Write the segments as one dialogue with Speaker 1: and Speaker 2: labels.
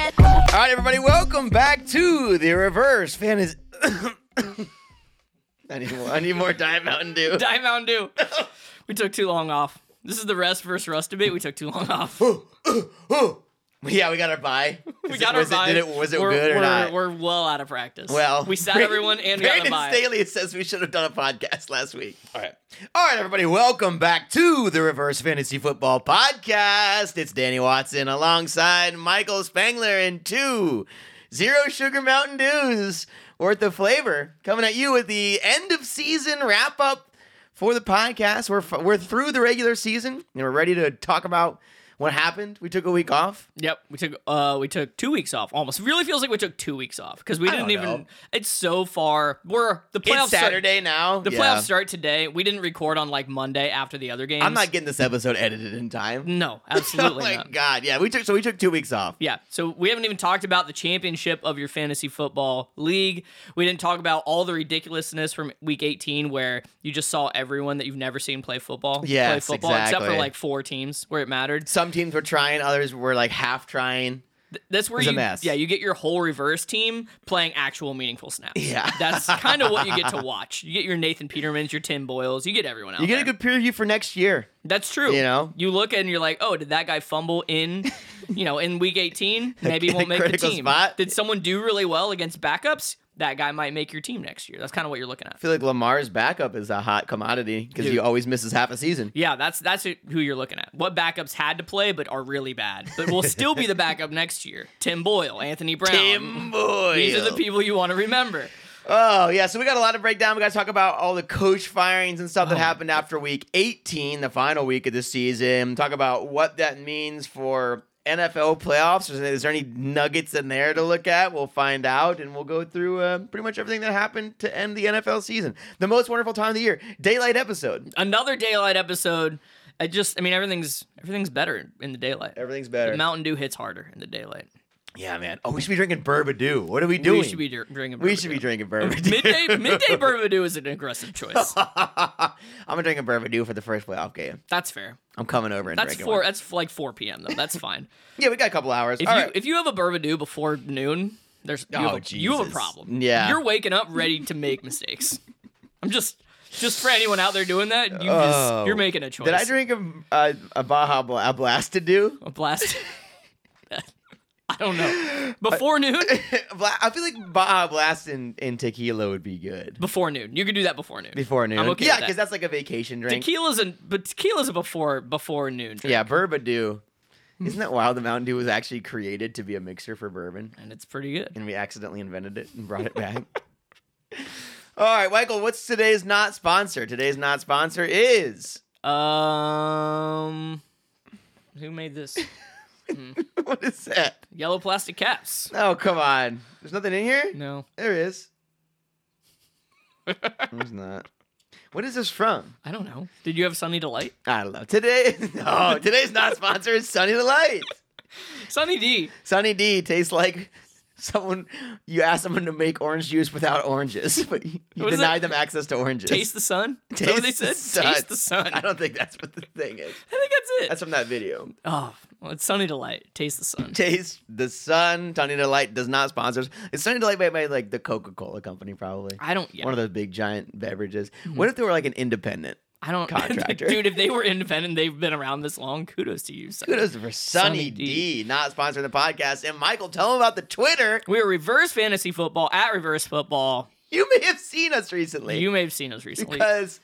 Speaker 1: right, everybody, welcome back to the Reverse Fantasy. I need more. I need more Diet Mountain Dew.
Speaker 2: Die Mountain Dew. we took too long off. This is the rest versus rust debate. We took too long off.
Speaker 1: yeah, we got our buy.
Speaker 2: We got our
Speaker 1: was
Speaker 2: bye.
Speaker 1: It, did it, was it
Speaker 2: we're,
Speaker 1: good or
Speaker 2: we're,
Speaker 1: not?
Speaker 2: We're well out of practice.
Speaker 1: well,
Speaker 2: we sat
Speaker 1: Brandon-
Speaker 2: everyone and we got a
Speaker 1: Brandon
Speaker 2: bye.
Speaker 1: Staley says we should have done a podcast last week.
Speaker 3: All right.
Speaker 1: All right, everybody, welcome back to the Reverse Fantasy Football Podcast. It's Danny Watson alongside Michael Spangler and two zero sugar Mountain Dews worth of flavor coming at you with the end of season wrap up for the podcast. We're f- we're through the regular season and we're ready to talk about what happened. We took a week off.
Speaker 2: Yep, we took uh we took two weeks off almost. It really feels like we took two weeks off because we
Speaker 1: I
Speaker 2: didn't
Speaker 1: don't
Speaker 2: even.
Speaker 1: know.
Speaker 2: It's so far. We're the playoffs.
Speaker 1: it's Saturday now.
Speaker 2: Start, the
Speaker 1: Yeah.
Speaker 2: playoffs start today. We didn't record on like Monday after the other games.
Speaker 1: I'm not getting this episode edited in time.
Speaker 2: No, absolutely
Speaker 1: oh my
Speaker 2: not.
Speaker 1: god! Yeah, we took so we took two weeks off.
Speaker 2: Yeah. So we haven't even talked about the championship of your fantasy football league. We didn't talk about all the ridiculousness from week 18 where you just saw everyone that you've never seen play football. play
Speaker 1: Yes,
Speaker 2: football, except for
Speaker 1: exactly.
Speaker 2: like four teams where it mattered.
Speaker 1: Some teams were trying, others were like half trying.
Speaker 2: Th- That's where
Speaker 1: was
Speaker 2: you
Speaker 1: a mess.
Speaker 2: Yeah, you get your whole reverse team playing actual meaningful snaps.
Speaker 1: Yeah.
Speaker 2: That's kind of what you get to watch. You get your Nathan Petermans, your Tim Boyles, you get everyone out.
Speaker 1: You get
Speaker 2: there.
Speaker 1: a good peer review for next year.
Speaker 2: That's true.
Speaker 1: You know?
Speaker 2: You look and you're like, oh, did that guy fumble in, you know, in week 18? Maybe he won't make the
Speaker 1: Critical
Speaker 2: team.
Speaker 1: spot.
Speaker 2: Did someone do really well against backups? That guy might make your team next year. That's kind of what you're looking
Speaker 1: I
Speaker 2: at.
Speaker 1: feel like Lamar's backup is a hot commodity because he
Speaker 2: Dude.
Speaker 1: always misses half a season.
Speaker 2: Yeah, that's that's who you're looking at. What backups had to play but are really bad, but will still be the backup next year. Tim Boyle, Anthony Brown.
Speaker 1: Tim Boyle.
Speaker 2: Um, These are the people you want to remember.
Speaker 1: Oh yeah, so we got a lot to break down. We got to talk about all the coach firings and stuff that
Speaker 2: Oh.
Speaker 1: happened after Week 18, the final week of the season. Talk about what that means for NFL playoffs. Is there, is there any nuggets in there to look at? We'll find out, and we'll go through uh, pretty much everything that happened to end the NFL season. The most wonderful time of the year, daylight episode.
Speaker 2: Another daylight episode. I just, I mean, everything's everything's better in the daylight.
Speaker 1: Everything's better.
Speaker 2: Mountain Dew hits harder in the daylight.
Speaker 1: yeah, man. Oh, we should be drinking Bourbon Dew. What are we doing?
Speaker 2: We should be dr- drinking.
Speaker 1: We should
Speaker 2: Bourbon
Speaker 1: be
Speaker 2: Dew.
Speaker 1: drinking bourbon. Dew.
Speaker 2: midday midday bourbon dew is an aggressive choice.
Speaker 1: I'm gonna drink a bourbon dew for the first playoff game.
Speaker 2: That's fair.
Speaker 1: I'm coming over and
Speaker 2: That's
Speaker 1: drinking
Speaker 2: four.
Speaker 1: one.
Speaker 2: That's like four p.m. though. That's fine.
Speaker 1: Yeah, we got a couple hours.
Speaker 2: If
Speaker 1: All
Speaker 2: you
Speaker 1: right.
Speaker 2: if you have a bourbon dew before noon, there's you,
Speaker 1: Oh,
Speaker 2: have a, you have a
Speaker 1: Jesus.
Speaker 2: problem.
Speaker 1: Yeah.
Speaker 2: you're waking up ready to make mistakes. I'm just just for anyone out there doing that, you
Speaker 1: Oh.
Speaker 2: just you're making a choice.
Speaker 1: Did I drink a, a, a Baja Bla- a Blast to do?
Speaker 2: a blast? I don't know. Before noon.
Speaker 1: Bla- I feel like Baja Blast and, and tequila would be good
Speaker 2: Before noon. You could do that before noon.
Speaker 1: before noon.
Speaker 2: I'm okay
Speaker 1: yeah,
Speaker 2: with that.
Speaker 1: because that's like a vacation drink.
Speaker 2: Tequila's a but tequila's a before before noon drink,
Speaker 1: Yeah, bourbon dew. Isn't that wild? The Mountain Dew was actually created to be a mixer for bourbon,
Speaker 2: and it's pretty good.
Speaker 1: and we accidentally invented it and brought it back. All right, Michael, what's today's not sponsor? Today's not sponsor is.
Speaker 2: Um, who made this?
Speaker 1: what is that?
Speaker 2: Yellow plastic caps.
Speaker 1: Oh, come on. There's nothing in here?
Speaker 2: No.
Speaker 1: There is. There's not. What is this from?
Speaker 2: I don't know. Did you have Sunny Delight?
Speaker 1: I don't know. Today,
Speaker 2: Oh.
Speaker 1: no, today's not sponsored. It's Sunny Delight.
Speaker 2: Sunny D.
Speaker 1: Sunny D tastes like someone you asked someone to make orange juice without oranges, but you
Speaker 2: What is
Speaker 1: denied
Speaker 2: that?
Speaker 1: them access to oranges.
Speaker 2: Taste the sun? Is that
Speaker 1: Taste
Speaker 2: what they said? Taste the sun.
Speaker 1: I
Speaker 2: I,
Speaker 1: don't think that's what the thing is.
Speaker 2: think that's it.
Speaker 1: That's from that video.
Speaker 2: oh, well, it's Sunny Delight. Taste the sun.
Speaker 1: Taste the sun. Sunny Delight does not sponsor. us. It's Sunny Delight made by like the Coca Cola company, probably.
Speaker 2: I don't. Yeah, Mm-hmm.
Speaker 1: One of those big giant beverages. What if they were like an independent?
Speaker 2: I don't.
Speaker 1: contractor.
Speaker 2: Dude, if they were independent, they've been around this long. Kudos to you. Sunny.
Speaker 1: Kudos for Sunny
Speaker 2: Sunny
Speaker 1: D.
Speaker 2: D.
Speaker 1: not sponsoring the podcast. And Michael, tell them about the Twitter.
Speaker 2: We are reverse fantasy football at reverse football.
Speaker 1: You may have seen us recently
Speaker 2: You may have seen us recently.
Speaker 1: because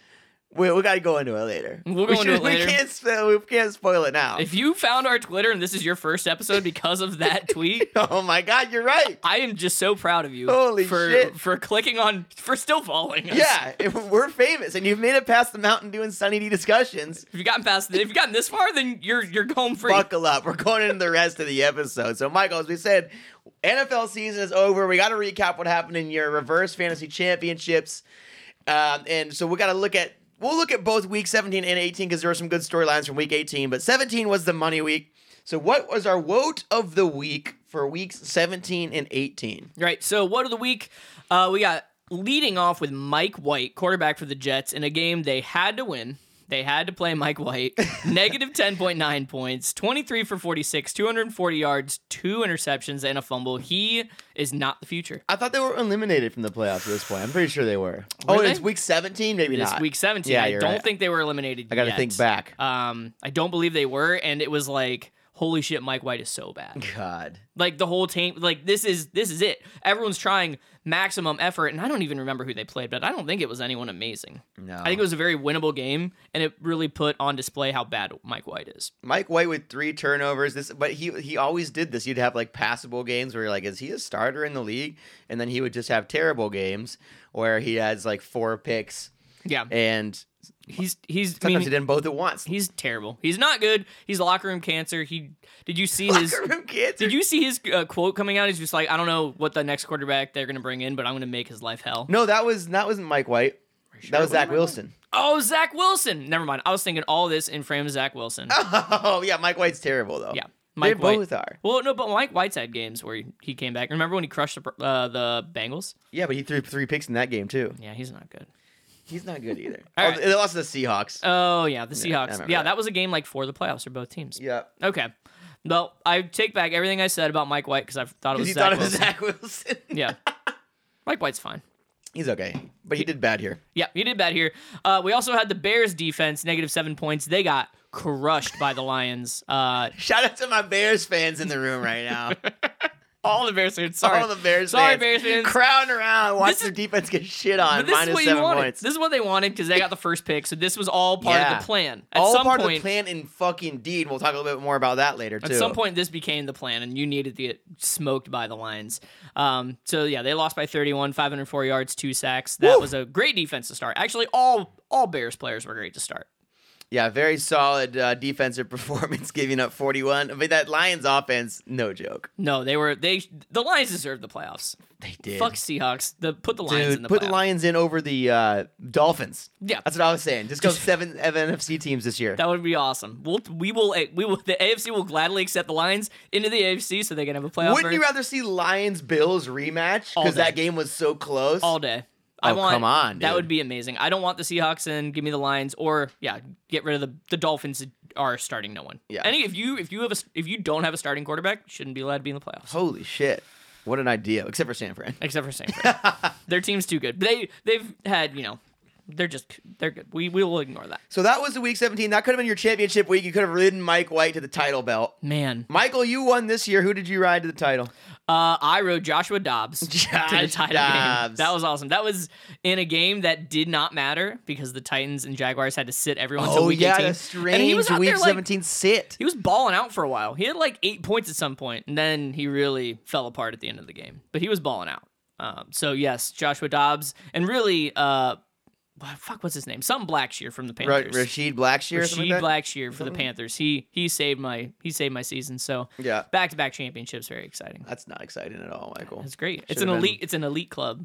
Speaker 1: we, we got to go into it later.
Speaker 2: We'll
Speaker 1: we
Speaker 2: go into it later.
Speaker 1: We can't, spo- we can't spoil it now.
Speaker 2: If you found our Twitter and this is your first episode because of that tweet,
Speaker 1: oh my God, you're right.
Speaker 2: I am just so proud of you
Speaker 1: Holy
Speaker 2: for
Speaker 1: shit.
Speaker 2: for clicking on for still following us.
Speaker 1: Yeah, if we're famous, and you've made it past the mountain doing Sunny D discussions.
Speaker 2: If you've gotten past, if you've gotten this far, then you're you're home free.
Speaker 1: Buckle up. We're going into the rest of the episode. So, Michael, as we said, NFL season is over. We got to recap what happened in your reverse fantasy championships. Um, and so we got to look at, we'll look at both week 17 and 18 because there were some good storylines from week 18, but 17 was the money week. So, what was our vote of the week for weeks 17 and 18?
Speaker 2: Right. So, what of the week? Uh, we got leading off with Mike White, quarterback for the Jets, in a game they had to win. They had to play Mike White. Negative 10.9 points, 23 for 46, 240 yards, two interceptions, and a fumble. He is not the future.
Speaker 1: I thought they were eliminated from the playoffs at this point. I'm pretty sure they were.
Speaker 2: Were
Speaker 1: oh,
Speaker 2: they?
Speaker 1: it's week 17, maybe
Speaker 2: It's
Speaker 1: not.
Speaker 2: week 17.
Speaker 1: Yeah,
Speaker 2: I
Speaker 1: you're
Speaker 2: don't
Speaker 1: right.
Speaker 2: think they were eliminated
Speaker 1: I got to
Speaker 2: yet.
Speaker 1: think back.
Speaker 2: Um, I don't believe they were, and it was like, holy shit, Mike White is so bad.
Speaker 1: God.
Speaker 2: Like the whole team, like this is this is it. Everyone's trying maximum effort, and I don't even remember who they played, but I don't think it was anyone amazing.
Speaker 1: No.
Speaker 2: I think it was a very winnable game, and it really put on display how bad Mike White is.
Speaker 1: Mike White with three turnovers. This, but he he always did this. You'd have like passable games where you're like, is he a starter in the league? And then he would just have terrible games where he has like four picks
Speaker 2: Yeah,
Speaker 1: and
Speaker 2: he's he's. I
Speaker 1: sometimes
Speaker 2: mean,
Speaker 1: he did both at once.
Speaker 2: he's terrible. He's not good. He's locker room cancer. He did you see his?
Speaker 1: Locker room cancer.
Speaker 2: Did you see his uh, quote coming out? He's just like, I don't know what the next quarterback they're gonna bring in, but I'm gonna make his life hell.
Speaker 1: No, that was that wasn't Mike White. that was
Speaker 2: it was
Speaker 1: Zach
Speaker 2: Mike
Speaker 1: Wilson.
Speaker 2: Oh, Zach Wilson. Never mind. I was thinking all this in frame of Zach Wilson.
Speaker 1: Oh yeah, Mike White's terrible though.
Speaker 2: Yeah,
Speaker 1: Mike
Speaker 2: Mike
Speaker 1: they
Speaker 2: White.
Speaker 1: both are.
Speaker 2: Well, no, but Mike White's had games where he- he came back. Remember when he crushed the, uh, the Bengals?
Speaker 1: Yeah, but he threw three picks in that game too.
Speaker 2: Yeah, he's not good.
Speaker 1: He's not good either.
Speaker 2: All
Speaker 1: Oh,
Speaker 2: right.
Speaker 1: They lost to the Seahawks.
Speaker 2: Oh yeah,
Speaker 1: Yeah, I
Speaker 2: the Seahawks. Yeah,
Speaker 1: remember that.
Speaker 2: that. was a game like for the playoffs for both teams.
Speaker 1: yeah,
Speaker 2: Okay. Well, I take back everything I said about Mike White because I
Speaker 1: because
Speaker 2: thought it was
Speaker 1: he
Speaker 2: Zach
Speaker 1: thought it was
Speaker 2: Wilson.
Speaker 1: Zach Wilson.
Speaker 2: Yeah. Mike White's fine.
Speaker 1: He's okay, but he did bad here.
Speaker 2: Yeah, he did bad here. Uh, we also had the Bears defense, negative seven points. They got crushed by the Lions. Uh,
Speaker 1: Shout out to my Bears fans in the room right now.
Speaker 2: all the Bears. fans, Sorry,
Speaker 1: All the Bears
Speaker 2: Sorry,
Speaker 1: fans.
Speaker 2: Bears fans.
Speaker 1: Crowd around. Watch
Speaker 2: This
Speaker 1: their
Speaker 2: is-
Speaker 1: defense get shit on.
Speaker 2: But this is
Speaker 1: minus
Speaker 2: what you
Speaker 1: seven
Speaker 2: wanted.
Speaker 1: points.
Speaker 2: This is what they wanted because they got the first pick. So this was all part
Speaker 1: Yeah.
Speaker 2: of the plan. At
Speaker 1: All
Speaker 2: some
Speaker 1: part
Speaker 2: point,
Speaker 1: of the plan in fucking deed. We'll talk a little bit more about that later, too.
Speaker 2: At some point, this became the plan, and you needed to get smoked by the Lions. Um, so yeah, they lost by 31, 504 yards, two sacks. That
Speaker 1: Woo!
Speaker 2: was a great defense to start. Actually, all all Bears players were great to start.
Speaker 1: Yeah, very solid uh, defensive performance, giving up 41. I mean, that Lions offense, no joke.
Speaker 2: No, they were they. The Lions deserved the playoffs.
Speaker 1: They did.
Speaker 2: Fuck Seahawks. The put the Lions
Speaker 1: Dude,
Speaker 2: in the
Speaker 1: put
Speaker 2: playoffs.
Speaker 1: the Lions in over the uh, Dolphins.
Speaker 2: Yeah.
Speaker 1: That's what I was saying. Just go seven NFC teams this year.
Speaker 2: that would be awesome. We'll, we will eh, we will the AFC will gladly accept the Lions into the AFC so they can have a playoff
Speaker 1: Wouldn't
Speaker 2: berth
Speaker 1: you rather see Lions Bills rematch?
Speaker 2: All
Speaker 1: Because that
Speaker 2: day.
Speaker 1: game was so close.
Speaker 2: all day. I
Speaker 1: Oh,
Speaker 2: want
Speaker 1: come on,
Speaker 2: that
Speaker 1: dude.
Speaker 2: would be amazing. I don't want the Seahawks in. Give me the Lions, or yeah, get rid of the the Dolphins are starting no one.
Speaker 1: Yeah.
Speaker 2: Any if you if you have a s- if you don't have a starting quarterback, you shouldn't be allowed to be in the playoffs.
Speaker 1: Holy shit. What an idea, except for San Fran.
Speaker 2: Except for Stanford, their team's too good. They they've had you know, they're just they're good. We we will ignore that.
Speaker 1: So that was the week 17. That could have been your championship week. You could have ridden Mike White to the title belt.
Speaker 2: Man,
Speaker 1: Michael, you won this year. Who did you ride to the title?
Speaker 2: uh, I rode Joshua Dobbs to the
Speaker 1: Josh
Speaker 2: title game.
Speaker 1: Dobbs.
Speaker 2: That was awesome. That was in a game that did not matter because the Titans and Jaguars had to sit everyone. till
Speaker 1: oh,
Speaker 2: week
Speaker 1: yeah,
Speaker 2: 18.
Speaker 1: the strange
Speaker 2: and he was out
Speaker 1: week
Speaker 2: there, like,
Speaker 1: 17 sit.
Speaker 2: He was balling out for a while. He had like eight points at some point, and then he really fell apart at the end of the game. But he was balling out. Um, so yes, Joshua Dobbs, and really, uh, what- fuck, what's his name? Some Blackshear from the
Speaker 1: Ra-
Speaker 2: Panthers.
Speaker 1: Rashid Blackshear. or something
Speaker 2: Rasheed
Speaker 1: like that?
Speaker 2: Blackshear for the Panthers. He he saved my he saved my season. So
Speaker 1: Yeah.
Speaker 2: back to back championships, very exciting.
Speaker 1: That's not exciting at all, Michael.
Speaker 2: That's great. It's
Speaker 1: Should've
Speaker 2: an
Speaker 1: been-
Speaker 2: elite. It's an elite club.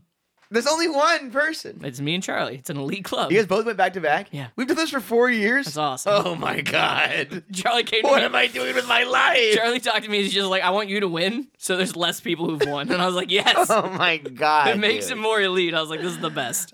Speaker 1: There's only one person.
Speaker 2: It's me and Charlie. It's an elite club.
Speaker 1: You guys both went back to back?
Speaker 2: Yeah.
Speaker 1: We've done this for four years.
Speaker 2: That's awesome.
Speaker 1: Oh, my God.
Speaker 2: Charlie came. To
Speaker 1: What
Speaker 2: me-
Speaker 1: am I doing with my life?
Speaker 2: Charlie talked to me. He's just like, I want you to win, so there's less people who've won. And I was like, yes.
Speaker 1: Oh, my God.
Speaker 2: It makes
Speaker 1: dude.
Speaker 2: it more elite. I was like, this is the best.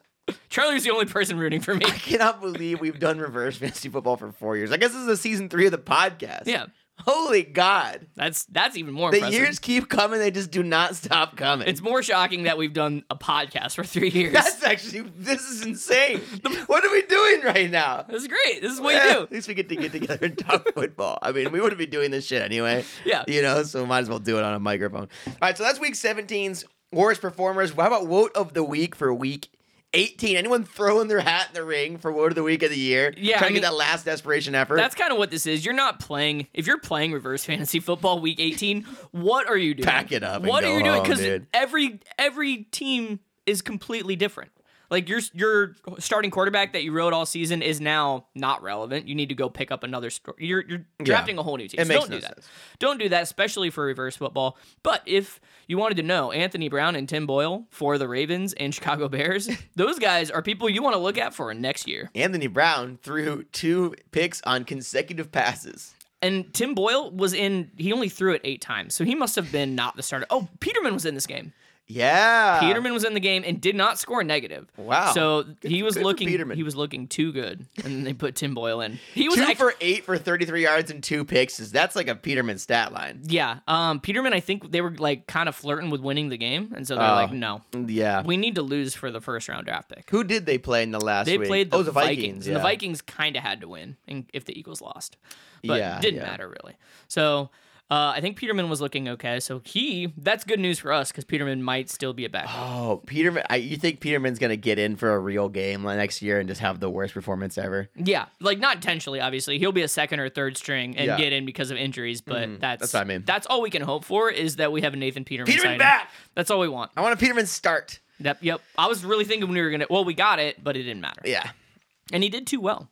Speaker 2: Charlie's the only person rooting for me.
Speaker 1: I cannot believe we've done reverse fantasy football for four years. I guess this is a season three of the podcast.
Speaker 2: Yeah,
Speaker 1: Holy God.
Speaker 2: that's that's even more
Speaker 1: The
Speaker 2: impressive.
Speaker 1: years keep coming, they just do not stop coming.
Speaker 2: it's more shocking that we've done a podcast for three years.
Speaker 1: That's actually this is insane. what are we doing right now?
Speaker 2: this is great. This is what
Speaker 1: Yeah,
Speaker 2: you
Speaker 1: At
Speaker 2: do.
Speaker 1: least we get to get together and talk football. I mean, we wouldn't be doing this shit anyway.
Speaker 2: Yeah.
Speaker 1: You know, so might as well do it on a microphone. All right, so that's week 17's worst performers. How about vote of the week for week 18? Anyone throwing their hat in the ring for vote of the week of the year?
Speaker 2: Yeah,
Speaker 1: Trying
Speaker 2: I
Speaker 1: to get
Speaker 2: mean,
Speaker 1: that last desperation effort.
Speaker 2: That's kind of what this is. You're not playing. If you're playing reverse fantasy football week 18, what are you doing?
Speaker 1: Pack it up and
Speaker 2: What
Speaker 1: go
Speaker 2: are you doing?
Speaker 1: home, dude.
Speaker 2: every every team is completely different. Like your your starting quarterback that you rode all season is now not relevant. You need to go pick up another. Sto- you're you're drafting a whole new team.
Speaker 1: It
Speaker 2: So
Speaker 1: makes
Speaker 2: Don't
Speaker 1: no
Speaker 2: do that.
Speaker 1: sense.
Speaker 2: Don't do that, especially for reverse football. But if you wanted to know, Anthony Brown and Tim Boyle for the Ravens and Chicago Bears, those guys are people you want to look at for next year.
Speaker 1: Anthony Brown threw two picks on consecutive passes.
Speaker 2: And Tim Boyle was in, he only threw it eight times. So he must have been not the starter. Oh, Peterman was in this game.
Speaker 1: Yeah.
Speaker 2: Peterman was in the game and did not score negative.
Speaker 1: Wow.
Speaker 2: So he was
Speaker 1: good for
Speaker 2: looking
Speaker 1: Peterman.
Speaker 2: he was looking too good, and then they put Tim Boyle in. He was
Speaker 1: two
Speaker 2: act-
Speaker 1: for eight for 33 yards and two picks. Is That's like a Peterman stat line.
Speaker 2: yeah. Um, Peterman, I think they were like kind of flirting with winning the game, and so they're
Speaker 1: Oh.
Speaker 2: like, no,
Speaker 1: Yeah.
Speaker 2: we need to lose for the first round draft pick.
Speaker 1: Who did they play in the last
Speaker 2: They
Speaker 1: week?
Speaker 2: played the,
Speaker 1: oh, the Vikings.
Speaker 2: and
Speaker 1: yeah.
Speaker 2: the Vikings kind of had to win in- if the Eagles lost, but
Speaker 1: Yeah,
Speaker 2: didn't
Speaker 1: yeah.
Speaker 2: matter really. So. Uh, I think Peterman was looking okay, so he—that's good news for us because Peterman might still be a backup.
Speaker 1: Oh, Peterman. I, you think Peterman's going to get in for a real game like, next year and just have the worst performance ever?
Speaker 2: Yeah, like not intentionally, obviously. He'll be a second or third string and
Speaker 1: Yeah. Mm-hmm.
Speaker 2: get in because of injuries, but that's
Speaker 1: That's what I mean.
Speaker 2: That's all we can hope for is that we have a Nathan Peterman.
Speaker 1: Peterman
Speaker 2: signing.
Speaker 1: back!
Speaker 2: That's all we want.
Speaker 1: I want a Peterman start.
Speaker 2: Yep, yep. I was really thinking we were gonna. Well, we got it, but it didn't matter.
Speaker 1: Yeah.
Speaker 2: And he did too well.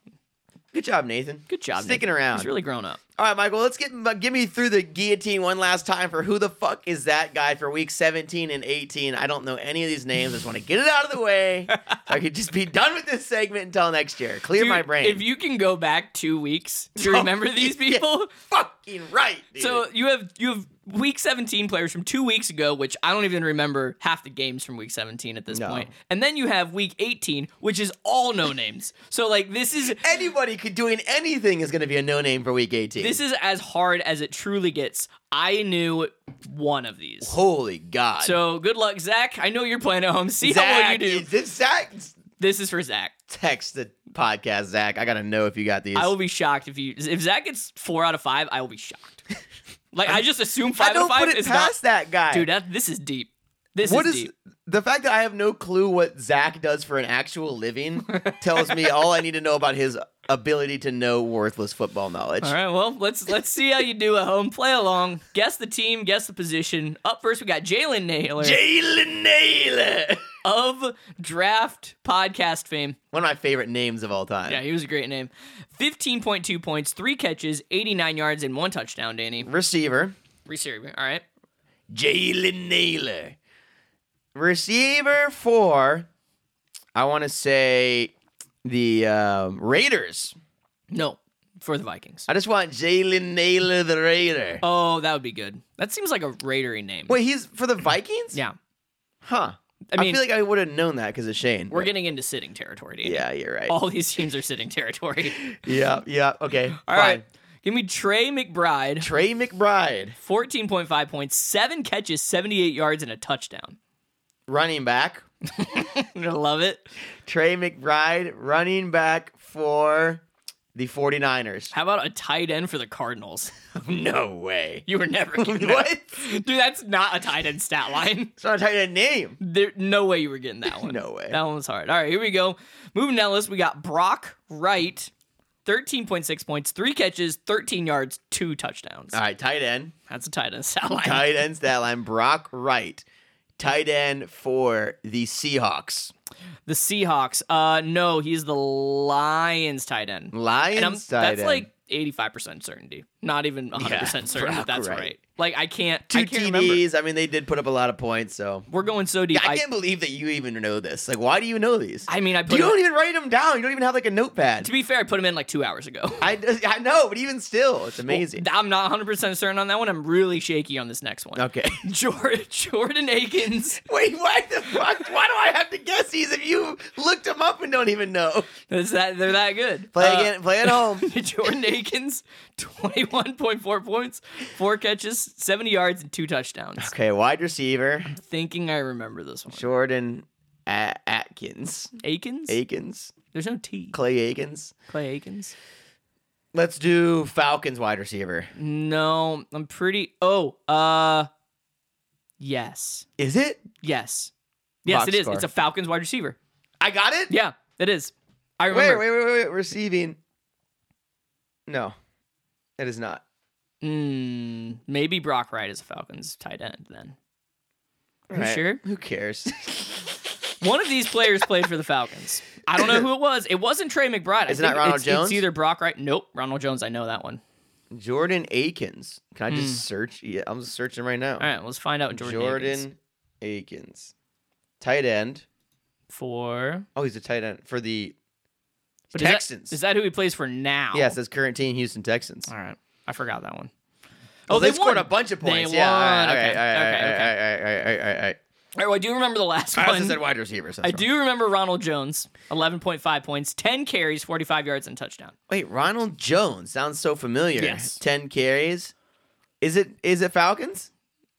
Speaker 1: Good job, Nathan.
Speaker 2: Good job,
Speaker 1: Sticking
Speaker 2: Nathan.
Speaker 1: around.
Speaker 2: He's really grown up.
Speaker 1: All right, Michael, let's get get me through the guillotine one last time for who the fuck is that guy for week 17 and 18. I don't know any of these names. I just want to get it out of the way. so I could just be done with this segment until next year. Clear my
Speaker 2: Dude,
Speaker 1: brain.
Speaker 2: If you can go back two weeks to
Speaker 1: Oh,
Speaker 2: remember these
Speaker 1: yeah.
Speaker 2: people,
Speaker 1: fucking right. Dude.
Speaker 2: so you have you have week 17 players from two weeks ago which i don't even remember half the games from week 17 at this
Speaker 1: No.
Speaker 2: point. and then you have week 18 which is all no names so like this is
Speaker 1: anybody could doing anything is going to be a no name for week 18.
Speaker 2: this is as hard as it truly gets i knew one of these
Speaker 1: holy god.
Speaker 2: so good luck zach i know you're playing at home see
Speaker 1: Zach,
Speaker 2: how well you do
Speaker 1: Is this Zach?
Speaker 2: this is for zach
Speaker 1: Text the podcast, Zach. I got to know if you got these.
Speaker 2: i will be shocked if you if zach gets four out of five i will be shocked like i just assume five
Speaker 1: I don't
Speaker 2: out of five
Speaker 1: put it
Speaker 2: is
Speaker 1: past that guy.
Speaker 2: not dude that, this is deep this
Speaker 1: What
Speaker 2: is
Speaker 1: is
Speaker 2: deep
Speaker 1: the fact that I have no clue what Zach does for an actual living tells me all I need to know about his ability to know worthless football knowledge.
Speaker 2: All right, well, let's let's see how you do at home. Play along. Guess the team, guess the position. Up first, we got Jalen Naylor
Speaker 1: Jalen Naylor,
Speaker 2: of draft podcast fame.
Speaker 1: one of my favorite names of all time.
Speaker 2: Yeah, he was a great name. 15.2 points, three catches, 89 yards, and one touchdown, Danny.
Speaker 1: Receiver
Speaker 2: Receiver. All right.
Speaker 1: Jalen Naylor, receiver for I want to say the um, Raiders.
Speaker 2: No, for the Vikings.
Speaker 1: I just want Jalen Naylor, the Raider.
Speaker 2: Oh, that would be good. That seems like a Raidery name.
Speaker 1: Wait, he's for the Vikings?
Speaker 2: Yeah.
Speaker 1: Huh.
Speaker 2: I
Speaker 1: I,
Speaker 2: mean-
Speaker 1: feel like I would have known that because of Shane.
Speaker 2: We're
Speaker 1: but-
Speaker 2: getting into sitting territory, Danny.
Speaker 1: Yeah, you're right.
Speaker 2: All these teams are sitting territory.
Speaker 1: Yeah, yeah, okay.
Speaker 2: All
Speaker 1: fine.
Speaker 2: right. Give me Trey McBride.
Speaker 1: Trey McBride,
Speaker 2: 14.5 points, seven catches, 78 yards, and a touchdown.
Speaker 1: running back.
Speaker 2: I love it.
Speaker 1: Trey McBride, running back for the 49ers.
Speaker 2: How about a tight end for the Cardinals?
Speaker 1: No way.
Speaker 2: You were never getting that.
Speaker 1: what?
Speaker 2: Dude, that's not a tight end stat line.
Speaker 1: It's not a tight end name.
Speaker 2: There, no way you were getting that one.
Speaker 1: No way.
Speaker 2: That one was hard. All right, here we go. Moving down the list, we got Brock Wright, 13.6 points, three catches, 13 yards, two touchdowns.
Speaker 1: All right, tight end.
Speaker 2: That's a tight end stat line.
Speaker 1: Tight end stat line. Brock Wright, tight end for the Seahawks.
Speaker 2: The Seahawks. Uh, no, he's the Lions tight end.
Speaker 1: Lions
Speaker 2: And I'm,
Speaker 1: tight
Speaker 2: that's
Speaker 1: end.
Speaker 2: like 85% certainty. Not even 100%
Speaker 1: Yeah,
Speaker 2: certain that
Speaker 1: Brock
Speaker 2: that's
Speaker 1: Wright.
Speaker 2: right. Like, I can't.
Speaker 1: two
Speaker 2: I can't remember.
Speaker 1: TDs. I mean, they did put up a lot of points, so.
Speaker 2: We're going so deep.
Speaker 1: Yeah, I, can't believe that you even know this. Like, why do you know these?
Speaker 2: I mean, I put
Speaker 1: you
Speaker 2: him-
Speaker 1: don't even write them down. You don't even have like a notepad.
Speaker 2: to be fair, I put him in like two hours ago.
Speaker 1: I, I know, but even still, it's amazing.
Speaker 2: I'm not 100 percent certain on that one. I'm really shaky on this next one.
Speaker 1: okay.
Speaker 2: Jordan, Jordan Akins.
Speaker 1: Wait, why the fuck? Why do I have to guess these if you looked them up and don't even know?
Speaker 2: Is that they're that good?
Speaker 1: Play
Speaker 2: Uh,
Speaker 1: again. Play at home.
Speaker 2: Jordan Akins, 21.4 points, four catches, 70 yards, and two touchdowns.
Speaker 1: okay, wide receiver
Speaker 2: Thinking I remember this one.
Speaker 1: Jordan A- Atkins,
Speaker 2: Akins?
Speaker 1: Akins,
Speaker 2: There's no T.
Speaker 1: Clay Akins.
Speaker 2: Clay Akins.
Speaker 1: Let's do Falcons wide receiver.
Speaker 2: No, I'm pretty. Oh, uh, yes,
Speaker 1: Is it?
Speaker 2: yes, yes. it is.
Speaker 1: Boxcar.
Speaker 2: It's a Falcons wide receiver.
Speaker 1: I got it.
Speaker 2: Yeah, it is. I
Speaker 1: Wait,
Speaker 2: remember.
Speaker 1: wait, wait, wait, wait. Receiving. No, it is not.
Speaker 2: Mm, maybe Brock Wright is a Falcons tight end then. Are you
Speaker 1: Right.
Speaker 2: sure?
Speaker 1: Who cares?
Speaker 2: One of these players played for the Falcons. I don't know who it was. It wasn't Trey McBride. I
Speaker 1: Is it not
Speaker 2: think
Speaker 1: Ronald
Speaker 2: it's,
Speaker 1: Jones?
Speaker 2: It's either Brock Wright. Nope, Ronald Jones. I know that one.
Speaker 1: Jordan Akins. Can I just search? Yeah, I'm searching Hmm. right now.
Speaker 2: All right, let's find out Jordan.
Speaker 1: Jordan,
Speaker 2: Jordan
Speaker 1: Akins. Tight end.
Speaker 2: for
Speaker 1: Oh, he's a tight end for the
Speaker 2: but is that- Is
Speaker 1: Texans.
Speaker 2: that, who he plays for now?
Speaker 1: yeah, it says current team Houston Texans.
Speaker 2: Oh. All right, I forgot that one.
Speaker 1: Oh, they, scored
Speaker 2: won.
Speaker 1: a bunch of
Speaker 2: They
Speaker 1: points.
Speaker 2: won.
Speaker 1: yeah. all right,
Speaker 2: Okay,
Speaker 1: all right,
Speaker 2: okay,
Speaker 1: all right, all right, all right, all right, all right, all right, all right.
Speaker 2: right, well, I do remember the last
Speaker 1: I also
Speaker 2: one.
Speaker 1: said wide receivers. that's
Speaker 2: I
Speaker 1: wrong.
Speaker 2: do remember Ronald Jones, 11.5 points, 10 carries, 45 yards, and touchdown.
Speaker 1: Wait, Ronald Jones sounds so familiar.
Speaker 2: Yes.
Speaker 1: Ten carries. Is it is it Falcons?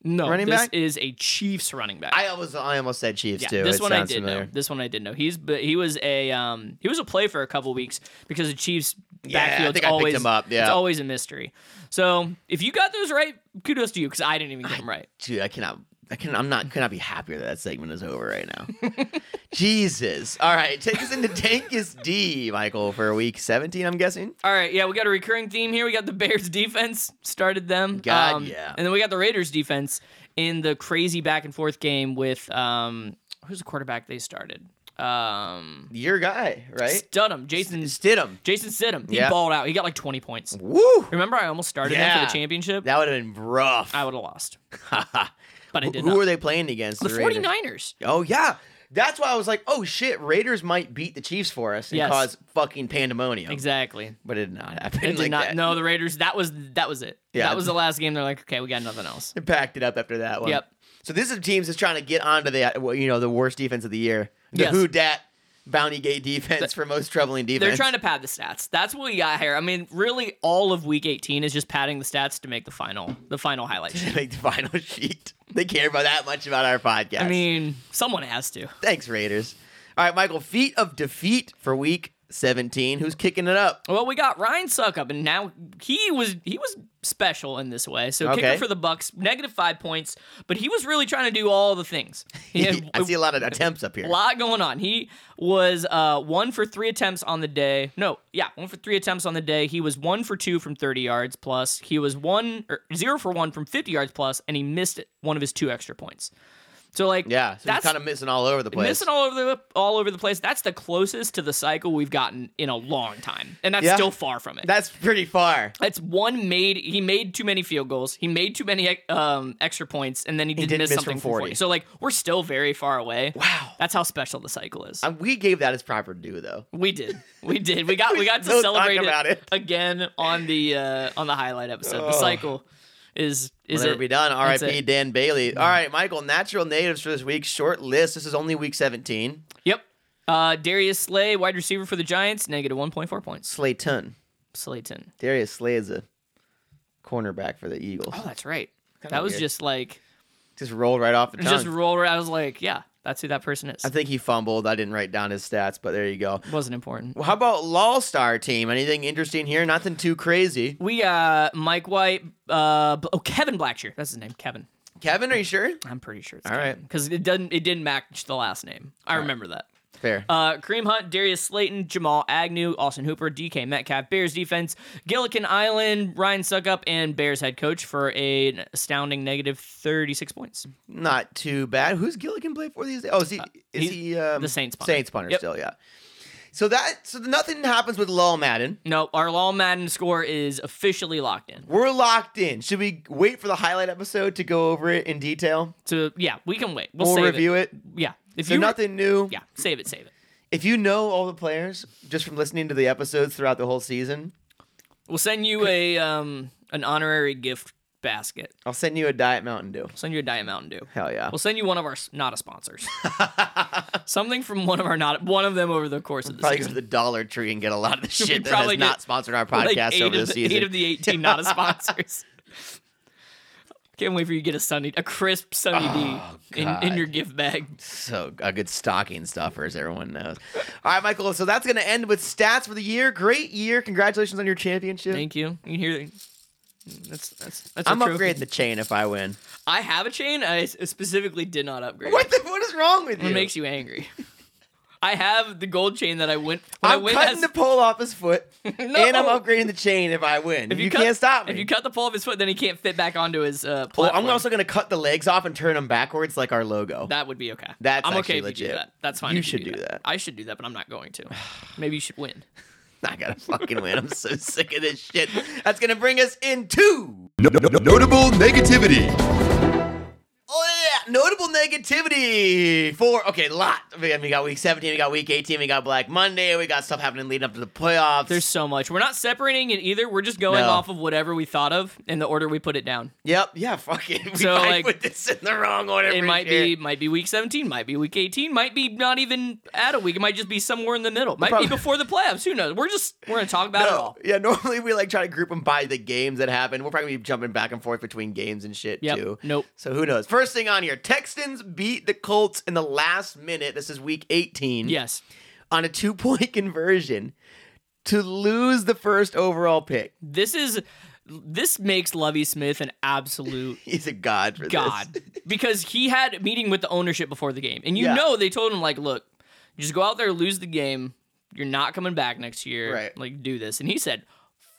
Speaker 2: No,
Speaker 1: Running
Speaker 2: this
Speaker 1: back?
Speaker 2: is a Chiefs running back.
Speaker 1: I almost I almost said Chiefs
Speaker 2: yeah,
Speaker 1: too.
Speaker 2: this
Speaker 1: it
Speaker 2: one I
Speaker 1: sounds
Speaker 2: did
Speaker 1: familiar.
Speaker 2: know. This one I did know. He's but he was a um he was a play for a couple weeks because the Chiefs
Speaker 1: Yeah, I
Speaker 2: backfield's
Speaker 1: think I picked
Speaker 2: always
Speaker 1: him up, yeah.
Speaker 2: it's always a mystery. So if you got those right, kudos to you because I didn't even get them right.
Speaker 1: Dude, I cannot. I can. I'm not. Cannot be happier that that segment is over right now. Jesus. All right, take us into Tankus D, Michael, for week 17. I'm guessing.
Speaker 2: All right, yeah, we got a recurring theme here. We got the Bears defense started them. um,
Speaker 1: God, yeah.
Speaker 2: And then we got the Raiders defense in the crazy back and forth game with um who's the quarterback they started? Um
Speaker 1: Your guy, right?
Speaker 2: Studham, Jason
Speaker 1: Stidham.
Speaker 2: Jason Stidham. He
Speaker 1: Yeah.
Speaker 2: balled out. He got like 20 points.
Speaker 1: Woo.
Speaker 2: Remember I almost started him for
Speaker 1: Yeah.
Speaker 2: the championship?
Speaker 1: That would have been rough.
Speaker 2: I would have lost. But I
Speaker 1: Who
Speaker 2: did
Speaker 1: who
Speaker 2: not.
Speaker 1: were they playing against?
Speaker 2: The
Speaker 1: Raiders?
Speaker 2: 49ers.
Speaker 1: Oh yeah. That's why I was like, oh shit, Raiders might beat the Chiefs for us and
Speaker 2: Yes.
Speaker 1: cause fucking pandemonium.
Speaker 2: Exactly.
Speaker 1: But it did not happen.
Speaker 2: They did
Speaker 1: like
Speaker 2: not
Speaker 1: that.
Speaker 2: no, the Raiders. That was that was it.
Speaker 1: Yeah.
Speaker 2: That was the last game. They're like, okay, we got nothing else.
Speaker 1: They packed it up after that one.
Speaker 2: Yep.
Speaker 1: So this is teams that's trying to get onto the uh, well, you know the worst defense of the year, the
Speaker 2: Yes.
Speaker 1: who dat bounty gate defense for most troubling defense.
Speaker 2: They're trying to pad the stats. That's what we got here. I mean, really, all of Week 18 is just padding the stats to make the final the final highlight. sheet.
Speaker 1: to make the final sheet. They care about that much about our podcast.
Speaker 2: I mean, someone has to.
Speaker 1: thanks Raiders. All right, Michael, feet of defeat for week 17. Who's kicking it up?
Speaker 2: Well, we got Ryan Suckup, and now he was he was special in this way. So
Speaker 1: Okay.
Speaker 2: kicker for the Bucks, negative five points, but he was really trying to do all the things. He had
Speaker 1: I see a lot of attempts up here.
Speaker 2: a lot going on. He was uh, one for three attempts on the day. No, yeah, one for three attempts on the day. He was one for two from 30 yards plus. He was one or zero for one from 50 yards plus, and he missed one of his two extra points. So like,
Speaker 1: Yeah, so he's
Speaker 2: that's
Speaker 1: kind of missing all over the place.
Speaker 2: missing all over the all over the place. That's the closest to the cycle we've gotten in a long time, and that's
Speaker 1: Yeah.
Speaker 2: still far from it.
Speaker 1: That's pretty far.
Speaker 2: That's one made. He made too many field goals. He made too many um, extra points, and then he didn't,
Speaker 1: didn't
Speaker 2: miss,
Speaker 1: miss
Speaker 2: something
Speaker 1: from
Speaker 2: from 40.
Speaker 1: 40.
Speaker 2: So like, we're still very far away.
Speaker 1: Wow.
Speaker 2: that's how special the cycle is.
Speaker 1: Um, we gave that its proper due, though.
Speaker 2: We did. We did. We got we got
Speaker 1: still
Speaker 2: to
Speaker 1: talk
Speaker 2: celebrate
Speaker 1: about
Speaker 2: it,
Speaker 1: it.
Speaker 2: again on the uh on the highlight episode. The
Speaker 1: Ugh.
Speaker 2: cycle is is
Speaker 1: Will never
Speaker 2: it
Speaker 1: be done.
Speaker 2: That's
Speaker 1: R.I.P.
Speaker 2: it.
Speaker 1: Dan Bailey. All right, Michael. Natural natives for this week. Short list. This is only week 17.
Speaker 2: Yep. Uh Darius Slay, wide receiver for the Giants, negative 1.4 points.
Speaker 1: Slayton.
Speaker 2: Slayton.
Speaker 1: Darius Slay is a cornerback for the Eagles.
Speaker 2: Oh, that's right.
Speaker 1: Kinda
Speaker 2: that was
Speaker 1: weird.
Speaker 2: just like
Speaker 1: Just rolled right off the tongue.
Speaker 2: just roll around. I was like, yeah, that's who that person is.
Speaker 1: I think he fumbled. I didn't write down his stats, but there you go.
Speaker 2: Wasn't important.
Speaker 1: Well, how about Law Star team? Anything interesting here? Nothing too crazy.
Speaker 2: We got Mike White, uh oh Kevin Blackshear. That's his name, Kevin.
Speaker 1: Kevin, are you sure?
Speaker 2: I'm pretty sure it's
Speaker 1: All right.
Speaker 2: Because it doesn't it didn't match the last name. I remember that.
Speaker 1: Fair.
Speaker 2: Uh, Kareem Hunt, Darius Slayton, Jamal Agnew, Austin Hooper, DK Metcalf, Bears defense, Gillikin Island, Ryan Suckup, and Bears head coach for an astounding negative 36 points.
Speaker 1: Not too bad. Who's Gilligan play for these days? Oh, is he? is
Speaker 2: he's
Speaker 1: he um,
Speaker 2: the Saints punter.
Speaker 1: Saints punter
Speaker 2: Yep.
Speaker 1: still? Yeah. So that so nothing happens with Law Madden.
Speaker 2: No, our Law Madden score is officially locked in.
Speaker 1: We're locked in. Should we wait for the highlight episode to go over it in detail?
Speaker 2: So, yeah, we can wait. We'll
Speaker 1: We'll,
Speaker 2: save
Speaker 1: review it.
Speaker 2: it. Yeah. If
Speaker 1: So
Speaker 2: you
Speaker 1: nothing new.
Speaker 2: Yeah, save it, save it.
Speaker 1: If you know all the players just from listening to the episodes throughout the whole season,
Speaker 2: We'll send you a um an honorary gift basket.
Speaker 1: I'll send you a Diet Mountain Dew.
Speaker 2: We'll send you a Diet Mountain Dew.
Speaker 1: Hell yeah.
Speaker 2: We'll send you one of our s- not a sponsors. Something from one of our not one of them over the course of the
Speaker 1: Probably
Speaker 2: season.
Speaker 1: go to the Dollar Tree and get a lot of the shit that
Speaker 2: probably
Speaker 1: has not
Speaker 2: did-
Speaker 1: sponsored our
Speaker 2: Like
Speaker 1: podcast
Speaker 2: eight
Speaker 1: over the
Speaker 2: of
Speaker 1: season.
Speaker 2: Eight of the 18 not as sponsors. Can't wait for you to get a sunny, a crisp sunny D in, in
Speaker 1: Oh, God.
Speaker 2: your gift bag.
Speaker 1: so a good stocking stuffer, as everyone knows. All right, Michael. So that's going to end with stats for the year. Great year. Congratulations on your championship.
Speaker 2: Thank you. You can hear that's that's that's.
Speaker 1: I'm
Speaker 2: a trophy.
Speaker 1: upgrading the chain if I win.
Speaker 2: I have a chain. I s- specifically did not upgrade.
Speaker 1: What the, What is wrong with you?
Speaker 2: What makes you angry? I have the gold chain that I went. When I
Speaker 1: I'm
Speaker 2: went
Speaker 1: cutting
Speaker 2: as,
Speaker 1: the pole off his foot, and I'm
Speaker 2: No.
Speaker 1: upgrading the chain if I win.
Speaker 2: if
Speaker 1: you,
Speaker 2: cut-
Speaker 1: can't stop me.
Speaker 2: If you cut the pole of his foot, then he can't fit back onto his uh,
Speaker 1: Well,
Speaker 2: platform.
Speaker 1: I'm also going to cut the legs off and turn them backwards like our logo.
Speaker 2: That would be okay.
Speaker 1: That's
Speaker 2: I'm
Speaker 1: actually
Speaker 2: okay if you do
Speaker 1: legit.
Speaker 2: that. That's fine.
Speaker 1: You
Speaker 2: if
Speaker 1: should do that.
Speaker 2: I should do that, but I'm not going to. Maybe you should win.
Speaker 1: I got to fucking win. I'm so sick of this shit. That's going to bring us into
Speaker 3: No- no- no- notable negativity.
Speaker 1: oh, yeah, notable negativity for okay, lot. I mean, we got week 17, we got week 18, we got Black Monday, we got stuff happening leading up to the playoffs.
Speaker 2: There's so much. We're not separating it either. We're just going
Speaker 1: No.
Speaker 2: off of whatever we thought of in the order we put it down.
Speaker 1: yep, yeah, fucking. We
Speaker 2: So,
Speaker 1: might
Speaker 2: like,
Speaker 1: put this in the wrong order.
Speaker 2: It
Speaker 1: for
Speaker 2: might
Speaker 1: sure.
Speaker 2: be might be week 17, might be week 18, might be not even at a week. It might just be somewhere in the middle. Might
Speaker 1: Probably-
Speaker 2: be before the playoffs. Who knows? We're just we're gonna talk about it all.
Speaker 1: Yeah, normally we like try to group them by the games that happen. We'll probably be jumping back and forth between games and shit
Speaker 2: Yep.
Speaker 1: too.
Speaker 2: Nope.
Speaker 1: So who knows? First thing on here, Texans beat the Colts in the last minute. This is week 18.
Speaker 2: Yes.
Speaker 1: On a two point conversion to lose the first overall pick.
Speaker 2: This is this makes Lovey Smith an absolute
Speaker 1: He's a god for
Speaker 2: god
Speaker 1: this.
Speaker 2: because he had a meeting with the ownership before the game, and you
Speaker 1: Yeah.
Speaker 2: know they told him like, look, just go out there, lose the game. You're not coming back next year.
Speaker 1: Right.
Speaker 2: Like do this, and he said,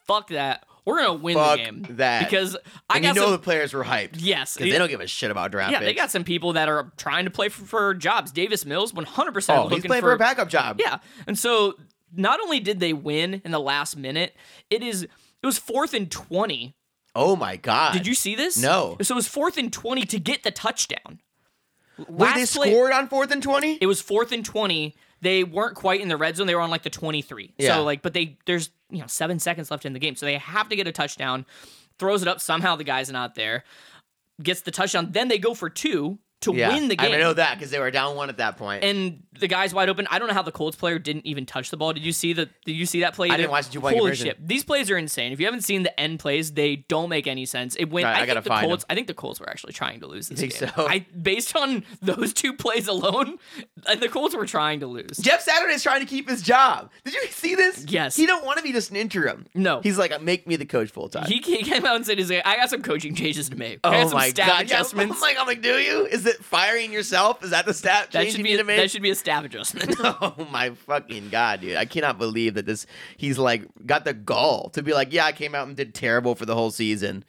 Speaker 2: "Fuck that. We're gonna win
Speaker 1: Fuck
Speaker 2: the game
Speaker 1: that.
Speaker 2: because I
Speaker 1: and
Speaker 2: got
Speaker 1: you know
Speaker 2: some-
Speaker 1: the players were hyped.
Speaker 2: yes,
Speaker 1: Because they don't give a shit about draft
Speaker 2: yeah,
Speaker 1: picks.
Speaker 2: they got some people that are trying to play for, for jobs. Davis Mills, 100 percent
Speaker 1: oh,
Speaker 2: looking
Speaker 1: he's playing for, a backup job.
Speaker 2: yeah, and so not only did they win in the last minute, it is it was fourth and 20
Speaker 1: Oh my god.
Speaker 2: did you see this?
Speaker 1: No.
Speaker 2: So it was fourth and 20 to get the touchdown.
Speaker 1: Wait,
Speaker 2: Last
Speaker 1: they
Speaker 2: play-
Speaker 1: scored on fourth and twenty?
Speaker 2: It was fourth and 20. They weren't quite in the red zone. They were on like the 23.
Speaker 1: Yeah.
Speaker 2: So, like, but they, there's, you know, seven seconds left in the game. So they have to get a touchdown. Throws it up. Somehow the guy's not there. Gets the touchdown. Then they go for two to
Speaker 1: yeah.
Speaker 2: win the
Speaker 1: I
Speaker 2: game.
Speaker 1: mean, I know that because they were down one at that point.
Speaker 2: and the guy's wide open. I don't know how the Colts player didn't even touch the ball. Did you see the? Did you see that play?
Speaker 1: I
Speaker 2: either?
Speaker 1: didn't watch the two-point
Speaker 2: Holy
Speaker 1: conversion.
Speaker 2: shit! These plays are insane. If you haven't seen the end plays, they don't make any sense. It went.
Speaker 1: All right, I
Speaker 2: I,
Speaker 1: gotta
Speaker 2: think the
Speaker 1: find 'em.
Speaker 2: Colts. I think the Colts were actually trying to lose this
Speaker 1: think
Speaker 2: game.
Speaker 1: so?
Speaker 2: I based on those two plays alone, uh, the Colts were trying to lose.
Speaker 1: Jeff Saturday's trying to keep his job. Did you see this?
Speaker 2: Yes.
Speaker 1: He don't want to be just an interim.
Speaker 2: No.
Speaker 1: He's like, make me the coach full time.
Speaker 2: He, he came out and said, "He's like, I got some coaching changes to make. I
Speaker 1: oh
Speaker 2: got some
Speaker 1: my
Speaker 2: stat
Speaker 1: god. Yeah,
Speaker 2: adjustments.
Speaker 1: I'm like, I'm like, do you? Is it firing yourself? Is that the stat
Speaker 2: that
Speaker 1: change
Speaker 2: should
Speaker 1: you
Speaker 2: be
Speaker 1: need
Speaker 2: a,
Speaker 1: to make?
Speaker 2: that should be a staff adjustment."
Speaker 1: Oh my fucking god, dude! I cannot believe that this. He's like got the gall to be like, yeah, I came out and did terrible for the whole season,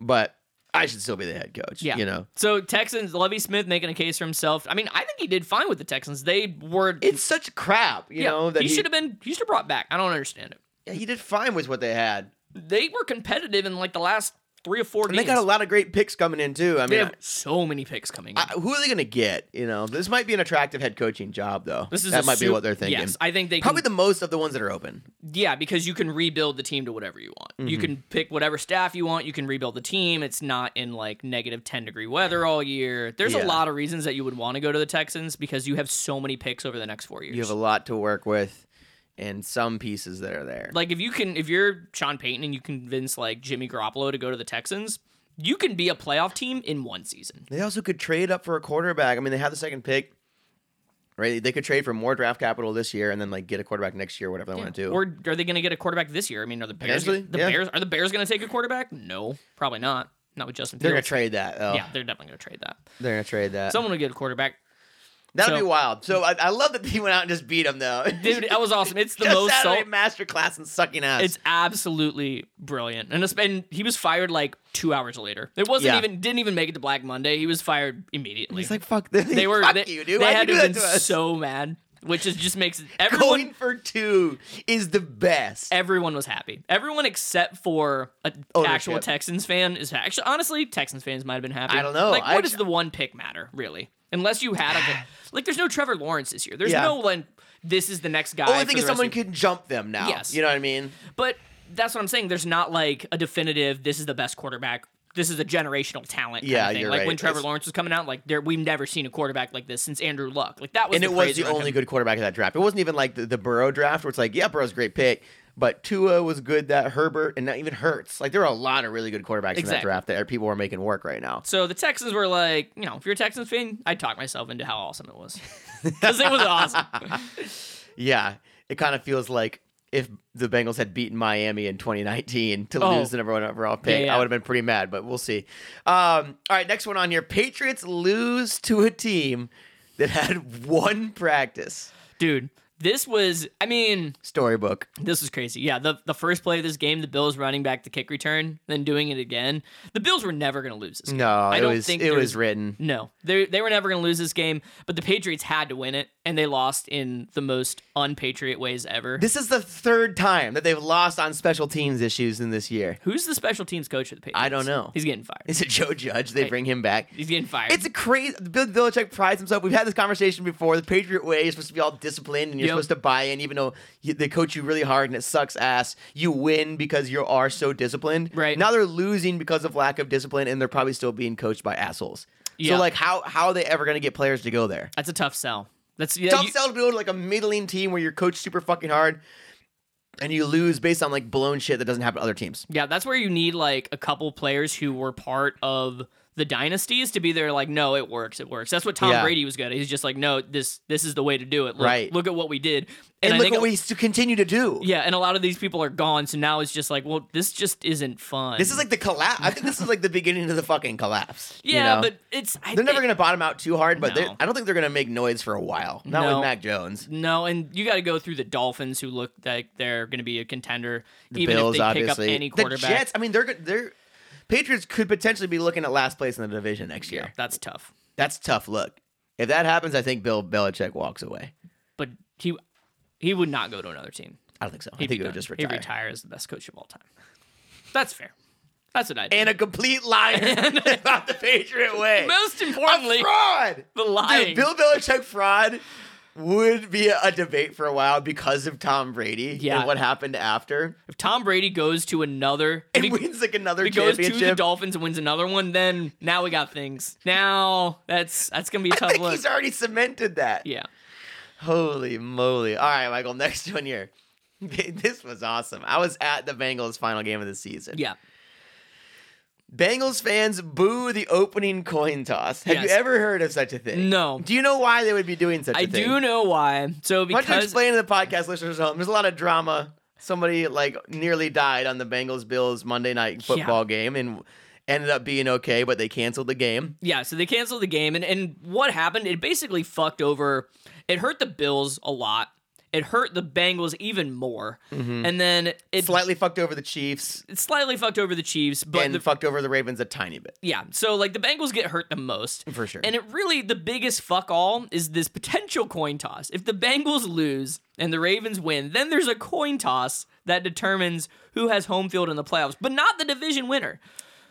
Speaker 1: but I should still be the head coach.
Speaker 2: Yeah.
Speaker 1: you know,
Speaker 2: so Texans, Lovey Smith making a case for himself. I mean, I think he did fine with the Texans. They were
Speaker 1: it's such crap. You know that
Speaker 2: he, should have been. He should have brought back. I don't understand it.
Speaker 1: yeah, he did fine with what they had.
Speaker 2: They were competitive in like the last three or four
Speaker 1: And they
Speaker 2: games.
Speaker 1: got a lot of great picks coming in too. I
Speaker 2: They
Speaker 1: mean,
Speaker 2: have so many picks coming. in.
Speaker 1: I, who are they going to get? You know, this might be an attractive head coaching job though.
Speaker 2: this is
Speaker 1: that
Speaker 2: a
Speaker 1: might be
Speaker 2: sup-
Speaker 1: what they're thinking.
Speaker 2: Yes, I think they
Speaker 1: Probably
Speaker 2: probably
Speaker 1: the most of the ones that are open.
Speaker 2: yeah because you can rebuild the team to whatever you want.
Speaker 1: Mm-hmm.
Speaker 2: You can pick whatever staff you want. You can rebuild the team. It's not in like negative ten degree weather all year. There's
Speaker 1: Yeah.
Speaker 2: a lot of reasons that you would want to go to the Texans because you have so many picks over the next four years.
Speaker 1: You have a lot to work with, and some pieces that are there.
Speaker 2: Like if you can, if you're Sean Payton and you convince like Jimmy Garoppolo to go to the Texans, you can be a playoff team in one season.
Speaker 1: They also could trade up for a quarterback. I mean, they have the second pick, right? They could trade for more draft capital this year and then like get a quarterback next year, whatever they want to do.
Speaker 2: Or are they going to get a quarterback this year? I mean, are the Bears
Speaker 1: Potentially,
Speaker 2: the
Speaker 1: yeah.
Speaker 2: Bears are the Bears going to take a quarterback? No, probably not. Not with Justin
Speaker 1: they're gonna
Speaker 2: Fields.
Speaker 1: trade that. Though.
Speaker 2: yeah, they're definitely going to trade that.
Speaker 1: they're gonna trade that.
Speaker 2: Someone will get a quarterback.
Speaker 1: That'd
Speaker 2: so-
Speaker 1: be wild. So I, I love that he went out and just beat him though.
Speaker 2: Dude, that was awesome. It's the
Speaker 1: Just
Speaker 2: most
Speaker 1: Saturday
Speaker 2: salt.
Speaker 1: masterclass in sucking ass.
Speaker 2: It's absolutely brilliant. And, it's- and he was fired like 2 hours later. It wasn't
Speaker 1: Yeah.
Speaker 2: even didn't even make it to Black Monday. He was fired immediately.
Speaker 1: He's like fuck. This.
Speaker 2: they were
Speaker 1: fuck
Speaker 2: they,
Speaker 1: you, dude.
Speaker 2: they
Speaker 1: Why'd
Speaker 2: had
Speaker 1: you do
Speaker 2: to
Speaker 1: that
Speaker 2: have
Speaker 1: to
Speaker 2: been
Speaker 1: us?
Speaker 2: so mad, which is just makes everyone
Speaker 1: Going for two is the best.
Speaker 2: everyone was happy. Everyone except for an
Speaker 1: Ownership.
Speaker 2: actual Texans fan is actually honestly Texans fans might have been happy.
Speaker 1: I don't know.
Speaker 2: Like,
Speaker 1: I-
Speaker 2: what does the one pick matter really? Unless you had like, a, like there's no Trevor Lawrence this year. There's
Speaker 1: Yeah.
Speaker 2: no one. This is the next guy.
Speaker 1: Only
Speaker 2: for
Speaker 1: thing
Speaker 2: the
Speaker 1: is
Speaker 2: rest of
Speaker 1: someone
Speaker 2: your-
Speaker 1: can jump them now.
Speaker 2: Yes.
Speaker 1: You know what I mean?
Speaker 2: But that's what I'm saying. There's not like a definitive. This is the best quarterback. This is a generational talent. kind
Speaker 1: Yeah,
Speaker 2: of thing.
Speaker 1: you're
Speaker 2: Like
Speaker 1: right.
Speaker 2: when Trevor
Speaker 1: It's-
Speaker 2: Lawrence was coming out, like there we've never seen a quarterback like this since Andrew Luck. Like that was
Speaker 1: and
Speaker 2: the
Speaker 1: it was
Speaker 2: praise
Speaker 1: the
Speaker 2: around him.
Speaker 1: only good quarterback of that draft. It wasn't even like the, the Burrow draft where it's like, yeah, Burrow's a great pick, but Tua was good. That Herbert and not even Hurts. Like there are a lot of really good quarterbacks in that
Speaker 2: Exactly.
Speaker 1: draft that people are making work right now.
Speaker 2: So the Texans were like, you know, if you're a Texans fan, I talked myself into how awesome it was because it was awesome.
Speaker 1: Yeah, it kind of feels like if the Bengals had beaten Miami in 2019 to
Speaker 2: Oh.
Speaker 1: lose the number one overall pick,
Speaker 2: Yeah, yeah.
Speaker 1: I would have been pretty mad. But we'll see. Um, all right, next one on here: Patriots lose to a team that had one practice.
Speaker 2: dude This was, I mean,
Speaker 1: Storybook.
Speaker 2: this was crazy. Yeah, the the first play of this game, the Bills running back the kick return, then doing it again. The Bills were never going to lose this. Game.
Speaker 1: No,
Speaker 2: I
Speaker 1: it
Speaker 2: don't
Speaker 1: was
Speaker 2: think
Speaker 1: it
Speaker 2: there's-
Speaker 1: was written.
Speaker 2: No, they they were never going to lose this game. But the Patriots had to win it, and they lost in the most unpatriot ways ever.
Speaker 1: This is the third time that they've lost on special teams issues in this year.
Speaker 2: Who's the special teams coach of the Patriots?
Speaker 1: I don't know.
Speaker 2: He's getting fired.
Speaker 1: Is it Joe Judge? They bring him back.
Speaker 2: He's getting fired.
Speaker 1: It's a crazy. Bill Belichick prides himself. We've had this conversation before. The Patriot way is supposed to be all disciplined, and you're
Speaker 2: Yep.
Speaker 1: supposed to buy in, even though you, they coach you really hard and it sucks ass. You win because you are so disciplined.
Speaker 2: Right.
Speaker 1: now, they're losing because of lack of discipline, and they're probably still being coached by assholes.
Speaker 2: Yeah.
Speaker 1: So, like, how how are they ever going to get players to go there?
Speaker 2: That's a tough sell. That's yeah,
Speaker 1: Tough
Speaker 2: you-
Speaker 1: sell to build like a middling team where you're coached super fucking hard, and you lose based on like blown shit that doesn't happen to other teams.
Speaker 2: yeah. That's where you need like a couple players who were part of the dynasties to be there. Like, no, it works, it works. That's what Tom
Speaker 1: Yeah.
Speaker 2: Brady was good at. He's just like, no, this this is the way to do it. Look,
Speaker 1: Right.
Speaker 2: Look at what we did,
Speaker 1: And,
Speaker 2: I
Speaker 1: look
Speaker 2: think
Speaker 1: what we s- continue to do.
Speaker 2: yeah. And a lot of these people are gone, so now it's just like, well, this just isn't fun.
Speaker 1: This is like the collapse. I think this is like the beginning of the fucking collapse. you
Speaker 2: yeah,
Speaker 1: know?
Speaker 2: but it's I
Speaker 1: They're never
Speaker 2: think-
Speaker 1: going to bottom out too hard, but they're
Speaker 2: No.
Speaker 1: I don't think they're going to make noise for a while. Not
Speaker 2: No.
Speaker 1: with Mac Jones.
Speaker 2: No, and you got to go through the Dolphins, who look like they're going to be a contender,
Speaker 1: The
Speaker 2: even
Speaker 1: Bills,
Speaker 2: if they
Speaker 1: obviously.
Speaker 2: pick up any
Speaker 1: The
Speaker 2: quarterback.
Speaker 1: Jets. I mean, they're good- they're Patriots could potentially be looking at last place in the division next year.
Speaker 2: yeah, that's tough.
Speaker 1: That's tough. Look, if that happens, I think Bill Belichick walks away.
Speaker 2: But he he would not go to another team.
Speaker 1: I don't think so. I think
Speaker 2: He'd be
Speaker 1: he would
Speaker 2: done.
Speaker 1: just retire.
Speaker 2: He'd retire as the best coach of all time. That's fair. That's what I do.
Speaker 1: And a complete liar about the Patriot way.
Speaker 2: Most
Speaker 1: A
Speaker 2: importantly,
Speaker 1: fraud.
Speaker 2: the
Speaker 1: Dude,
Speaker 2: lying.
Speaker 1: Bill Belichick fraud would be a, a debate for a while because of Tom Brady
Speaker 2: Yeah.
Speaker 1: and what happened after.
Speaker 2: if Tom Brady goes to another, if
Speaker 1: And
Speaker 2: he,
Speaker 1: wins like another
Speaker 2: if he goes to
Speaker 1: championship.
Speaker 2: the Dolphins and wins another one, then now we got things. Now that's that's gonna be a
Speaker 1: I
Speaker 2: tough
Speaker 1: think
Speaker 2: look.
Speaker 1: he's already cemented that.
Speaker 2: yeah.
Speaker 1: Holy moly. All right, Michael, next one here. This was awesome. I was at the Bengals final game of the season.
Speaker 2: Yeah.
Speaker 1: Bengals fans boo the opening coin toss. Have you
Speaker 2: Yes.
Speaker 1: ever heard of such a thing?
Speaker 2: No.
Speaker 1: Do you know why they would be doing such a
Speaker 2: I
Speaker 1: thing?
Speaker 2: do know why. So
Speaker 1: Why don't you
Speaker 2: because
Speaker 1: explain to the podcast listeners at home? There's a lot of drama. Somebody like nearly died on the Bengals Bills Monday night football game and ended up being okay, but they canceled the game.
Speaker 2: Yeah, so they canceled the game, and and what happened? It basically fucked over. It hurt the Bills a lot. It hurt the Bengals even more,
Speaker 1: Mm-hmm.
Speaker 2: and then it
Speaker 1: Slightly fucked over the Chiefs
Speaker 2: it slightly fucked over the Chiefs. But
Speaker 1: and
Speaker 2: the,
Speaker 1: fucked over the Ravens a tiny bit.
Speaker 2: yeah, so like the Bengals get hurt the most
Speaker 1: For sure.
Speaker 2: And it really the biggest fuck all is this potential coin toss. If the Bengals lose and the Ravens win, then there's a coin toss that determines who has home field in the playoffs, but not the division winner.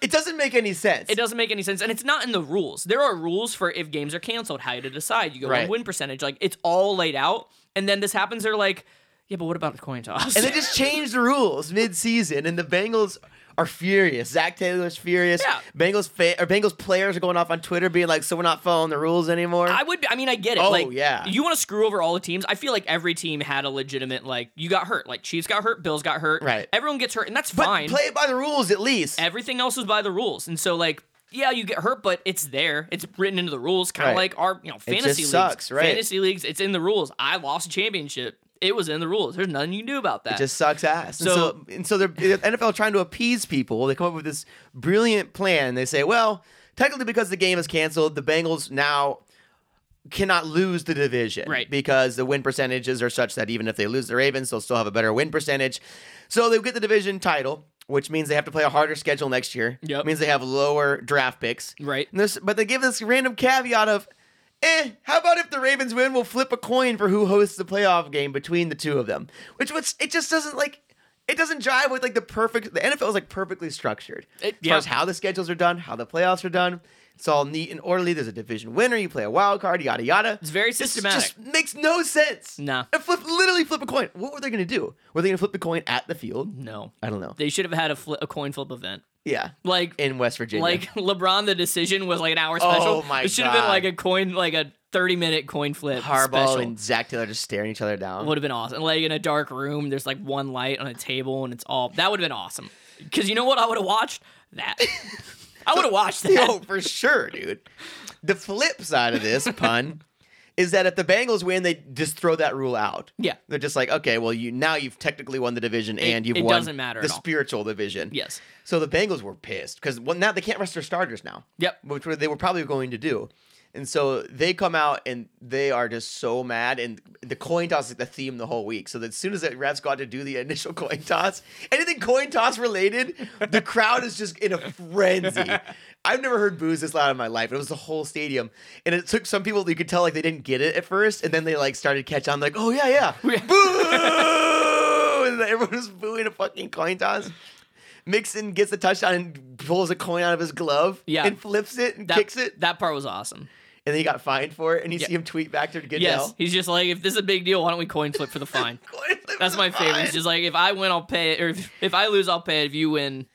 Speaker 1: It doesn't make any sense.
Speaker 2: It doesn't make any sense, and it's not in the rules. There are rules for if games are canceled, how to decide. You go
Speaker 1: Right.
Speaker 2: on win percentage, like it's all laid out. And then this happens. They're like, yeah, but what about the coin toss?
Speaker 1: And they just changed the rules mid-season, and the Bengals are furious. Zach Taylor's furious.
Speaker 2: Yeah.
Speaker 1: Bengals fa- or Bengals players are going off on Twitter, being like, "So we're not following the rules anymore."
Speaker 2: I would. I mean, I get it.
Speaker 1: Oh,
Speaker 2: like,
Speaker 1: yeah.
Speaker 2: you want to screw over all the teams. I feel like every team had a legitimate like. You got hurt. Like Chiefs got hurt. Bills got hurt.
Speaker 1: Right.
Speaker 2: Everyone gets hurt, and that's
Speaker 1: but
Speaker 2: fine.
Speaker 1: play it by the rules at least.
Speaker 2: Everything else is by the rules, and so like. Yeah, you get hurt, but it's there. It's written into the rules, kind
Speaker 1: Right.
Speaker 2: of like our you know fantasy leagues.
Speaker 1: sucks, right?
Speaker 2: Fantasy leagues, it's in the rules. I lost a championship. It was in the rules. There's nothing you can do about that.
Speaker 1: just sucks ass. And
Speaker 2: So-
Speaker 1: so, and so, they're the NFL trying to appease people. They come up with this brilliant plan. They say, well, technically because the game is canceled, the Bengals now cannot lose the division,
Speaker 2: Right.
Speaker 1: Because the win percentages are such that even if they lose the Ravens, they'll still have a better win percentage. So they get the division title, which means they have to play a harder schedule next year.
Speaker 2: Yep.
Speaker 1: means they have lower draft picks,
Speaker 2: Right.
Speaker 1: And this, but they give this random caveat of. Eh, how about if the Ravens win, we'll flip a coin for who hosts the playoff game between the two of them? Which was it just doesn't like it doesn't jive with like the perfect the NFL is like perfectly structured.
Speaker 2: It-
Speaker 1: As far
Speaker 2: yeah.
Speaker 1: as how the schedules are done, how the playoffs are done. It's all neat and orderly. There's a division winner, you play a wild card, yada yada.
Speaker 2: It's very
Speaker 1: This
Speaker 2: systematic.
Speaker 1: just makes no sense.
Speaker 2: Nah.
Speaker 1: And flip literally flip a coin. What were they gonna do? Were they gonna flip the coin at the field?
Speaker 2: no,
Speaker 1: I don't know.
Speaker 2: they should have had a, fli a coin flip event.
Speaker 1: yeah.
Speaker 2: Like,
Speaker 1: In West Virginia.
Speaker 2: like LeBron, the decision was like an hour special.
Speaker 1: Oh my
Speaker 2: it should have been
Speaker 1: God.
Speaker 2: like a coin, like a thirty-minute coin flip.
Speaker 1: Harbaugh
Speaker 2: special.
Speaker 1: and Zach Taylor just staring each other down.
Speaker 2: would have been awesome. Like in a dark room, there's like one light on a table, and it's all that would have been awesome. Because you know what, I would have watched that. I would have watched that.
Speaker 1: Yo, Oh, for sure, dude. The flip side of this pun is that if the Bengals win, they just throw that rule out.
Speaker 2: Yeah.
Speaker 1: They're just like, okay, well, you now you've technically won the division and you've
Speaker 2: it
Speaker 1: won
Speaker 2: doesn't matter
Speaker 1: the
Speaker 2: at all.
Speaker 1: spiritual division.
Speaker 2: Yes.
Speaker 1: So the Bengals were pissed because well, now they can't rest their starters now,
Speaker 2: Yep.
Speaker 1: which were- they were probably going to do. And so they come out and they are just so mad. And the coin toss is the theme the whole week. So that as soon as the refs go out to do the initial coin toss, anything coin toss related, the crowd is just in a frenzy. I've never heard booze this loud in my life. It was the whole stadium. And it took some people, you could tell like they didn't get it at first. And then they like started catch on, like, oh, yeah, yeah. Boo! And everyone was booing a fucking coin toss. Mixon gets the touchdown and pulls a coin out of his glove
Speaker 2: Yeah.
Speaker 1: and flips it and
Speaker 2: That,
Speaker 1: kicks it
Speaker 2: That part was awesome.
Speaker 1: and then he got fined for it. And you
Speaker 2: Yeah.
Speaker 1: see him tweet back to Goodell.
Speaker 2: Yes, he's just like, if this is a big deal, why don't we coin flip for the fine? That's my favorite. He's just like, if I win, I'll pay it, or if, if I lose, I'll pay it. If you win,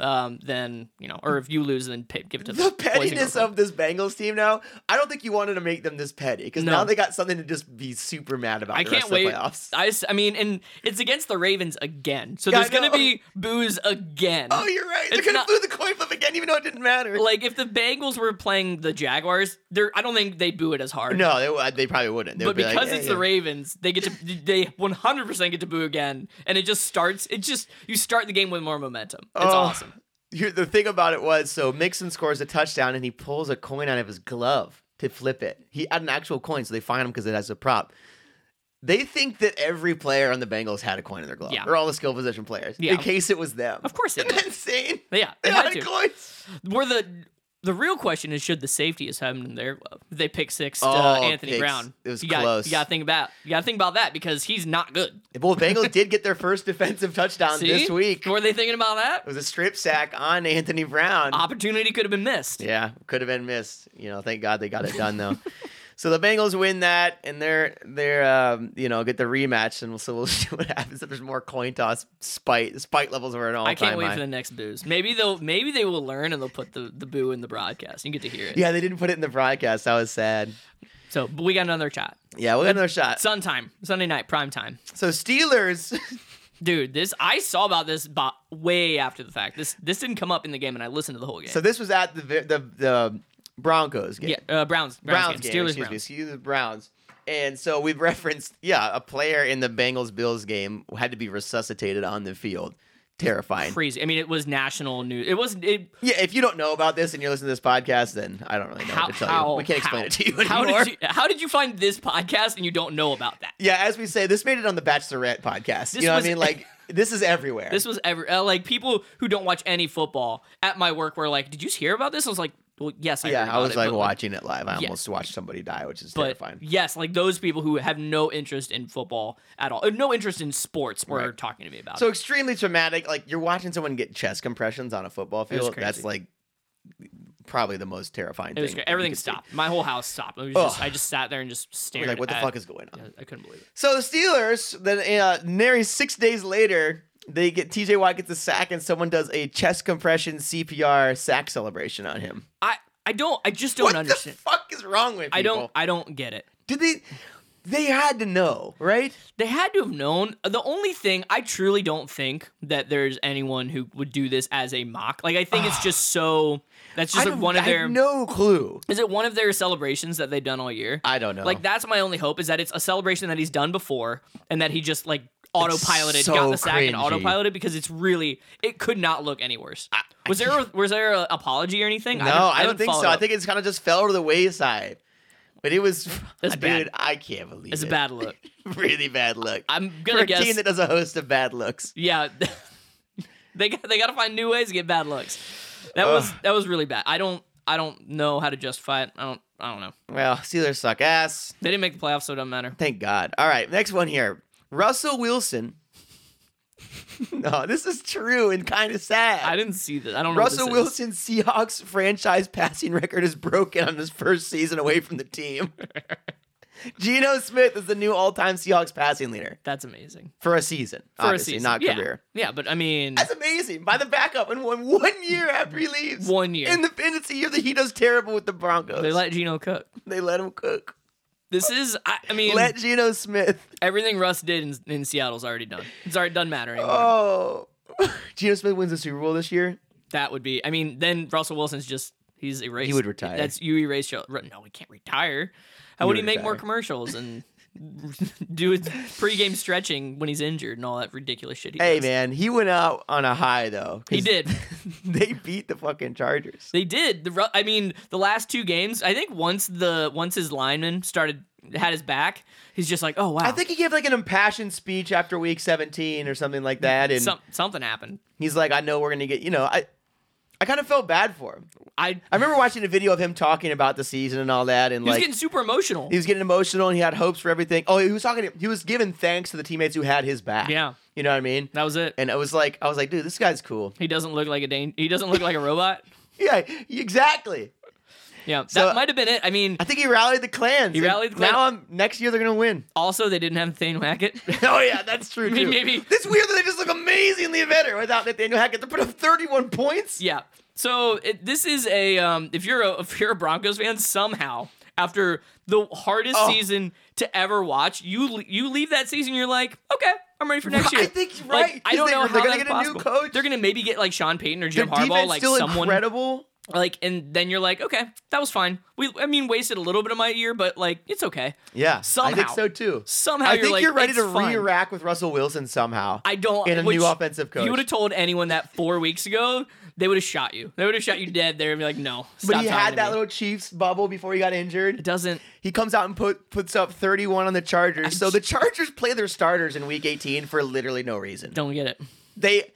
Speaker 2: um, then you know, or if you lose, then pay, give it to the,
Speaker 1: the
Speaker 2: Boys and
Speaker 1: pettiness
Speaker 2: Girls Club.
Speaker 1: of this Bengals team now. I don't think you wanted to make them this petty because
Speaker 2: No.
Speaker 1: now they got something to just be super mad about.
Speaker 2: I
Speaker 1: the
Speaker 2: can't
Speaker 1: rest
Speaker 2: wait. Uh,
Speaker 1: Of the playoffs.
Speaker 2: I, s- I mean, and it's against the Ravens again, so
Speaker 1: Yeah, I
Speaker 2: there's gonna
Speaker 1: know.
Speaker 2: be booze again.
Speaker 1: Oh, you're right. They
Speaker 2: It's
Speaker 1: could have
Speaker 2: not-
Speaker 1: blew the coin flip again, even though it didn't matter.
Speaker 2: Like if the Bengals were playing the Jaguars, they're I don't think they boo it as hard.
Speaker 1: no, they, would- they probably wouldn't. They would
Speaker 2: But
Speaker 1: be like,
Speaker 2: because
Speaker 1: "Yeah,
Speaker 2: it's
Speaker 1: yeah."
Speaker 2: the Ravens, they get to they 100% get to boo again, and it just starts. It just you start the game with more momentum. It's
Speaker 1: Oh.
Speaker 2: awesome.
Speaker 1: Here- the thing about it was so Mixon scores a touchdown and he pulls a coin out of his glove to flip it. He had an actual coin, so they find him because it has a prop. They think that every player on the Bengals had a coin in their glove,
Speaker 2: Yeah.
Speaker 1: or all the skill position players,
Speaker 2: Yeah.
Speaker 1: in case it was them.
Speaker 2: Of course they
Speaker 1: Isn't
Speaker 2: did.
Speaker 1: that insane?
Speaker 2: Yeah,
Speaker 1: They
Speaker 2: it
Speaker 1: had
Speaker 2: had
Speaker 1: a
Speaker 2: to.
Speaker 1: coin.
Speaker 2: Where the the real question is, should the safety is having them there? They pick six uh,
Speaker 1: Oh,
Speaker 2: Anthony
Speaker 1: picks.
Speaker 2: Brown.
Speaker 1: It was
Speaker 2: you gotta-
Speaker 1: close.
Speaker 2: you got to think about you got to think about that because he's not good.
Speaker 1: Well, Bengals did get their first defensive touchdown
Speaker 2: See?
Speaker 1: this week. It
Speaker 2: were they thinking about that?
Speaker 1: was a strip sack on Anthony Brown.
Speaker 2: Opportunity could have been missed.
Speaker 1: Yeah, could have been missed. You know, thank God they got it done though. so the Bengals win that, and they're they're um, you know get the rematch, and so we'll see what happens if there's more coin toss spite spite levels are an all
Speaker 2: I can't
Speaker 1: time
Speaker 2: wait
Speaker 1: high.
Speaker 2: for the next booze. Maybe they'll maybe they will learn and they'll put the, the boo in the broadcast. and You get to hear it.
Speaker 1: yeah, they didn't put it in the broadcast. That was sad.
Speaker 2: So but we got another shot.
Speaker 1: Yeah, we'll get another shot.
Speaker 2: Sun time, Sunday night, prime time.
Speaker 1: So Steelers,
Speaker 2: Dude, this I saw about this bo- way after the fact. This this didn't come up in the game, and I listened to the whole game.
Speaker 1: so this was at the the the Broncos game.
Speaker 2: yeah, uh, Browns, Browns,
Speaker 1: Browns, game.
Speaker 2: game. Steelers,
Speaker 1: excuse me,
Speaker 2: Browns.
Speaker 1: excuse the Browns. And so we've referenced, yeah, a player in the Bengals Bills game had to be resuscitated on the field. Terrifying.
Speaker 2: Crazy. I mean, it was national news. It was it.
Speaker 1: Yeah, if you don't know about this and you're listening to this podcast, then I don't really know
Speaker 2: How,
Speaker 1: what to tell
Speaker 2: how
Speaker 1: you. We can't explain
Speaker 2: how-
Speaker 1: it to you
Speaker 2: How
Speaker 1: anymore.
Speaker 2: did you, how did you find this podcast and you don't know about that?
Speaker 1: yeah, as we say, this made it on the Bachelorette podcast.
Speaker 2: This
Speaker 1: you know
Speaker 2: was-
Speaker 1: what I mean? Like, this is everywhere.
Speaker 2: This was ever uh, like people who don't watch any football at my work were like, "Did you hear about this?" I was like, "Well, yes, I heard
Speaker 1: yeah, I
Speaker 2: about
Speaker 1: was
Speaker 2: it,
Speaker 1: like
Speaker 2: but,
Speaker 1: watching it live. I
Speaker 2: Yeah.
Speaker 1: almost watched somebody die, which is
Speaker 2: But
Speaker 1: terrifying.
Speaker 2: yes, like those people who have no interest in football at all, uh, no interest in sports, were
Speaker 1: Right.
Speaker 2: talking to me about.
Speaker 1: So
Speaker 2: it.
Speaker 1: extremely traumatic. Like, you're watching someone get chest compressions on a football
Speaker 2: was
Speaker 1: field. That's
Speaker 2: crazy.
Speaker 1: like probably the most terrifying
Speaker 2: It was
Speaker 1: thing.
Speaker 2: great.
Speaker 1: you
Speaker 2: Everything
Speaker 1: could see.
Speaker 2: stopped. My whole house stopped. It was
Speaker 1: Ugh.
Speaker 2: just, I just sat there and just
Speaker 1: You're
Speaker 2: stared.
Speaker 1: like, what the
Speaker 2: at-
Speaker 1: fuck is going on?
Speaker 2: Yeah, I couldn't believe it.
Speaker 1: So the Steelers, then uh, nary six days later, they get TJ Watt gets a sack, and someone does a chest compression CPR sack celebration on him.
Speaker 2: I I don't. I just don't
Speaker 1: what
Speaker 2: understand.
Speaker 1: the fuck is wrong with people?
Speaker 2: I don't. I don't get it.
Speaker 1: Did they? They had to know, right?
Speaker 2: They had to have known. The only thing I truly don't think that there's anyone who would do this as a mock. Like I think it's just so. That's just
Speaker 1: I
Speaker 2: like
Speaker 1: don't-
Speaker 2: one of
Speaker 1: I have
Speaker 2: their.
Speaker 1: no clue.
Speaker 2: Is it one of their celebrations that they've done all year?
Speaker 1: I don't know.
Speaker 2: Like that's my only hope is that it's a celebration that he's done before and that he just like autopiloted,
Speaker 1: so
Speaker 2: got the sack and
Speaker 1: cringy.
Speaker 2: autopiloted because it's really it could not look any worse. was there a, was there an apology or anything?
Speaker 1: No, I don't, think so.
Speaker 2: followed
Speaker 1: I
Speaker 2: up.
Speaker 1: think it's kind of just fell to the wayside. But it was,
Speaker 2: It's
Speaker 1: dude.
Speaker 2: bad.
Speaker 1: I can't believe
Speaker 2: it's a
Speaker 1: it.
Speaker 2: bad look.
Speaker 1: really bad look.
Speaker 2: I'm
Speaker 1: For
Speaker 2: gonna
Speaker 1: a
Speaker 2: guess.
Speaker 1: team that does a host of bad looks.
Speaker 2: yeah, they got, they got to find new ways to get bad looks. That was that was really bad. I don't I don't know how to justify it. I don't I don't know.
Speaker 1: Well, Steelers suck ass.
Speaker 2: They didn't make the playoffs, so it doesn't matter.
Speaker 1: Thank God. All right, next one here. Russell Wilson. no, this is true and kind of
Speaker 2: I
Speaker 1: sad.
Speaker 2: didn't see this. I don't know. what
Speaker 1: Russell
Speaker 2: this is.
Speaker 1: Wilson's Seahawks franchise passing record is broken on his first season away from the team. Geno Smith is the new all-time Seahawks passing leader
Speaker 2: That's amazing
Speaker 1: for a season,
Speaker 2: for
Speaker 1: obviously,
Speaker 2: a season.
Speaker 1: not
Speaker 2: yeah.
Speaker 1: career.
Speaker 2: Yeah, but I mean,
Speaker 1: That's amazing by the backup in one, one year after he leaves.
Speaker 2: One year.
Speaker 1: in the and it's the year that he does terrible with the Broncos.
Speaker 2: they let Gino cook.
Speaker 1: they let him cook.
Speaker 2: This is, I, I mean,
Speaker 1: Let Geno Smith.
Speaker 2: everything Russ did in, in Seattle's already done. It's already doesn't matter anymore.
Speaker 1: Oh, Geno Smith wins the Super Bowl this year.
Speaker 2: that would be, I mean, then Russell Wilson's just he's erased.
Speaker 1: He would retire.
Speaker 2: That's you erase. Ru- No, he can't retire. How would
Speaker 1: would
Speaker 2: he make more
Speaker 1: retire.
Speaker 2: commercials and do his pregame stretching when he's injured and all that ridiculous shit. He
Speaker 1: Hey
Speaker 2: does.
Speaker 1: man, he went out on a high though.
Speaker 2: he
Speaker 1: 'cause
Speaker 2: did.
Speaker 1: They beat the fucking Chargers.
Speaker 2: They did. The Ru- I mean, the last two games. I think once the once his lineman started had his back, he's just like, oh wow,
Speaker 1: I think he gave like an impassioned speech after week 17 or something like that, and
Speaker 2: Some, something happened.
Speaker 1: he's like, "I know we're gonna get," you know, I. I kind of felt bad for him.
Speaker 2: I,
Speaker 1: I remember watching a video of him talking about the season and all that, and
Speaker 2: he was
Speaker 1: like
Speaker 2: getting super emotional.
Speaker 1: he was getting emotional and he had hopes for everything. Oh, he was talking. He was giving thanks to the teammates who had his back.
Speaker 2: Yeah.
Speaker 1: you know what I mean.
Speaker 2: that was it.
Speaker 1: And I was like, I was like, dude, this guy's cool.
Speaker 2: He doesn't look like a dan- he doesn't look like a robot.
Speaker 1: Yeah, exactly.
Speaker 2: Yeah, that
Speaker 1: So- uh,
Speaker 2: might have been it. I mean,
Speaker 1: I think he rallied the clans.
Speaker 2: He
Speaker 1: and
Speaker 2: rallied the clan-
Speaker 1: Now I'm next year they're gonna win.
Speaker 2: also they didn't have Thane Hackett.
Speaker 1: oh yeah, that's true.
Speaker 2: I mean,
Speaker 1: too.
Speaker 2: maybe-
Speaker 1: it's weird that they just look amazingly better without Nathaniel Hackett. They put up 31 points.
Speaker 2: yeah. So it, this is a um, if you're a if you're a Broncos fan somehow after the hardest
Speaker 1: Oh.
Speaker 2: season to ever watch, you le- you leave that season, you're like, okay, I'm ready for next
Speaker 1: Right,
Speaker 2: year.
Speaker 1: I think you're
Speaker 2: Like,
Speaker 1: right,
Speaker 2: I
Speaker 1: 'cause
Speaker 2: don't
Speaker 1: they-
Speaker 2: know
Speaker 1: they're
Speaker 2: how
Speaker 1: gonna
Speaker 2: that's
Speaker 1: get a new
Speaker 2: possible.
Speaker 1: coach.
Speaker 2: They're gonna maybe get like Sean Payton or
Speaker 1: Their
Speaker 2: Jim Harbaugh,
Speaker 1: defense
Speaker 2: like
Speaker 1: still
Speaker 2: someone
Speaker 1: incredible.
Speaker 2: like, and then you're like, okay, that was fine. We I mean, wasted a little bit of my year, but like it's okay.
Speaker 1: Yeah, I think
Speaker 2: Somehow.
Speaker 1: so too.
Speaker 2: Somehow
Speaker 1: I
Speaker 2: you're
Speaker 1: think
Speaker 2: like,
Speaker 1: you're ready
Speaker 2: it's
Speaker 1: to
Speaker 2: fine.
Speaker 1: re-rack with Russell Wilson somehow.
Speaker 2: I don't.
Speaker 1: And a
Speaker 2: which
Speaker 1: new offensive coach.
Speaker 2: You would have told anyone that four weeks ago, they would have shot you. They would have shot you dead. They would be like, no. Stop
Speaker 1: but he
Speaker 2: talking
Speaker 1: had
Speaker 2: to
Speaker 1: that
Speaker 2: me.
Speaker 1: little Chiefs bubble before he got
Speaker 2: It
Speaker 1: injured.
Speaker 2: doesn't.
Speaker 1: He comes out and put puts up 31 on the Chargers. so
Speaker 2: just-
Speaker 1: the Chargers play their starters in Week 18 for literally no reason.
Speaker 2: Don't get it.
Speaker 1: They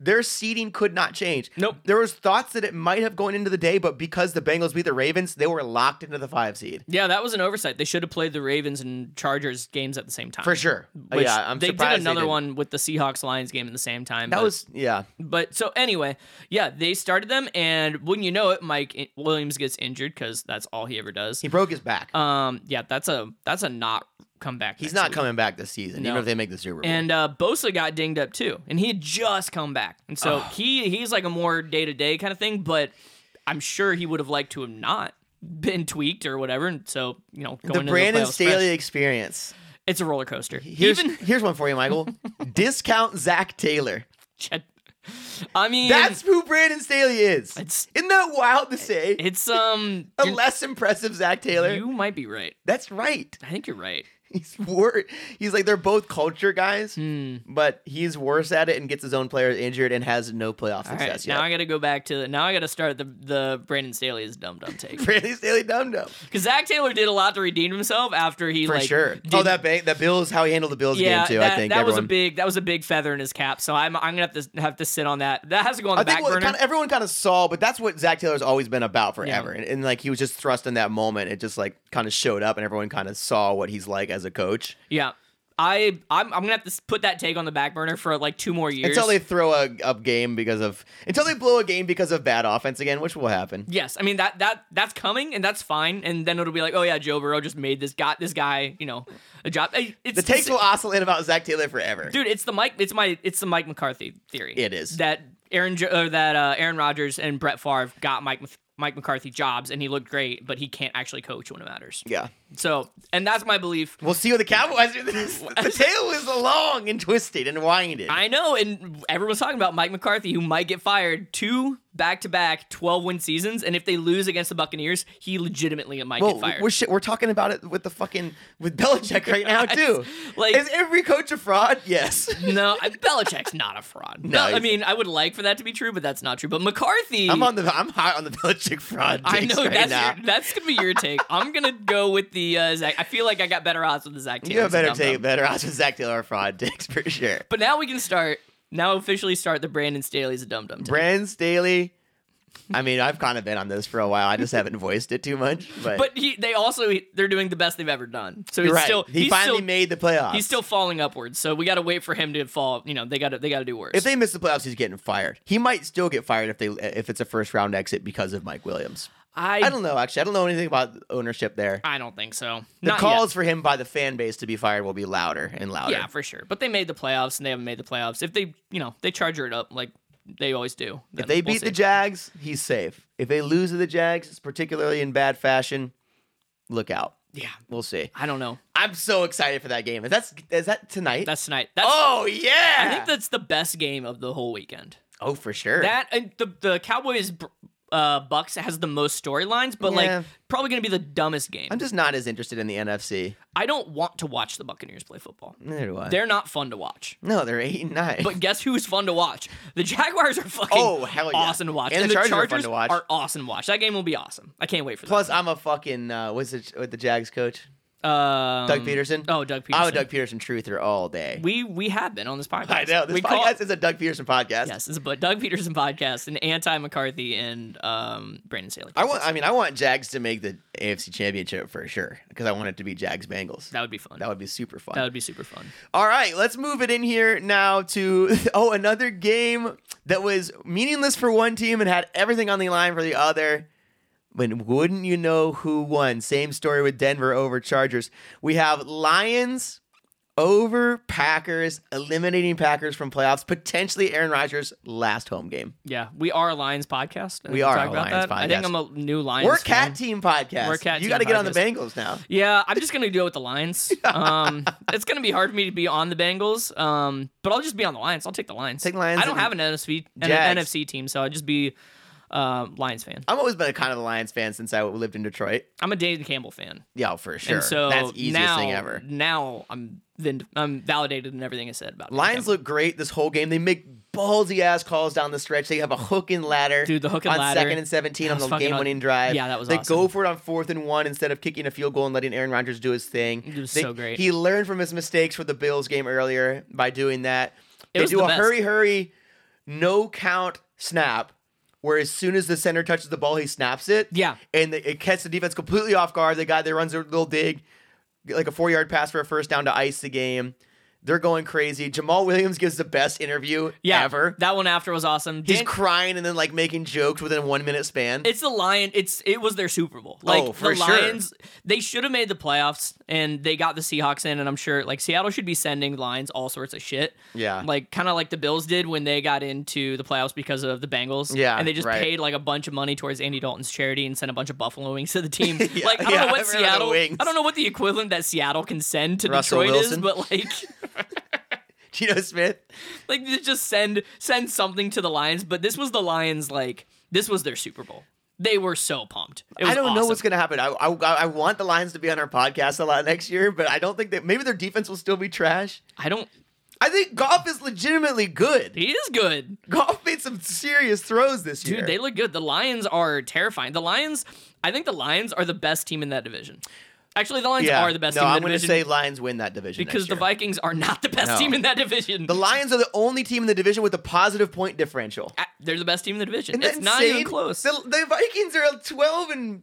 Speaker 1: their seeding could not change.
Speaker 2: Nope.
Speaker 1: There was thoughts that it might have gone into the day, but because the Bengals beat the Ravens, they were locked into the five seed
Speaker 2: Yeah, that was an oversight. They should have played the Ravens and Chargers games at the same time.
Speaker 1: for sure. Uh,
Speaker 2: Which
Speaker 1: yeah, I'm
Speaker 2: they
Speaker 1: surprised
Speaker 2: did another
Speaker 1: didn't.
Speaker 2: one with the Seahawks Lions game at the same time.
Speaker 1: That
Speaker 2: but-
Speaker 1: was yeah.
Speaker 2: But so anyway, yeah, they started them, and wouldn't you know it, Mike I- Williams gets injured because that's all he ever does.
Speaker 1: He broke his back.
Speaker 2: Um, yeah, that's a that's a not comeback.
Speaker 1: He's
Speaker 2: next
Speaker 1: not
Speaker 2: week.
Speaker 1: coming back this season, even
Speaker 2: No.
Speaker 1: if they make the Super Bowl.
Speaker 2: And uh, Bosa got dinged up too, and he had just come back, and so he he's like a more day to day kind of thing. But I'm sure he would have liked to have not been tweaked or whatever. And so you know, going
Speaker 1: the
Speaker 2: into
Speaker 1: Brandon
Speaker 2: playoffs
Speaker 1: Staley
Speaker 2: fresh,
Speaker 1: experience.
Speaker 2: it's a roller coaster.
Speaker 1: Here's,
Speaker 2: Even
Speaker 1: here's one for you, Michael. Discount Zach Taylor.
Speaker 2: Chet- I mean,
Speaker 1: That's who Brandon Staley is.
Speaker 2: It's-
Speaker 1: Isn't that wild to say?
Speaker 2: it's um,
Speaker 1: a
Speaker 2: you're-
Speaker 1: less impressive Zach Taylor.
Speaker 2: you might be right.
Speaker 1: That's right.
Speaker 2: I think you're right.
Speaker 1: He's wor- He's like they're both culture guys,
Speaker 2: Hmm.
Speaker 1: but he's worse at it and gets his own players injured and has no playoff
Speaker 2: All
Speaker 1: success
Speaker 2: right,
Speaker 1: yet.
Speaker 2: now I got to go back to the, now I got to start the the Brandon Staley is dumb dumb take
Speaker 1: Brandon Staley dum dum
Speaker 2: because Zach Taylor did a lot to redeem himself after he
Speaker 1: for
Speaker 2: like
Speaker 1: sure. Oh,
Speaker 2: didn't-
Speaker 1: that bank, that Bills, how he handled the Bills
Speaker 2: yeah,
Speaker 1: game too.
Speaker 2: that,
Speaker 1: I think
Speaker 2: that was
Speaker 1: everyone.
Speaker 2: a big that was a big feather in his cap. So I'm I'm gonna have to have to sit on that. That has to go on the
Speaker 1: I think
Speaker 2: back
Speaker 1: what
Speaker 2: burner.
Speaker 1: kind of, everyone kind of saw, but that's what Zach Taylor's always been about forever. And, and like he was just thrust in that moment. It just like kind of showed up, and everyone kind of saw what he's like as a coach.
Speaker 2: yeah, I I'm, I'm gonna have to s- put that take on the back burner for like two more years.
Speaker 1: Until they throw a, a game because of until they blow a game because of bad offense again, which will happen.
Speaker 2: yes, I mean that that that's coming and that's fine. And then it'll be like, oh yeah, Joe Burrow just made this got this guy you know a job. Hey, It's
Speaker 1: The takes will oscillate about Zach Taylor forever.
Speaker 2: dude. It's the Mike. It's my it's the Mike McCarthy theory.
Speaker 1: It is.
Speaker 2: that Aaron jo- or that uh, Aaron Rodgers and Brett Favre got Mike. Mc- Mike McCarthy jobs and he looked great, but he can't actually coach when it matters.
Speaker 1: Yeah,
Speaker 2: So, and that's my belief.
Speaker 1: we'll see what the Cowboys do. This- the tail is long and twisted and winded.
Speaker 2: I know, and everyone's talking about Mike McCarthy, who might get fired two back to back 12 win seasons. And if they lose against the Buccaneers, he legitimately might
Speaker 1: well,
Speaker 2: get fired.
Speaker 1: we're shit, we're talking about it with the fucking with Belichick right now too.
Speaker 2: Like-
Speaker 1: is every coach a fraud? Yes.
Speaker 2: no, I- Belichick's not a fraud.
Speaker 1: No,
Speaker 2: Bel- I
Speaker 1: he's-
Speaker 2: mean, I would like for that to be true, but that's not true. But McCarthy,
Speaker 1: I'm on the I'm hot on the Belichick fraud.
Speaker 2: I
Speaker 1: takes
Speaker 2: know
Speaker 1: right
Speaker 2: that's
Speaker 1: now.
Speaker 2: your, that's gonna be your take. I'm gonna go with the uh, Zach. I feel like I got better odds with the Zach.
Speaker 1: You
Speaker 2: Taylor,
Speaker 1: have better
Speaker 2: so dumb,
Speaker 1: take,
Speaker 2: dumb.
Speaker 1: better odds with Zach Taylor fraud takes for sure.
Speaker 2: But now we can start. Now officially start the Brandon Staley's a dum dum.
Speaker 1: Brand Staley. I mean, I've kind of been on this for a while. I just haven't voiced it too much, but,
Speaker 2: But he, they also they're doing the best they've ever done. So
Speaker 1: you're
Speaker 2: he's
Speaker 1: right.
Speaker 2: still
Speaker 1: he
Speaker 2: he's
Speaker 1: finally
Speaker 2: still,
Speaker 1: made the playoffs.
Speaker 2: He's still falling upwards, so we got to wait for him to fall. You know, they got to they got to do worse.
Speaker 1: If they miss the playoffs, he's getting fired. He might still get fired if they if it's a first round exit because of Mike Williams.
Speaker 2: I,
Speaker 1: I don't know. Actually, I don't know anything about ownership there.
Speaker 2: I don't think so.
Speaker 1: The
Speaker 2: Uh, Not
Speaker 1: calls for him by the fan base to be fired will be louder and
Speaker 2: yet.
Speaker 1: louder.
Speaker 2: yeah, for sure. But they made the playoffs, and they haven't made the playoffs. If they, you know, they charger it up like they always do.
Speaker 1: if they beat the Jags, he's safe. If they lose to the Jags, it's particularly in bad fashion. Look out.
Speaker 2: yeah,
Speaker 1: We'll see.
Speaker 2: I don't know.
Speaker 1: I'm so excited for that game. Is that's is that tonight?
Speaker 2: That's tonight. That's
Speaker 1: oh yeah.
Speaker 2: I think that's the best game of the whole weekend.
Speaker 1: oh for sure.
Speaker 2: That and the the Cowboys br- uh, Bucks has the most storylines, but
Speaker 1: Yeah.
Speaker 2: like probably going to be the dumbest game.
Speaker 1: I'm just not as interested in the NFC.
Speaker 2: I don't want to watch the Buccaneers play football.
Speaker 1: Neither do I.
Speaker 2: They're not fun to watch.
Speaker 1: no, they're eight and nine.
Speaker 2: But guess who's fun to watch? The Jaguars are fucking
Speaker 1: Oh, hell yeah.
Speaker 2: awesome to watch.
Speaker 1: And the Chargers are fun to watch.
Speaker 2: are awesome to watch. That game will be awesome. I can't wait for
Speaker 1: Plus, I'm a fucking uh, what's it with the Jags coach?
Speaker 2: that. Um,
Speaker 1: Doug Peterson.
Speaker 2: Oh, Doug Peterson.
Speaker 1: I'm a Doug Peterson truther all day.
Speaker 2: We we have been on this podcast.
Speaker 1: I know this
Speaker 2: we
Speaker 1: podcast
Speaker 2: call-
Speaker 1: is a Doug Peterson podcast.
Speaker 2: Yes, it's a Bu- Doug Peterson podcast, an anti McCarthy and um, Brandon Saley.
Speaker 1: I want. I mean, I want Jags to make the AFC Championship for sure because I want it to be Jags Bengals.
Speaker 2: that would be fun.
Speaker 1: That would be super fun.
Speaker 2: That would be super fun.
Speaker 1: All right, let's move it in here now to oh another game that was meaningless for one team and had everything on the line for the other. But wouldn't you know who won? Same story with Denver over Chargers. We have Lions over Packers, eliminating Packers from playoffs, potentially Aaron Rodgers' last home game.
Speaker 2: Yeah, we are a Lions podcast. I think
Speaker 1: We
Speaker 2: we
Speaker 1: are
Speaker 2: talked
Speaker 1: a
Speaker 2: about
Speaker 1: Lions
Speaker 2: that. I think
Speaker 1: podcast.
Speaker 2: I'm a new Lions.
Speaker 1: We're
Speaker 2: fan.
Speaker 1: cat team podcast.
Speaker 2: We're cat
Speaker 1: you
Speaker 2: team
Speaker 1: got to get on the
Speaker 2: podcast.
Speaker 1: Bengals now.
Speaker 2: Yeah, I'm just gonna go with the Lions. Um, it's gonna be hard for me to be on the Bengals. Um, but I'll just be on the Lions. I'll take the Lions.
Speaker 1: Take the Lions
Speaker 2: I don't
Speaker 1: and
Speaker 2: have an NFC an
Speaker 1: Jags.
Speaker 2: NFC team, so I'll just be um, Lions fan.
Speaker 1: I've always been a kind of a Lions fan since I lived in Detroit.
Speaker 2: I'm a Dan Campbell fan,
Speaker 1: Yeah, for sure.
Speaker 2: and so
Speaker 1: That's the easiest
Speaker 2: now,
Speaker 1: thing ever.
Speaker 2: Now I'm then I'm validated in everything I said about Dan
Speaker 1: Lions
Speaker 2: Campbell.
Speaker 1: look great this whole game. They make ballsy ass calls down the stretch. They have a hook and ladder.
Speaker 2: Dude, the hook and
Speaker 1: on
Speaker 2: ladder.
Speaker 1: second and seventeen
Speaker 2: That
Speaker 1: on
Speaker 2: was
Speaker 1: the
Speaker 2: fucking
Speaker 1: game winning drive.
Speaker 2: Yeah, that was
Speaker 1: They
Speaker 2: awesome.
Speaker 1: go for it on fourth and one instead of kicking a field goal and letting Aaron Rodgers do his thing.
Speaker 2: It was
Speaker 1: They-
Speaker 2: so great.
Speaker 1: He learned from his mistakes for the Bills game earlier by doing that.
Speaker 2: It
Speaker 1: they
Speaker 2: was
Speaker 1: do
Speaker 2: the
Speaker 1: a
Speaker 2: best.
Speaker 1: hurry hurry, no count snap. Where as soon as the center touches the ball, he snaps it.
Speaker 2: Yeah.
Speaker 1: and the, it catches the defense completely off guard. The guy that runs a little dig, like a four yard pass for a first down to ice the game. They're going crazy. Jamal Williams gives the best interview
Speaker 2: yeah,
Speaker 1: ever.
Speaker 2: That one after was awesome.
Speaker 1: He's
Speaker 2: Dan-
Speaker 1: crying and then like making jokes within a one minute span.
Speaker 2: It's the lion. It's it was their Super Bowl. Like
Speaker 1: Oh, for
Speaker 2: the
Speaker 1: sure.
Speaker 2: Lions, they should have made the playoffs, and they got the Seahawks in. And I'm sure like Seattle should be sending Lions all sorts of shit.
Speaker 1: Yeah.
Speaker 2: like kind of like the Bills did when they got into the playoffs because of the Bengals.
Speaker 1: Yeah,
Speaker 2: and they just
Speaker 1: right.
Speaker 2: paid like a bunch of money towards Andy Dalton's charity and sent a bunch of Buffalo wings to the team.
Speaker 1: Yeah,
Speaker 2: like I don't
Speaker 1: yeah,
Speaker 2: know
Speaker 1: I
Speaker 2: what
Speaker 1: remember the
Speaker 2: Seattle.
Speaker 1: wings.
Speaker 2: I don't know what the equivalent that Seattle can send to
Speaker 1: Russell
Speaker 2: Detroit
Speaker 1: Wilson.
Speaker 2: is, but like.
Speaker 1: Geno Smith.
Speaker 2: like they just send send something to the Lions. But this was the Lions like this was their Super Bowl. They were so pumped. It was
Speaker 1: I don't know
Speaker 2: awesome.
Speaker 1: what's gonna happen. I, I I want the Lions to be on our podcast a lot next year, but I don't think that maybe their defense will still be trash.
Speaker 2: I don't.
Speaker 1: I think golf is legitimately good.
Speaker 2: He is good,
Speaker 1: Golf made some serious throws this
Speaker 2: dude.
Speaker 1: year.
Speaker 2: They look good. The Lions are terrifying. The Lions. I think the Lions are the best team in that division. Actually, the Lions
Speaker 1: yeah.
Speaker 2: are the best
Speaker 1: no,
Speaker 2: team in
Speaker 1: I'm
Speaker 2: that
Speaker 1: gonna
Speaker 2: division
Speaker 1: say Lions win that division
Speaker 2: because
Speaker 1: next
Speaker 2: the
Speaker 1: year.
Speaker 2: Vikings are not the best
Speaker 1: No.
Speaker 2: team in that division.
Speaker 1: The Lions are the only team in the division with a positive point differential.
Speaker 2: Ah, They're the best team in the division.
Speaker 1: Isn't that
Speaker 2: It's not
Speaker 1: insane?
Speaker 2: even close.
Speaker 1: The, the Vikings are at 12 and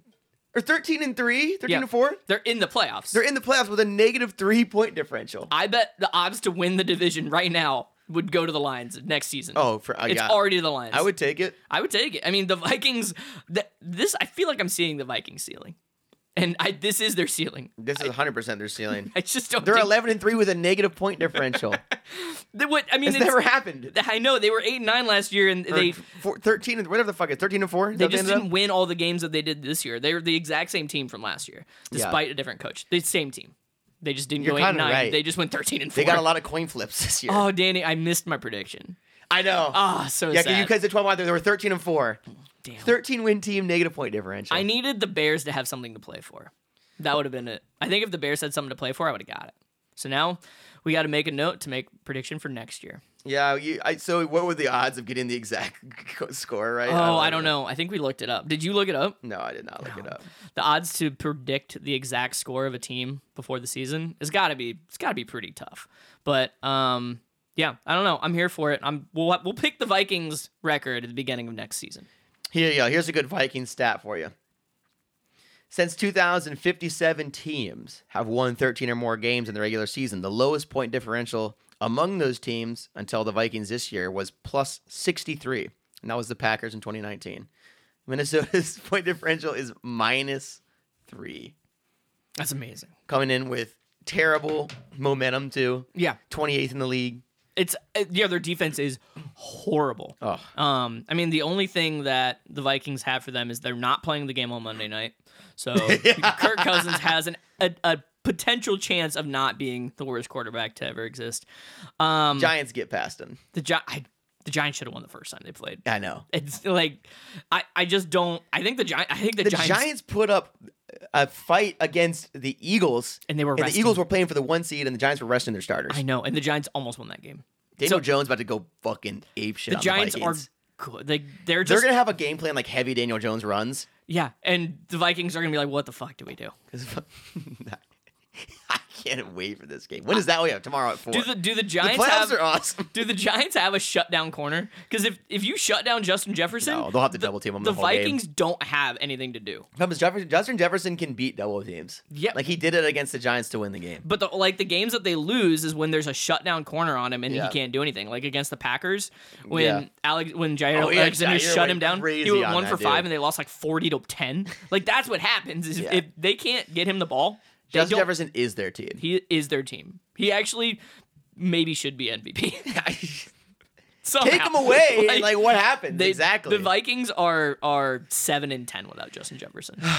Speaker 1: or 13 and 3, 13
Speaker 2: Yeah.
Speaker 1: and 4.
Speaker 2: They're in the playoffs.
Speaker 1: They're in the playoffs with a negative 3 point differential.
Speaker 2: I bet the odds to win the division right now would go to the Lions next season.
Speaker 1: Oh, for I
Speaker 2: it's
Speaker 1: got
Speaker 2: already the Lions.
Speaker 1: I would take it.
Speaker 2: I would take it. I mean, the Vikings. Th- this I feel like I'm seeing the Vikings ceiling, and I this is their ceiling.
Speaker 1: This is 100% their ceiling.
Speaker 2: I just don't.
Speaker 1: They're
Speaker 2: think,
Speaker 1: 11 and 3 with a negative point differential.
Speaker 2: they would- I mean,
Speaker 1: it's
Speaker 2: it's,
Speaker 1: never happened.
Speaker 2: I know they were eight and nine last year, and
Speaker 1: Or
Speaker 2: they
Speaker 1: four, 13 and whatever the fuck it's 13 and 4.
Speaker 2: they just didn't win all the games that they did this year. They were the exact same team from last year, despite a different coach. The same team. They just didn't
Speaker 1: You're
Speaker 2: go eight and
Speaker 1: kinda
Speaker 2: nine.
Speaker 1: right.
Speaker 2: They just went thirteen and four.
Speaker 1: They got a lot of coin flips this year.
Speaker 2: Oh, Danny, I missed my prediction.
Speaker 1: I know.
Speaker 2: Ah, so
Speaker 1: yeah,
Speaker 2: sad.
Speaker 1: you guys did 12 out there. They were 13 and 4.
Speaker 2: Damn.
Speaker 1: 13 win team, negative point differential.
Speaker 2: I needed the Bears to have something to play for. That would have been it. I think if the Bears had something to play for, I would have got it. So now we got to make a note to make prediction for next year.
Speaker 1: Yeah, you, I, so what were the odds of getting the exact co- score right?
Speaker 2: oh, I don't know. I think we looked it up. Did you look it up?
Speaker 1: No, I did not look it up.
Speaker 2: The odds to predict the exact score of a team before the season has got to be it's got to be pretty tough. But um yeah, I don't know. I'm here for it. I'm we'll we'll pick the Vikings record at the beginning of next season.
Speaker 1: Here you go. Here's a good Viking stat for you. Since 2057 teams have won 13 or more games in the regular season, the lowest point differential among those teams until the Vikings this year was plus 63, and that was the Packers in 2019. Minnesota's point differential is minus 3,
Speaker 2: That's amazing.
Speaker 1: coming in with terrible momentum too.
Speaker 2: Yeah.
Speaker 1: 28th in the league.
Speaker 2: It's uh, yeah, their defense is horrible.
Speaker 1: Oh,
Speaker 2: Um, I mean, the only thing that the Vikings have for them is they're not playing the game on Monday night. So Kirk Cousins has an, a, a potential chance of not being the worst quarterback to ever exist. Um,
Speaker 1: Giants get past them.
Speaker 2: the Gi- I, The Giants should have won the first time they played.
Speaker 1: I know.
Speaker 2: It's like I, I just don't. I think the Giants. I think the,
Speaker 1: The
Speaker 2: Giants,
Speaker 1: Giants, put up a fight against the Eagles,
Speaker 2: and they were
Speaker 1: and the
Speaker 2: resting.
Speaker 1: Eagles were playing for the one seed, and the Giants were resting their starters.
Speaker 2: I know, and the Giants almost won that game.
Speaker 1: Daniel
Speaker 2: So-
Speaker 1: Jones about to go fucking ape shit.
Speaker 2: The
Speaker 1: on
Speaker 2: Giants
Speaker 1: the
Speaker 2: are
Speaker 1: Vikings.
Speaker 2: good. They they're
Speaker 1: They're
Speaker 2: just
Speaker 1: gonna have a game plan like heavy Daniel Jones runs.
Speaker 2: yeah, and the Vikings are gonna be like, what the fuck do we do?
Speaker 1: 'Cause I can't wait for this game. When is that? Oh yeah, tomorrow at four.
Speaker 2: Do the do the
Speaker 1: The
Speaker 2: Giants
Speaker 1: playoffs
Speaker 2: have
Speaker 1: are awesome.
Speaker 2: do the Giants have a shutdown corner? Because if if you shut down Justin Jefferson,
Speaker 1: No, they'll have to
Speaker 2: the,
Speaker 1: double team him
Speaker 2: The
Speaker 1: the whole game.
Speaker 2: Vikings don't have anything to do.
Speaker 1: Thomas Jefferson, Justin Jefferson can beat double teams.
Speaker 2: Yep.
Speaker 1: like he did it against the Giants to win the game.
Speaker 2: But the, like the games that they lose is when there's a shutdown corner on him and
Speaker 1: Yeah.
Speaker 2: he can't do anything. Like against the Packers, when
Speaker 1: Yeah.
Speaker 2: Alex when Jair
Speaker 1: Oh, yeah,
Speaker 2: Alexander
Speaker 1: Jair
Speaker 2: shut
Speaker 1: went
Speaker 2: him down, he
Speaker 1: crazy
Speaker 2: went
Speaker 1: on
Speaker 2: one
Speaker 1: that
Speaker 2: for five
Speaker 1: dude.
Speaker 2: and they lost like forty to ten. Like that's what happens is
Speaker 1: Yeah.
Speaker 2: if they can't get him the ball, they
Speaker 1: Justin
Speaker 2: don't,
Speaker 1: Jefferson is their team.
Speaker 2: he is their team. He actually maybe should be MVP. Somehow.
Speaker 1: Take him away. like,
Speaker 2: Like,
Speaker 1: what happens
Speaker 2: they-
Speaker 1: exactly?
Speaker 2: The Vikings are are seven and ten without Justin Jefferson.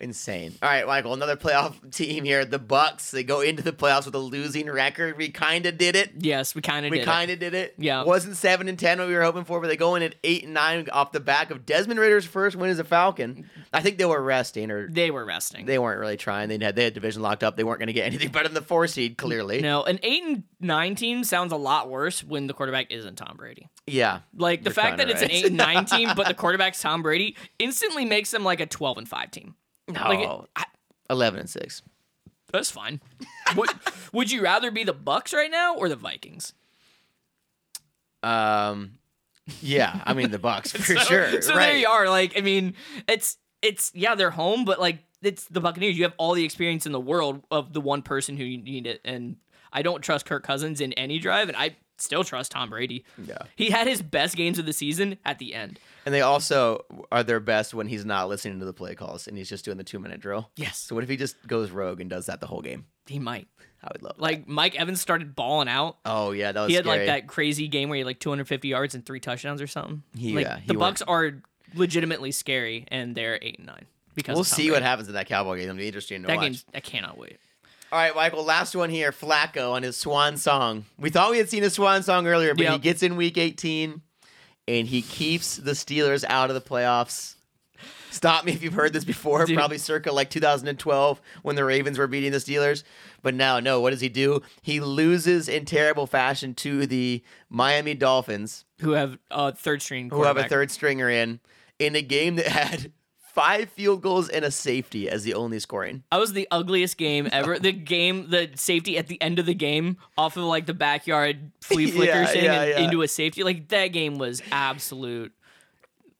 Speaker 1: Insane. All right, Michael. Another playoff team here. The Bucks. They go into the playoffs with a losing record. We kind of did it.
Speaker 2: yes, we kind of
Speaker 1: We
Speaker 2: did. it.
Speaker 1: kind of did it.
Speaker 2: Yeah.
Speaker 1: Wasn't seven and ten what we were hoping for, but they go in at eight and nine off the back of Desmond Ritter's first win as a Falcon. I think they were resting or
Speaker 2: They were resting.
Speaker 1: they weren't really trying. They had they had division locked up. They weren't going to get anything better than the four seed. Clearly.
Speaker 2: no, an eight and nine team sounds a lot worse when the quarterback isn't Tom Brady.
Speaker 1: Yeah.
Speaker 2: Like the
Speaker 1: You're
Speaker 2: fact that
Speaker 1: kinda
Speaker 2: it's an
Speaker 1: right.
Speaker 2: eight and nine team, but the quarterback's Tom Brady, instantly makes them like a twelve and five team.
Speaker 1: No.
Speaker 2: Like it- I,
Speaker 1: Eleven and six.
Speaker 2: that's fine. would, would you rather be the Bucks right now or the Vikings?
Speaker 1: Um. Yeah, I mean the Bucks for
Speaker 2: So-
Speaker 1: sure.
Speaker 2: So
Speaker 1: right.
Speaker 2: there you are. Like, I mean, it's it's yeah, they're home, but like it's the Buccaneers. You have all the experience in the world of the one person who you need it, and I don't trust Kirk Cousins in any drive, and I still trust Tom Brady.
Speaker 1: Yeah.
Speaker 2: he had his best games of the season at the end.
Speaker 1: And they also are their best when he's not listening to the play calls and he's just doing the two minute drill.
Speaker 2: Yes,
Speaker 1: So what if he just goes rogue and does that the whole game?
Speaker 2: he might.
Speaker 1: I would love. That.
Speaker 2: Like Mike Evans started balling out.
Speaker 1: Oh yeah, that was
Speaker 2: He had
Speaker 1: scary.
Speaker 2: like that crazy game where he had like 250 yards and three touchdowns or something.
Speaker 1: Yeah,
Speaker 2: like,
Speaker 1: he
Speaker 2: the
Speaker 1: went-
Speaker 2: Bucks are legitimately scary, and they're eight and nine because
Speaker 1: We'll
Speaker 2: of Tom
Speaker 1: see what
Speaker 2: Brady.
Speaker 1: happens in that Cowboy game. It'll be interesting to
Speaker 2: That
Speaker 1: watch.
Speaker 2: game, I cannot wait.
Speaker 1: All right, Michael. Last one here. Flacco on his swan song. We thought we had seen his swan song earlier, but he
Speaker 2: Yep.
Speaker 1: gets in Week 18, and he keeps the Steelers out of the playoffs. Stop me if you've heard this before.
Speaker 2: Dude.
Speaker 1: Probably circa like 2012 when the Ravens were beating the Steelers. But now, no. What does he do? He loses in terrible fashion to the Miami Dolphins.
Speaker 2: who have a third string
Speaker 1: who have a
Speaker 2: quarterback.
Speaker 1: third stringer in in a game that had five field goals and a safety as the only scoring.
Speaker 2: That was the ugliest game ever. The game, the safety at the end of the game, off of like the backyard flea
Speaker 1: Yeah,
Speaker 2: flicker thing
Speaker 1: yeah,
Speaker 2: and
Speaker 1: yeah.
Speaker 2: into a safety. Like that game was absolute.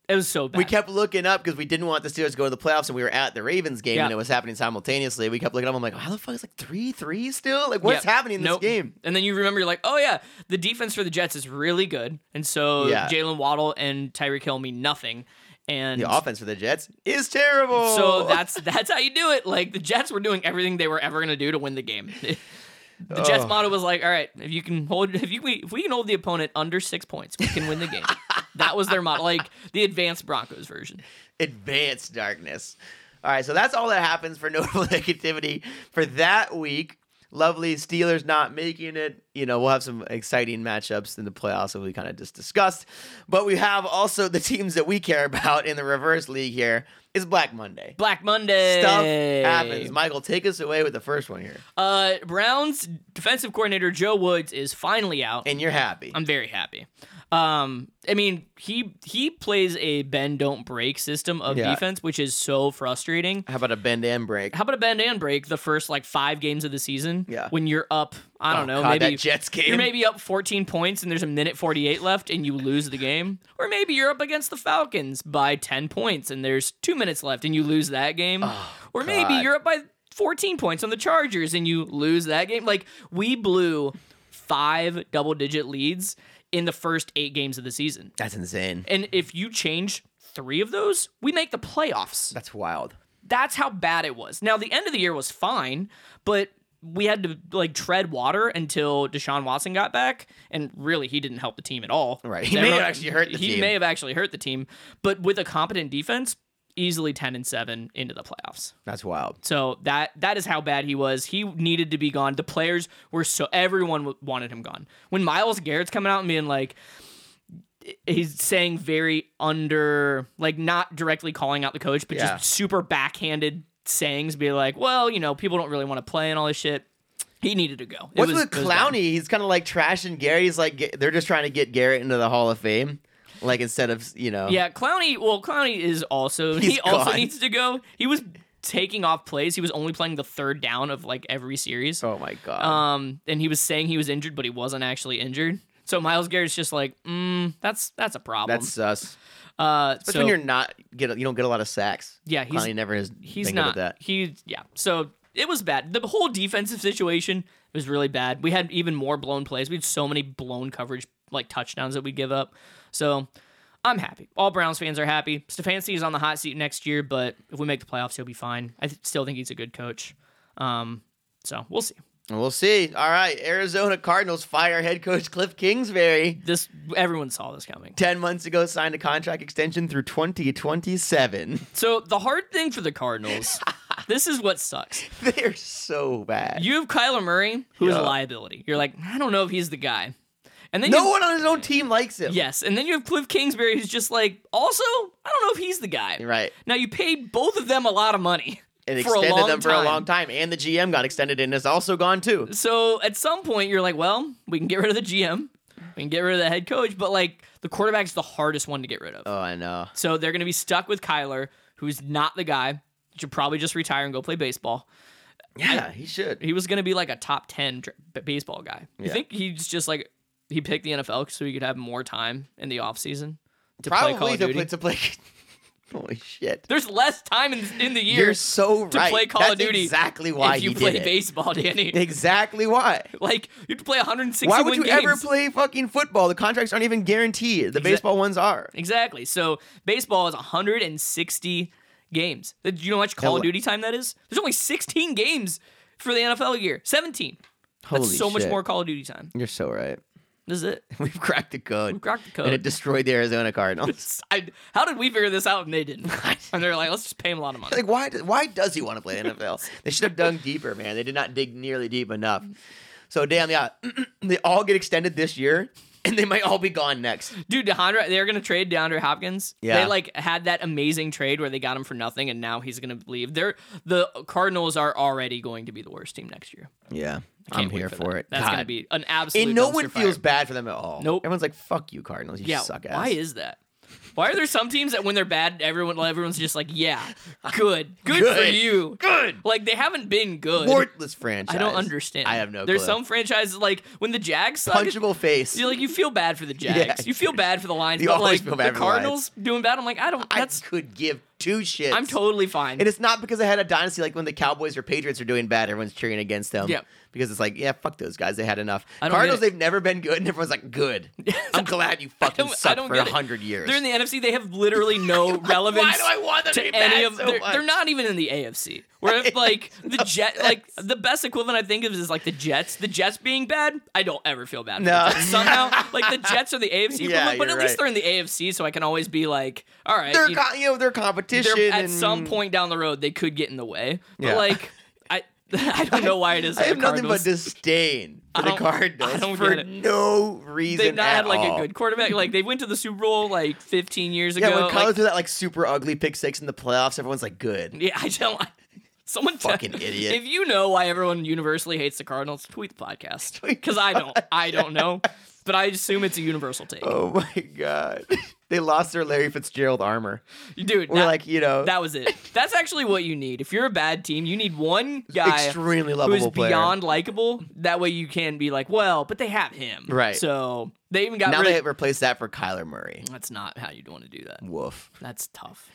Speaker 2: It was so bad.
Speaker 1: We kept looking up because we didn't want the Steelers to go to the playoffs, and we were at the Ravens game,
Speaker 2: Yeah.
Speaker 1: and it was happening simultaneously. We kept looking up. I'm like, how the fuck is like three three still? Like, what's
Speaker 2: Yeah.
Speaker 1: happening in this
Speaker 2: Nope.
Speaker 1: game?
Speaker 2: And then you remember, you're like, oh yeah, the defense for the Jets is really good, and so
Speaker 1: Yeah.
Speaker 2: Jalen Waddle and Tyreek Hill mean nothing, and
Speaker 1: The Oh. offense for the Jets is terrible.
Speaker 2: so that's that's how you do it. Like the Jets were doing everything they were ever gonna do to win the game. The Jets
Speaker 1: Oh.
Speaker 2: motto was like, "All right, if you can hold, if you we- if we can hold the opponent under six points, we can win the game." that was their motto, like the advanced Broncos version.
Speaker 1: advanced darkness. All right, so that's all that happens for notable negativity for that week. Lovely Steelers not making it. You know, we'll have some exciting matchups in the playoffs that we kind of just discussed. But we have also the teams that we care about in the reverse league here is Black Monday.
Speaker 2: Black Monday
Speaker 1: Stuff happens. Michael, take us away with the first one here.
Speaker 2: Uh, Browns defensive coordinator Joe Woods is finally out.
Speaker 1: And you're happy.
Speaker 2: I'm very happy. Um, I mean, he he plays a bend don't break system of
Speaker 1: Yeah.
Speaker 2: defense, which is so frustrating.
Speaker 1: How about a bend and break?
Speaker 2: How about a bend and break the first like five games of the season?
Speaker 1: Yeah. Oh,
Speaker 2: When you're up, I don't know,
Speaker 1: God,
Speaker 2: maybe
Speaker 1: that Jets game.
Speaker 2: You're maybe up 14 points and there's a minute 48 left and you lose the game. Or maybe you're up against the Falcons by 10 points and there's two minutes left and you lose that game. or maybe
Speaker 1: God.
Speaker 2: you're up by 14 points on the Chargers and you lose that game. Like, we blew five double digit leads in the first eight games of the season.
Speaker 1: That's insane.
Speaker 2: And if you change three of those, we make the playoffs.
Speaker 1: That's wild.
Speaker 2: That's how bad it was. Now the end of the year was fine, but we had to like tread water until Deshaun Watson got back, and really he didn't help the team at all.
Speaker 1: Right. He may have actually hurt the
Speaker 2: he
Speaker 1: team.
Speaker 2: may have actually hurt the team, but with a competent defense, easily ten and seven into the playoffs.
Speaker 1: That's wild.
Speaker 2: So that that is how bad he was. He needed to be gone. The players were so everyone w- wanted him gone. When Miles Garrett's coming out and being like, he's saying very under, like not directly calling out the coach, but
Speaker 1: Yeah.
Speaker 2: just super backhanded sayings, be like, well, you know, people don't really want to play and all this shit. He needed to go. It
Speaker 1: What's
Speaker 2: was-
Speaker 1: with
Speaker 2: it was bad.
Speaker 1: Clowney? He's kind of like trashing Gary. He's like ge- they're just trying to get Garrett into the Hall of Fame, like instead of you know.
Speaker 2: Yeah, Clowney. Well, Clowney is also
Speaker 1: He's
Speaker 2: he also
Speaker 1: gone.
Speaker 2: needs to go. He was taking off plays. He was only playing the third down of like every series.
Speaker 1: Oh my god.
Speaker 2: Um, and he was saying he was injured, but he wasn't actually injured. So Miles Garrett's just like, mm, that's that's a problem.
Speaker 1: That's sus.
Speaker 2: uh,
Speaker 1: But
Speaker 2: so
Speaker 1: when you're not get you don't get a lot of sacks.
Speaker 2: yeah, he's
Speaker 1: Clowney never has.
Speaker 2: he's
Speaker 1: been
Speaker 2: not
Speaker 1: good at that.
Speaker 2: he yeah. So it was bad. The whole defensive situation was really bad. We had even more blown plays. We had so many blown coverage like touchdowns that we give up. So I'm happy. All Browns fans are happy. Stefanski is on the hot seat next year, but if we make the playoffs, he'll be fine. I th- still think he's a good coach. Um, so we'll see.
Speaker 1: We'll see. All right, Arizona Cardinals fire head coach Cliff Kingsbury.
Speaker 2: This everyone saw this coming.
Speaker 1: Ten months ago, signed a contract extension through 2027.
Speaker 2: So the hard thing for the Cardinals, this is what sucks.
Speaker 1: They're so bad.
Speaker 2: You have Kyler Murray, who's
Speaker 1: Yeah.
Speaker 2: a liability. You're like, I don't know if he's the guy. And then
Speaker 1: no
Speaker 2: you,
Speaker 1: one on his own team likes him.
Speaker 2: Yes, and then you have Cliff Kingsbury, who's just like, also, I don't know if he's the guy.
Speaker 1: You're right.
Speaker 2: Now you paid both of them a lot of money
Speaker 1: And
Speaker 2: for a
Speaker 1: extended
Speaker 2: long
Speaker 1: them for
Speaker 2: time.
Speaker 1: a long time, and the GM got extended, and is also gone too.
Speaker 2: So at some point, you're like, well, we can get rid of the GM, we can get rid of the head coach, but like the quarterback's the hardest one to get rid of.
Speaker 1: Oh, I know.
Speaker 2: So they're going to be stuck with Kyler, who's not the guy. Should probably just retire and go play baseball.
Speaker 1: Yeah, he should.
Speaker 2: He was going to be like a top ten dr- b- baseball guy. You
Speaker 1: Yeah.
Speaker 2: think he's just like he picked the NFL so he could have more time in the offseason to play Call
Speaker 1: Probably
Speaker 2: of
Speaker 1: to
Speaker 2: Duty?
Speaker 1: play, to play. Holy shit!
Speaker 2: There's less time in, in the year
Speaker 1: You're so
Speaker 2: to
Speaker 1: right.
Speaker 2: play Call
Speaker 1: That's
Speaker 2: of Duty
Speaker 1: Exactly why
Speaker 2: if you
Speaker 1: he
Speaker 2: play
Speaker 1: did it.
Speaker 2: baseball, Danny.
Speaker 1: Exactly why.
Speaker 2: Like you have to play 161
Speaker 1: Why would you
Speaker 2: games.
Speaker 1: ever play fucking football? The contracts aren't even guaranteed. The baseball ones are.
Speaker 2: Exactly. So baseball is 160 games. Do you know how much Call
Speaker 1: Hell-
Speaker 2: of Duty time that is? There's only 16 games for the NFL year. 17. That's
Speaker 1: Holy
Speaker 2: so much
Speaker 1: shit.
Speaker 2: more Call of Duty time.
Speaker 1: You're so right.
Speaker 2: This is it.
Speaker 1: We've cracked the code.
Speaker 2: We cracked the
Speaker 1: And it
Speaker 2: code.
Speaker 1: destroyed the Arizona Cardinals.
Speaker 2: I, how did we figure this out and they didn't? And they're like, let's just pay him a lot of money.
Speaker 1: like why? do- Why does he want to play NFL? they should have dug deeper, man. They did not dig nearly deep enough.
Speaker 2: Mm.
Speaker 1: So damn, yeah, they all get extended this year, and they might all be gone next.
Speaker 2: Dude, DeAndre, they're gonna trade DeAndre Hopkins.
Speaker 1: Yeah.
Speaker 2: they like had that amazing trade where they got him for nothing, and now he's gonna leave. They're the Cardinals are already going to be the worst team next year.
Speaker 1: Yeah,
Speaker 2: Can't
Speaker 1: I'm
Speaker 2: wait
Speaker 1: here
Speaker 2: for,
Speaker 1: for
Speaker 2: that.
Speaker 1: it.
Speaker 2: That's
Speaker 1: God.
Speaker 2: gonna be an absolute.
Speaker 1: And no
Speaker 2: dumpster
Speaker 1: one feels
Speaker 2: fire.
Speaker 1: bad for them at all.
Speaker 2: Nope.
Speaker 1: Everyone's like, "Fuck you, Cardinals. You
Speaker 2: Yeah,
Speaker 1: suck ass."
Speaker 2: why is that? Why are there some teams that when they're bad, everyone everyone's just like, yeah, good, good, for
Speaker 1: Good.
Speaker 2: you.
Speaker 1: good?
Speaker 2: Like they haven't been good.
Speaker 1: Worthless franchise.
Speaker 2: I don't understand.
Speaker 1: I have no.
Speaker 2: There's
Speaker 1: clue.
Speaker 2: some franchises like when the Jags suck,
Speaker 1: punchable face.
Speaker 2: you like you feel bad for the Jags.
Speaker 1: Yeah.
Speaker 2: you feel bad for the Lions.
Speaker 1: You
Speaker 2: but
Speaker 1: always
Speaker 2: like
Speaker 1: feel bad
Speaker 2: the
Speaker 1: for the Lions.
Speaker 2: Cardinals doing bad. I'm like, I don't.
Speaker 1: I
Speaker 2: That's
Speaker 1: could give two shits.
Speaker 2: I'm totally fine.
Speaker 1: And it's not because I had a dynasty like when the Cowboys or Patriots are doing bad, everyone's cheering against them.
Speaker 2: Yep.
Speaker 1: Because it's like, yeah, fuck those guys. They had enough.
Speaker 2: I don't
Speaker 1: Cardinals,
Speaker 2: get it.
Speaker 1: they've never been good, and everyone's like, good. I'm glad you fucking
Speaker 2: don't- I
Speaker 1: sucked
Speaker 2: don't
Speaker 1: for
Speaker 2: get
Speaker 1: a
Speaker 2: it.
Speaker 1: hundred years.
Speaker 2: They're in the NFC. They have literally no relevance.
Speaker 1: Why do I want them to, be bad
Speaker 2: any of
Speaker 1: so
Speaker 2: they're,
Speaker 1: much?
Speaker 2: they're not even in the AFC. Where if, like the Jet, like the best equivalent I think of is like the Jets. The Jets being bad, I don't ever feel bad. for the
Speaker 1: No.
Speaker 2: Jets. somehow like the Jets are the AFC
Speaker 1: Yeah,
Speaker 2: equivalent, but
Speaker 1: you're
Speaker 2: at least
Speaker 1: right.
Speaker 2: they're in the AFC, so I can always be like, all right,
Speaker 1: They're
Speaker 2: you-
Speaker 1: co- you know, they're competition.
Speaker 2: they're- at
Speaker 1: and-
Speaker 2: some point down the road they could get in the way. But
Speaker 1: Yeah.
Speaker 2: like I, I don't know why it is.
Speaker 1: I
Speaker 2: that
Speaker 1: have
Speaker 2: the
Speaker 1: nothing but
Speaker 2: Cardinals-
Speaker 1: disdain for
Speaker 2: I
Speaker 1: the
Speaker 2: don't-
Speaker 1: Cardinals
Speaker 2: I don't
Speaker 1: for
Speaker 2: get it.
Speaker 1: no reason
Speaker 2: They've not
Speaker 1: at
Speaker 2: had like
Speaker 1: all.
Speaker 2: a good quarterback. Like they went to the Super Bowl like 15 years ago.
Speaker 1: Yeah, when
Speaker 2: like-
Speaker 1: Kyler threw that like super ugly pick six in the playoffs, everyone's like, good.
Speaker 2: Yeah, I don't. someone tell-
Speaker 1: Fucking idiot.
Speaker 2: If you know why everyone universally hates the Cardinals, tweet the podcast because I don't. I don't know, but I assume it's a universal take.
Speaker 1: Oh my god, they lost their Larry Fitzgerald armor.
Speaker 2: Dude,
Speaker 1: We're
Speaker 2: that,
Speaker 1: like, you know,
Speaker 2: that was it. That's actually what you need. If you're a bad team, you need one guy
Speaker 1: extremely
Speaker 2: who's
Speaker 1: lovable player.
Speaker 2: beyond likable. That way, you can be like, well, but they have him,
Speaker 1: Right.
Speaker 2: So they even got
Speaker 1: now
Speaker 2: rid.
Speaker 1: they replaced that for Kyler Murray.
Speaker 2: That's not how you'd want to do that.
Speaker 1: Woof.
Speaker 2: That's tough.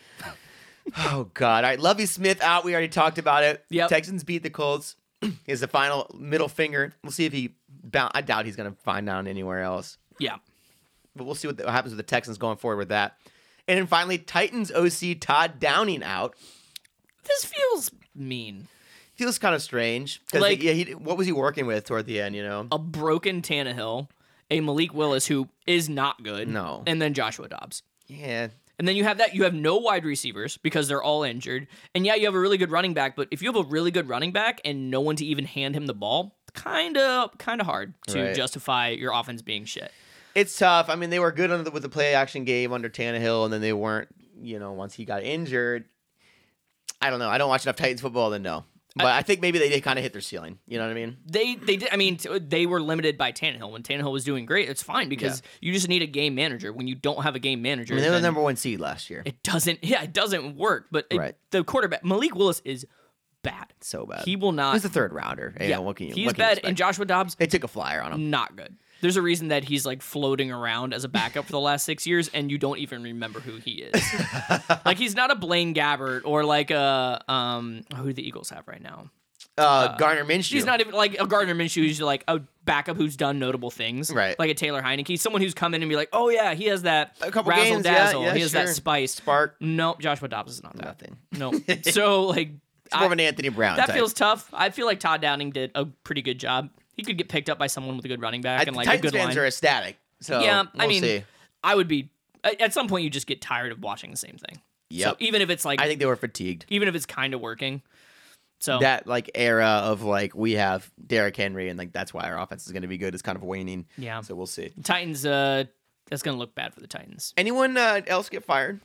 Speaker 1: Oh God. All right. Lovey Smith out. We already talked about it.
Speaker 2: Yep.
Speaker 1: Texans beat the Colts. Is the final middle finger. We'll see if he. Bound, I doubt he's going to find out anywhere else.
Speaker 2: Yeah.
Speaker 1: But we'll see what, happens with the Texans going forward with that. And then finally, Titans OC Todd Downing out.
Speaker 2: This feels mean.
Speaker 1: Feels kind of strange because
Speaker 2: Like- Oh.
Speaker 1: yeah, he, what was he working with toward the end? You know,
Speaker 2: a broken Tannehill, a Malik Willis who is not good.
Speaker 1: No.
Speaker 2: And then Joshua Dobbs.
Speaker 1: yeah,
Speaker 2: And then you have that you have no wide receivers because they're all injured. And yeah, you have a really good running back, but if you have a really good running back and no one to even hand him the ball, kind of kind of hard to
Speaker 1: Right.
Speaker 2: justify your offense being shit.
Speaker 1: it's tough. I mean, they were good under the, with the play action game under Tannehill, and then they weren't. You know, once he got injured, I don't know. I don't watch enough Titans football to know, but I, think maybe they, they kind of hit their ceiling. You know what I mean?
Speaker 2: They they did. I mean, t- they were limited by Tannehill. When Tannehill was doing great, it's fine because you just need a game manager. When you don't have a game
Speaker 1: I
Speaker 2: manager,
Speaker 1: mean, they were the
Speaker 2: then
Speaker 1: number one seed last year.
Speaker 2: it doesn't. Yeah, it doesn't work. But it-
Speaker 1: Right.
Speaker 2: the quarterback Malik Willis is bad.
Speaker 1: so bad.
Speaker 2: He will not.
Speaker 1: He's the third rounder. Yeah,
Speaker 2: yeah,
Speaker 1: what can you?
Speaker 2: he's
Speaker 1: what can you
Speaker 2: bad. And
Speaker 1: expect?
Speaker 2: Joshua Dobbs
Speaker 1: they took a flyer on him.
Speaker 2: not good. There's a reason that he's like floating around as a backup for the last six years, and you don't even remember who he is. like he's not a Blaine Gabbert or like a um who do the Eagles have right now.
Speaker 1: Uh, Garner Minshew.
Speaker 2: He's not even like a Gardner Minshew. He's like a backup who's done notable things,
Speaker 1: Right.
Speaker 2: Like a Taylor Heineke, someone who's come in and be like, oh yeah, he has that
Speaker 1: A couple
Speaker 2: razzle
Speaker 1: games, yeah,
Speaker 2: dazzle.
Speaker 1: yeah,
Speaker 2: he has that
Speaker 1: sure.
Speaker 2: spice.
Speaker 1: Spark.
Speaker 2: Nope, Joshua Dobbs is not that.
Speaker 1: Nothing.
Speaker 2: Nope. so like,
Speaker 1: It's more
Speaker 2: I-
Speaker 1: of an Anthony Brown.
Speaker 2: that
Speaker 1: type.
Speaker 2: feels tough. I feel like Todd Downing did a pretty good job. He could get picked up by someone with a good running back
Speaker 1: I,
Speaker 2: and
Speaker 1: the
Speaker 2: like
Speaker 1: Titans
Speaker 2: a good
Speaker 1: fans
Speaker 2: line.
Speaker 1: are ecstatic. So
Speaker 2: yeah, I
Speaker 1: we'll
Speaker 2: mean,
Speaker 1: see.
Speaker 2: I would be. a- At some point, you just get tired of watching the same thing. So
Speaker 1: Yep.
Speaker 2: even if it's like,
Speaker 1: I think they were fatigued.
Speaker 2: even if it's kind of working. So
Speaker 1: That like era of like we have Derrick Henry and like that's why our offense is going to be good is kind of waning.
Speaker 2: Yeah.
Speaker 1: So we'll see.
Speaker 2: Titans, uh, that's gonna look bad for the Titans.
Speaker 1: Anyone uh, else get fired?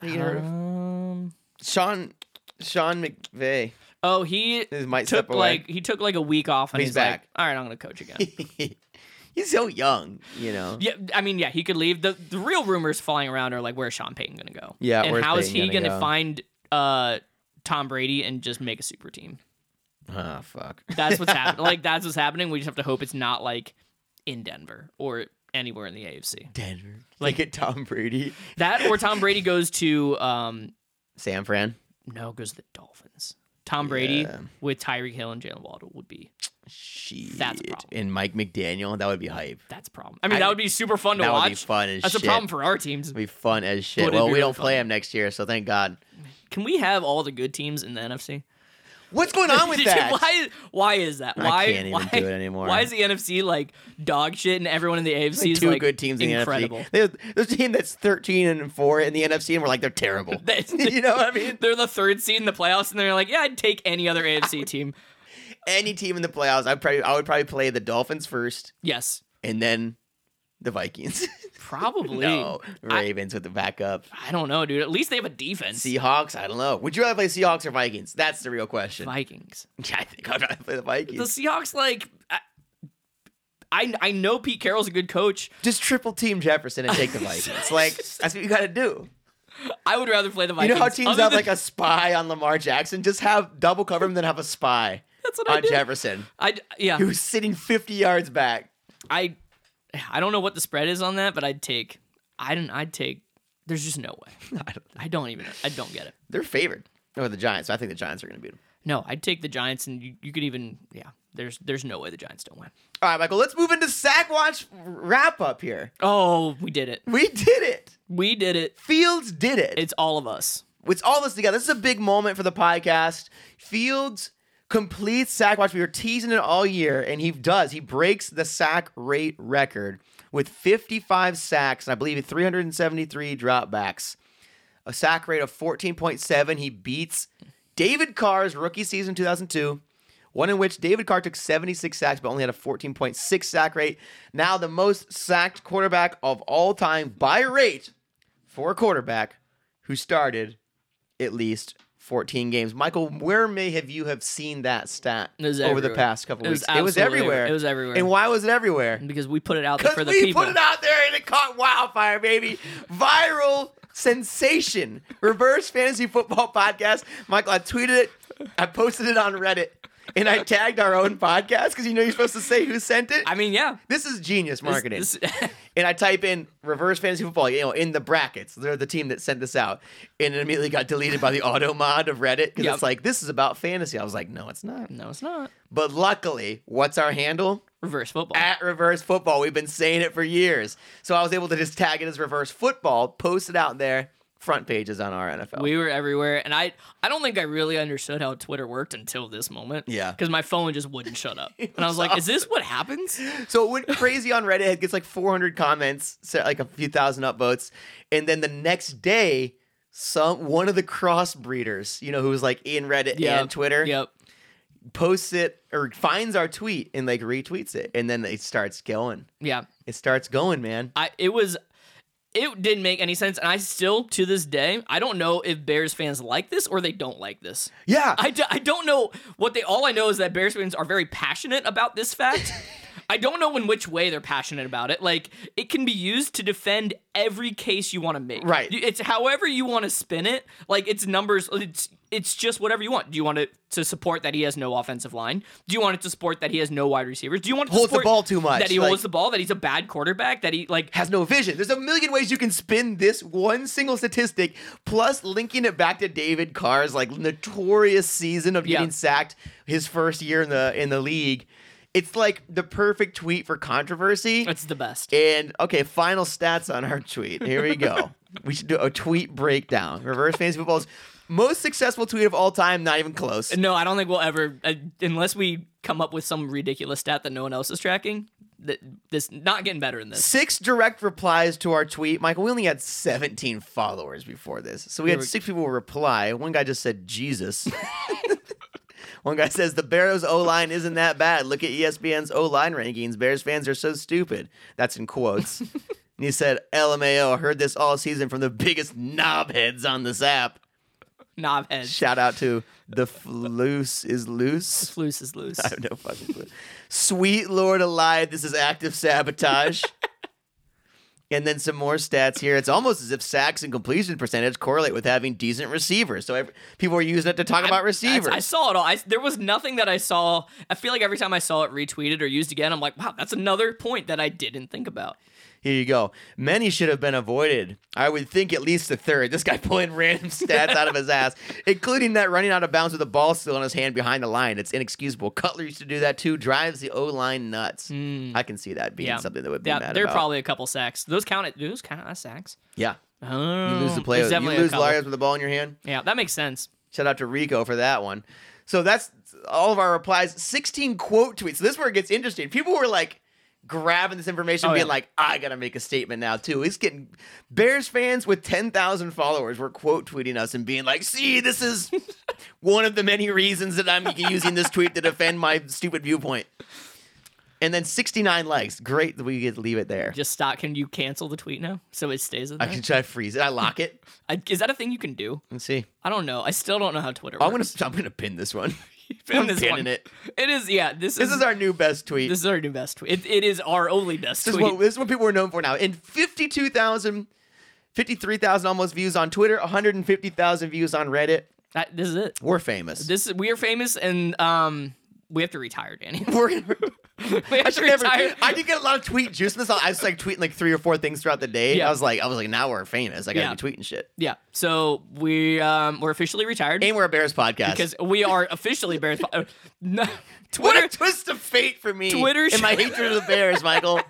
Speaker 1: That you heard of?
Speaker 2: Um,
Speaker 1: Sean Sean McVay
Speaker 2: oh, he
Speaker 1: is might
Speaker 2: took
Speaker 1: step away.
Speaker 2: like he took like a week off, and
Speaker 1: He's
Speaker 2: he's,
Speaker 1: back.
Speaker 2: like, all right, I'm gonna coach again.
Speaker 1: He's so young, you know.
Speaker 2: yeah, I mean, yeah, he could leave. the The real rumors flying around are like, where's Sean Payton gonna go?
Speaker 1: Yeah,
Speaker 2: and
Speaker 1: where's
Speaker 2: how is
Speaker 1: Payton
Speaker 2: he
Speaker 1: gonna
Speaker 2: gonna,
Speaker 1: go?
Speaker 2: find uh Tom Brady and just make a super team?
Speaker 1: Ah, fuck.
Speaker 2: That's what's happening. Like that's what's happening. We just have to hope it's not like in Denver or anywhere in the AFC.
Speaker 1: Denver. Like at Tom Brady,
Speaker 2: That or Tom Brady goes to um
Speaker 1: San Fran.
Speaker 2: no goes to the Dolphins. Tom Brady
Speaker 1: Yeah.
Speaker 2: with Tyreek Hill and Jalen Waddle would be
Speaker 1: Shit.
Speaker 2: That's a problem.
Speaker 1: And Mike McDaniel, that would be hype.
Speaker 2: that's a problem. I mean
Speaker 1: I-
Speaker 2: that would be super fun to
Speaker 1: that
Speaker 2: watch.
Speaker 1: would be fun as
Speaker 2: that's
Speaker 1: shit.
Speaker 2: a problem for our teams.
Speaker 1: It'd be fun as
Speaker 2: But
Speaker 1: shit.
Speaker 2: it'd
Speaker 1: Well,
Speaker 2: be
Speaker 1: we
Speaker 2: really
Speaker 1: don't play
Speaker 2: fun.
Speaker 1: him next year, so thank God.
Speaker 2: Can we have all the good teams in the NFC?
Speaker 1: What's going on with
Speaker 2: Did you-
Speaker 1: that?
Speaker 2: why? Why is that?
Speaker 1: I
Speaker 2: Why?
Speaker 1: can't even
Speaker 2: why,
Speaker 1: do it anymore.
Speaker 2: Why is the NFC like dog shit and everyone in the AFC
Speaker 1: Like
Speaker 2: is
Speaker 1: two
Speaker 2: like
Speaker 1: good teams in
Speaker 2: incredible.
Speaker 1: the NFC. There's, there's a team that's 13 and four in the NFC, and we're like they're terrible.
Speaker 2: That's-
Speaker 1: you know what I mean?
Speaker 2: They're the third seed in the playoffs, and they're like, yeah, I'd take any other AFC team.
Speaker 1: Any team in the playoffs, I probably I would probably play the Dolphins first,
Speaker 2: Yes,
Speaker 1: and then the Vikings.
Speaker 2: probably.
Speaker 1: no, Ravens with the backup.
Speaker 2: I don't know, dude. At least they have a defense.
Speaker 1: Seahawks, I don't know. Would you rather play Seahawks or Vikings? That's the real question.
Speaker 2: Vikings.
Speaker 1: I think I'd rather play the
Speaker 2: The
Speaker 1: Vikings.
Speaker 2: Seahawks, like, I, I, I know Pete Carroll's a good coach.
Speaker 1: Just triple team Jefferson and take the Vikings. like that's what you got to do.
Speaker 2: I would rather play the
Speaker 1: You
Speaker 2: Vikings.
Speaker 1: know how teams
Speaker 2: Other
Speaker 1: have
Speaker 2: than-
Speaker 1: like a spy on Lamar Jackson? Just have double cover him, then have a spy
Speaker 2: That's what I
Speaker 1: on
Speaker 2: did.
Speaker 1: Jefferson,
Speaker 2: I yeah.
Speaker 1: who's sitting 50 yards back.
Speaker 2: I I don't know what the spread is on that, but I'd take I don't I'd take there's just no way.
Speaker 1: I don't-
Speaker 2: I don't even I don't get it.
Speaker 1: They're favored over the Giants. So I think the Giants are going to beat them.
Speaker 2: No, I'd take the Giants and you, you could even yeah, there's there's no way the Giants don't win.
Speaker 1: All right, Michael, let's move into sack watch wrap up here.
Speaker 2: Oh, we did it.
Speaker 1: We did it.
Speaker 2: We did it.
Speaker 1: Fields did it.
Speaker 2: It's all of us.
Speaker 1: It's all this together. This is a big moment for the podcast. Fields completes sack watch. We were teasing it all year, and he does. He breaks the sack rate record with 55 sacks, and I believe 373 dropbacks. A sack rate of 14.7. He beats David Carr's rookie season 2002. One in which David Carr took 76 sacks but only had a 14.6 sack rate. Now, the most sacked quarterback of all time by rate for a quarterback who started at least 14 games. Michael, where may have you have seen that stat
Speaker 2: It was
Speaker 1: over the
Speaker 2: everywhere.
Speaker 1: past couple
Speaker 2: It was
Speaker 1: weeks? It was
Speaker 2: absolutely
Speaker 1: everywhere.
Speaker 2: everywhere. It was everywhere.
Speaker 1: And why was it everywhere?
Speaker 2: Because we put it out there
Speaker 1: Because
Speaker 2: for the
Speaker 1: we
Speaker 2: people.
Speaker 1: put it out there and it caught wildfire, baby. Viral sensation. Reverse fantasy football podcast. Michael, I tweeted it. I posted it on Reddit. And I tagged our own podcast because you know you're supposed to say who sent it.
Speaker 2: I mean, yeah.
Speaker 1: this is genius marketing.
Speaker 2: This-
Speaker 1: and I type in reverse fantasy football, you know, in the brackets. They're the team that sent this out. And it immediately got deleted by the auto mod of Reddit because
Speaker 2: Yep.
Speaker 1: it's like, this is about fantasy. I was like, no, it's not.
Speaker 2: no, it's not.
Speaker 1: But luckily, what's our handle?
Speaker 2: Reverse football.
Speaker 1: at reverse football. We've been saying it for years. So I was able to just tag it as reverse football, post it out there, front pages on our NFL.
Speaker 2: we were everywhere and I I don't think I really understood how Twitter worked until this moment.
Speaker 1: Yeah.
Speaker 2: Because my phone just wouldn't shut up. And I was like, is this what happens?
Speaker 1: so it went crazy on Reddit. It gets like 400 comments, so like a few thousand upvotes. And then the next day, some one of the crossbreeders, you know, who was like in Reddit
Speaker 2: Yep.
Speaker 1: and Twitter,
Speaker 2: Yep.
Speaker 1: posts it or finds our tweet and like retweets it, and then it starts going.
Speaker 2: Yeah.
Speaker 1: It starts going, man.
Speaker 2: I it was it didn't make any sense and I still to this day I don't know if Bears fans like this or they don't like this.
Speaker 1: Yeah,
Speaker 2: I, d- I don't know what they all I know is that Bears fans are very passionate about this fact. I don't know in which way they're passionate about it. Like it can be used to defend every case you want to make.
Speaker 1: Right.
Speaker 2: You- It's however you want to spin it. Like it's numbers. It's it's just whatever you want. Do you want it to support that he has no offensive line? Do you want it to support that he has no wide receivers? Do you want it to
Speaker 1: holds the
Speaker 2: support
Speaker 1: ball too much.
Speaker 2: that he
Speaker 1: like,
Speaker 2: holds the ball? That he's a bad quarterback? That he like
Speaker 1: has no vision. There's a million ways you can spin this one single statistic, plus linking it back to David Carr's like notorious season of
Speaker 2: Yeah.
Speaker 1: getting sacked his first year in the in the league. It's like the perfect tweet for controversy.
Speaker 2: it's the best.
Speaker 1: And okay, final stats on our tweet. Here we go. we should do a tweet breakdown. Reverse fantasy football's most successful tweet of all time. Not even close.
Speaker 2: No, I don't think we'll ever, uh, unless we come up with some ridiculous stat that no one else is tracking. That this not getting better in this.
Speaker 1: Six direct replies to our tweet. Michael, we only had 17 followers before this. So we
Speaker 2: Here
Speaker 1: had
Speaker 2: we-
Speaker 1: six people reply. One guy just said, Jesus. One guy says, The Bears O line isn't that bad. Look at E ESPN's O line rankings. Bears fans are so stupid. That's in quotes. and he said, LMAO, heard this all season from the biggest knobheads on this app.
Speaker 2: Knobhead.
Speaker 1: Shout out to The Floose is Loose.
Speaker 2: Loose is loose.
Speaker 1: I have no fucking clue. Sweet Lord alive, this is active sabotage. and then some more stats here. It's almost as if sacks and completion percentage correlate with having decent receivers. So ev people are using it to talk about receivers.
Speaker 2: I, I saw it all. I, there was nothing that I saw. I feel like every time I saw it retweeted or used again, I'm like, wow, that's another point that I didn't think about.
Speaker 1: here you go. Many should have been avoided. I would think at least a third. This guy pulling random stats out of his ass, including that running out of bounds with the ball still in his hand behind the line. It's inexcusable. Cutler used to do that too. Drives the O line nuts. I can see that being
Speaker 2: Mm. Yeah.
Speaker 1: something that would be
Speaker 2: Yeah,
Speaker 1: mad
Speaker 2: there are
Speaker 1: about.
Speaker 2: probably a couple sacks. Those count. it- Do those count as sacks?
Speaker 1: yeah,
Speaker 2: Oh,
Speaker 1: you lose the play.
Speaker 2: there's
Speaker 1: You
Speaker 2: definitely a
Speaker 1: lose
Speaker 2: couple.
Speaker 1: Larios with the ball in your hand.
Speaker 2: Yeah, that makes sense.
Speaker 1: Shout out to Rico for that one. So that's all of our replies. 16 quote tweets. So this is where it gets interesting. People were like grabbing this information,
Speaker 2: Oh,
Speaker 1: being
Speaker 2: yeah.
Speaker 1: like, I gotta make a statement now too. It's getting Bears fans with 10,000 followers were quote tweeting us and being like, see, this is one of the many reasons that I'm using this tweet to defend my stupid viewpoint. And then 69 likes. Great that we get to leave it there.
Speaker 2: Just stop. Can you cancel the tweet now so it stays in
Speaker 1: I
Speaker 2: there?
Speaker 1: can try to freeze it. I lock it
Speaker 2: I- is that a thing you can do?
Speaker 1: and see.
Speaker 2: I don't know. I still don't know how Twitter works.
Speaker 1: I'm gonna I'm gonna pin this one.
Speaker 2: Pin
Speaker 1: I'm
Speaker 2: this
Speaker 1: pinning
Speaker 2: one.
Speaker 1: it.
Speaker 2: It is, yeah. This,
Speaker 1: This
Speaker 2: is,
Speaker 1: is our new best tweet.
Speaker 2: this is our new best tweet. It, it is our only best
Speaker 1: This is,
Speaker 2: tweet.
Speaker 1: what, this is what people are known for now. And 52,000, 53,000 almost views on Twitter, 150,000 views on Reddit.
Speaker 2: That- this is it.
Speaker 1: We're famous.
Speaker 2: This is, we are famous, and um, we have to retire, Danny.
Speaker 1: We're,
Speaker 2: we have
Speaker 1: I
Speaker 2: to
Speaker 1: should never.
Speaker 2: retire.
Speaker 1: I did get a lot of tweet juice in this. I was like tweeting like three or four things throughout the day.
Speaker 2: Yeah.
Speaker 1: I was like, I was like, now we're famous. I gotta
Speaker 2: Yeah.
Speaker 1: be tweeting shit.
Speaker 2: yeah. So we um, we're officially retired
Speaker 1: And we're a Bears podcast.
Speaker 2: because we are officially Bears. uh, no,
Speaker 1: what
Speaker 2: Twitter.
Speaker 1: a twist of fate for me.
Speaker 2: Twitter
Speaker 1: and my
Speaker 2: should-
Speaker 1: hatred of the Bears, Michael.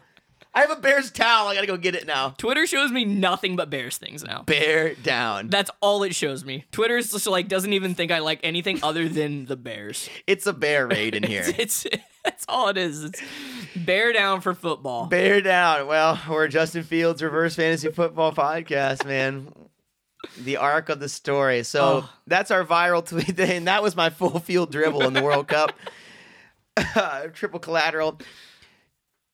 Speaker 1: I have a Bears towel. I gotta go get it now.
Speaker 2: Twitter shows me nothing but Bears things now.
Speaker 1: Bear down.
Speaker 2: That's all it shows me. Twitter's just like doesn't even think I like anything other than the Bears.
Speaker 1: It's a bear raid in here.
Speaker 2: It's that's all it is. It's bear down for football.
Speaker 1: Bear down. Well, we're Justin Fields Reverse Fantasy Football Podcast, man. The arc of the story. So
Speaker 2: Oh.
Speaker 1: that's our viral tweet, day, and that was my full field dribble in the World Cup. triple collateral.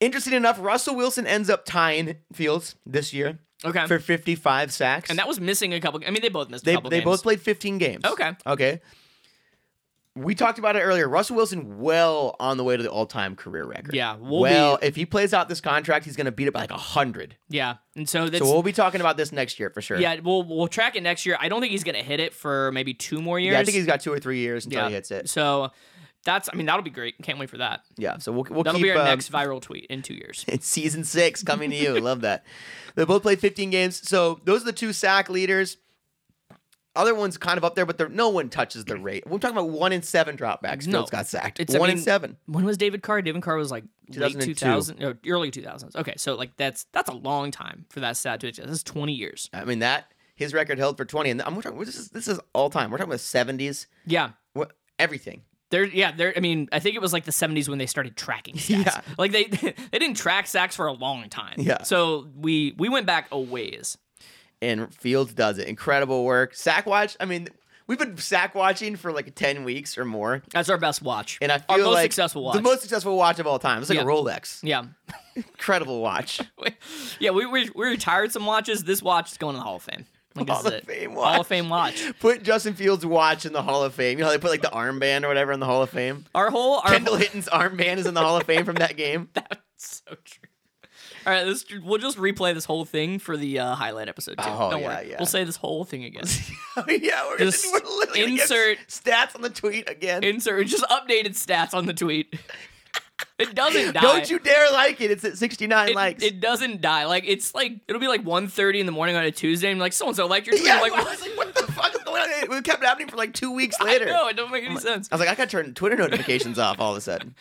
Speaker 1: Interesting enough, Russell Wilson ends up tying Fields this year
Speaker 2: Okay.
Speaker 1: for 55 sacks.
Speaker 2: And that was missing a couple. I mean, they both missed a
Speaker 1: they
Speaker 2: couple.
Speaker 1: they
Speaker 2: games.
Speaker 1: both played 15 games.
Speaker 2: Okay.
Speaker 1: Okay. We talked about it earlier. Russell Wilson, well on the way to the all-time career record.
Speaker 2: Yeah, we'll
Speaker 1: well, if he plays out this contract, he's going to beat it by like hundred.
Speaker 2: Yeah, and so that's
Speaker 1: So we'll be talking about this next year for sure.
Speaker 2: yeah. We'll we'll track it next year. I don't think he's gonna hit it for maybe two more years.
Speaker 1: Yeah, I think he's got two or three years until
Speaker 2: Yeah.
Speaker 1: he hits it.
Speaker 2: So that's. I mean, that'll be great. Can't wait for that.
Speaker 1: Yeah. So we'll we'll
Speaker 2: That'll
Speaker 1: keep
Speaker 2: be our
Speaker 1: um,
Speaker 2: next viral tweet in two years.
Speaker 1: It's season six coming to you. Love that. They both played 15 games. So those are the two sack leaders. Other one's kind of up there, but they're- no one touches the rate. We're talking about one in seven dropbacks.
Speaker 2: No.
Speaker 1: Fields got sacked.
Speaker 2: It's- I
Speaker 1: one in
Speaker 2: mean,
Speaker 1: seven.
Speaker 2: When was David Carr? David Carr was like late
Speaker 1: 2002.
Speaker 2: 2000, no, early 2000s. Okay, so like that's that's a long time for that stat to exist. That's 20 years.
Speaker 1: I mean that his record held for 20, and I'm we're talking. This is this is all time. We're talking about 70s.
Speaker 2: Yeah.
Speaker 1: What everything.
Speaker 2: There, yeah, there. I mean, I think it was like the '70s when they started tracking sacks.
Speaker 1: Yeah.
Speaker 2: Like they, they didn't track sacks for a long time.
Speaker 1: Yeah.
Speaker 2: So we we went back a ways.
Speaker 1: and Fields does it. Incredible work. Sack watch. I mean, We've been sack watching for like ten weeks or more,
Speaker 2: That's our best watch.
Speaker 1: and I feel
Speaker 2: our most
Speaker 1: like
Speaker 2: successful watch.
Speaker 1: the most successful watch of all time. It's like
Speaker 2: Yeah.
Speaker 1: a Rolex,
Speaker 2: yeah.
Speaker 1: incredible watch.
Speaker 2: yeah, we, we, we retired some watches. This watch is going to the Hall of Fame. Like, this
Speaker 1: Hall
Speaker 2: is
Speaker 1: of
Speaker 2: it.
Speaker 1: Fame
Speaker 2: Hall
Speaker 1: watch.
Speaker 2: of Fame watch.
Speaker 1: Put Justin Fields' watch in the Hall of Fame. You know how they put like the armband or whatever in the Hall of Fame.
Speaker 2: Our whole. Our
Speaker 1: Kendall Hinton's armband is in the Hall of Fame from that game.
Speaker 2: That's so true. All right, this, we'll just replay this whole thing for the uh, highlight episode too.
Speaker 1: Oh,
Speaker 2: Don't
Speaker 1: yeah,
Speaker 2: worry,
Speaker 1: yeah.
Speaker 2: we'll say this whole thing again.
Speaker 1: yeah, we're gonna,
Speaker 2: Just
Speaker 1: we're literally gonna get
Speaker 2: insert-
Speaker 1: stats on the tweet again.
Speaker 2: Insert just updated stats on the tweet. It doesn't die.
Speaker 1: Don't you dare like it. It's at 69
Speaker 2: It,
Speaker 1: likes.
Speaker 2: it doesn't die. Like it's like it'll be like 1.30 in the morning on a Tuesday, and like so and so liked your tweet.
Speaker 1: yeah,
Speaker 2: I'm like,
Speaker 1: I was like, what the fuck is going on? It it kept happening for like two weeks
Speaker 2: I
Speaker 1: later.
Speaker 2: know it doesn't make any sense.
Speaker 1: I was like, I gotta turn Twitter notifications off all of a sudden.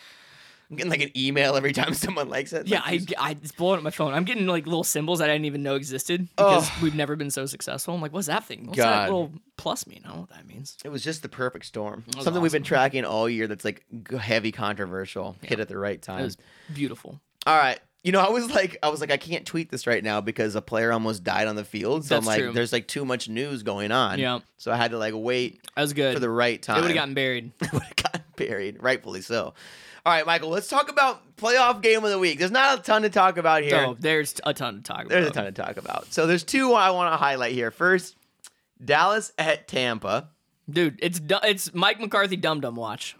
Speaker 1: I'm getting like an email every time someone likes it.
Speaker 2: Yeah,
Speaker 1: Like,
Speaker 2: I,
Speaker 1: these-
Speaker 2: I it's blowing up my phone. I'm getting like little symbols that I didn't even know existed because
Speaker 1: Ugh.
Speaker 2: we've never been so successful. I'm like, what's that thing? What's
Speaker 1: God.
Speaker 2: that little plus mean? I don't know what that means.
Speaker 1: it was just the perfect storm.
Speaker 2: was
Speaker 1: Something we've been tracking all year that's like g- heavy controversial, hit at the right
Speaker 2: It
Speaker 1: time.
Speaker 2: was beautiful.
Speaker 1: all right. You know, I was like, I was like, I can't tweet this right now because a player almost died on the field. So I'm
Speaker 2: That's
Speaker 1: like,
Speaker 2: true.
Speaker 1: there's like too much news going on.
Speaker 2: Yeah.
Speaker 1: So I had to like wait
Speaker 2: That was good.
Speaker 1: for the right time.
Speaker 2: They would have gotten buried.
Speaker 1: would have gotten buried, rightfully so. All right, Michael, let's talk about playoff game of the week. There's not a ton to talk about here.
Speaker 2: Oh, there's a ton to talk about.
Speaker 1: There's a ton to talk about. So there's two I want to highlight here. First, Dallas at Tampa.
Speaker 2: Dude, it's du- it's Mike McCarthy dum dum watch.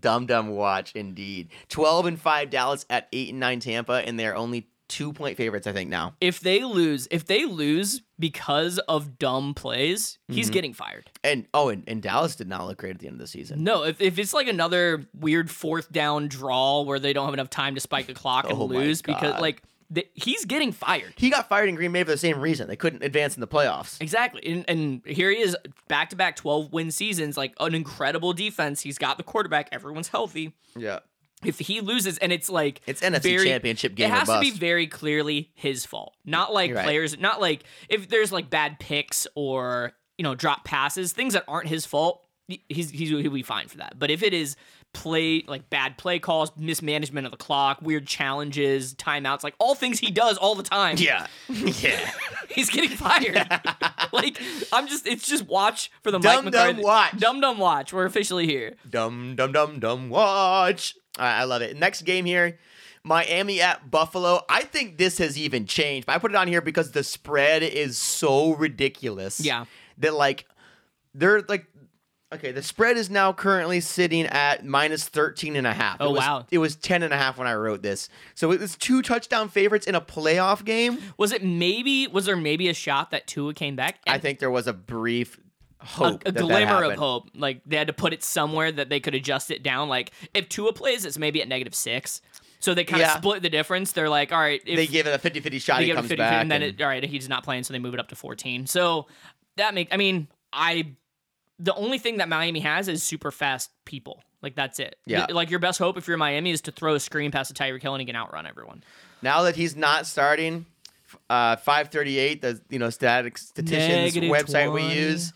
Speaker 1: Dumb dumb watch indeed. Twelve and five Dallas at eight and nine Tampa, and they're only two point favorites, I think, now.
Speaker 2: If they lose, if they lose because of dumb plays,
Speaker 1: Mm-hmm.
Speaker 2: he's getting fired.
Speaker 1: And oh, and, and Dallas did not look great at the end of the season.
Speaker 2: No, if, if it's like another weird fourth down draw where they don't have enough time to spike the clock and
Speaker 1: Oh my
Speaker 2: lose because
Speaker 1: God.
Speaker 2: like th- he's getting fired.
Speaker 1: He got fired in Green Bay for the same reason. They couldn't advance in the playoffs.
Speaker 2: Exactly. And, and here he is, back to back 12 win seasons, like an incredible defense. He's got the quarterback, everyone's healthy.
Speaker 1: Yeah.
Speaker 2: If he loses, and it's like
Speaker 1: It's NFC championship game
Speaker 2: It
Speaker 1: or
Speaker 2: has to be
Speaker 1: bust.
Speaker 2: very clearly his fault, not like
Speaker 1: You're right.
Speaker 2: players, not like if there's like bad picks or you know drop passes, things that aren't his fault. he- He's, he's he'll be fine for that. But if it is play like bad play calls, mismanagement of the clock, weird challenges, timeouts, like all things he does all the time,
Speaker 1: Yeah. yeah.
Speaker 2: he's getting fired. like I'm just, it's just watch for the
Speaker 1: Dumb
Speaker 2: Mike
Speaker 1: dumb
Speaker 2: McCarthy.
Speaker 1: watch.
Speaker 2: Dumb dumb watch. We're officially here.
Speaker 1: Dum dum dum dum watch. All right, I love it. Next game here, Miami at Buffalo. I think this has even changed. But I put it on here because the spread is so ridiculous.
Speaker 2: Yeah.
Speaker 1: That like they're like okay, the spread is now currently sitting at minus 13 and a half.
Speaker 2: Oh,
Speaker 1: it was,
Speaker 2: wow.
Speaker 1: It was 10 and a half when I wrote this. So it was two touchdown favorites in a playoff game.
Speaker 2: Was it maybe? Was there maybe a shot that Tua came back?
Speaker 1: I think there was a brief hope.
Speaker 2: a
Speaker 1: that that
Speaker 2: glimmer of
Speaker 1: happened.
Speaker 2: hope. Like they had to put it somewhere that they could adjust it down. Like if Tua plays, it's maybe at negative six. So they kind of
Speaker 1: Yeah.
Speaker 2: split the difference. They're like, all right, if
Speaker 1: They give it a 50-50 shot. He
Speaker 2: give it
Speaker 1: comes
Speaker 2: 50
Speaker 1: back.
Speaker 2: and then
Speaker 1: and-
Speaker 2: it, all right, he's not playing, so they move it up to fourteen. So that make I mean, I the only thing that Miami has is super fast people. Like that's it.
Speaker 1: Yeah.
Speaker 2: Th- Like your best hope if you're Miami is to throw a screen past to Tyreek Hill and he can outrun everyone.
Speaker 1: Now that he's not starting, uh, 538, the you know static statisticians
Speaker 2: Negative
Speaker 1: website
Speaker 2: 20.
Speaker 1: we use,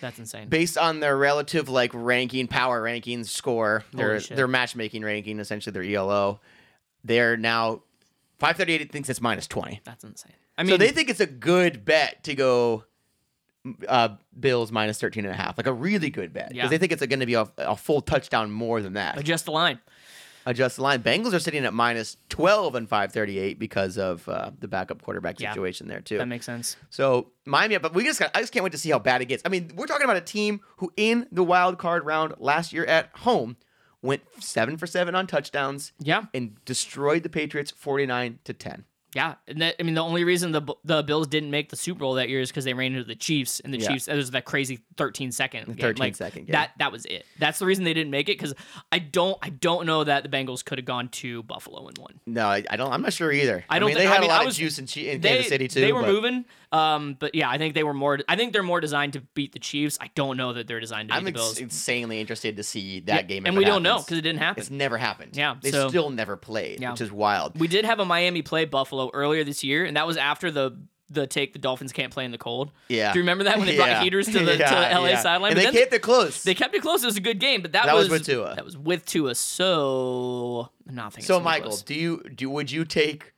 Speaker 2: That's insane.
Speaker 1: based on their relative like ranking, power rankings, score, their
Speaker 2: Holy shit.
Speaker 1: their matchmaking ranking, essentially their ELO, they're now 538 thinks it's minus 20.
Speaker 2: That's insane. I mean,
Speaker 1: so they think it's a good bet to go uh, Bills minus 13 and a half, like a really good bet because
Speaker 2: Yeah.
Speaker 1: they think it's going to be a, a full touchdown more than that.
Speaker 2: adjust the line.
Speaker 1: adjust the line. Bengals are sitting at minus 12 and 538 because of uh, the backup quarterback
Speaker 2: Yeah.
Speaker 1: situation there too.
Speaker 2: That makes sense.
Speaker 1: so Miami, but we just got, I just can't wait to see how bad it gets. I mean, we're talking about a team who in the wild card round last year at home went seven for seven on touchdowns
Speaker 2: Yeah.
Speaker 1: and destroyed the Patriots 49 to 10.
Speaker 2: Yeah, and that, I mean the only reason the B- the Bills didn't make the Super Bowl that year is because they ran into the Chiefs, and the
Speaker 1: Yeah.
Speaker 2: Chiefs it was that crazy 13 second, game.
Speaker 1: 13
Speaker 2: like,
Speaker 1: second game.
Speaker 2: That that was it. That's the reason they didn't make it because I don't I don't know that the Bengals could have gone to Buffalo and won.
Speaker 1: No, I, I don't. I'm not sure either.
Speaker 2: I don't
Speaker 1: mean,
Speaker 2: thi-
Speaker 1: they
Speaker 2: I
Speaker 1: had
Speaker 2: mean,
Speaker 1: a lot
Speaker 2: I
Speaker 1: of
Speaker 2: was-
Speaker 1: juice in, Chi- in
Speaker 2: They,
Speaker 1: Kansas City too.
Speaker 2: they were
Speaker 1: but
Speaker 2: moving, um, but yeah, I think they were more. I think they're more designed to beat the Chiefs. I don't know that they're designed to beat
Speaker 1: I'm
Speaker 2: the
Speaker 1: ins-
Speaker 2: Bills.
Speaker 1: insanely interested to see that game.
Speaker 2: and
Speaker 1: if it
Speaker 2: we don't know
Speaker 1: happens.
Speaker 2: because it didn't happen.
Speaker 1: it's never happened.
Speaker 2: Yeah,
Speaker 1: they
Speaker 2: so-
Speaker 1: still never played,
Speaker 2: Yeah.
Speaker 1: which is wild.
Speaker 2: We did have a Miami play Buffalo earlier this year, and that was after the the take the Dolphins can't play in the cold.
Speaker 1: Yeah.
Speaker 2: Do you remember that when they brought
Speaker 1: Yeah.
Speaker 2: heaters to the, to
Speaker 1: Yeah,
Speaker 2: the LA
Speaker 1: yeah.
Speaker 2: sideline?
Speaker 1: And
Speaker 2: But
Speaker 1: they
Speaker 2: then-
Speaker 1: kept it close.
Speaker 2: They kept it close. It was a good game, but that,
Speaker 1: That was
Speaker 2: was,
Speaker 1: with Tua.
Speaker 2: That was with Tua. So nothing.
Speaker 1: so Michael, do you do would you take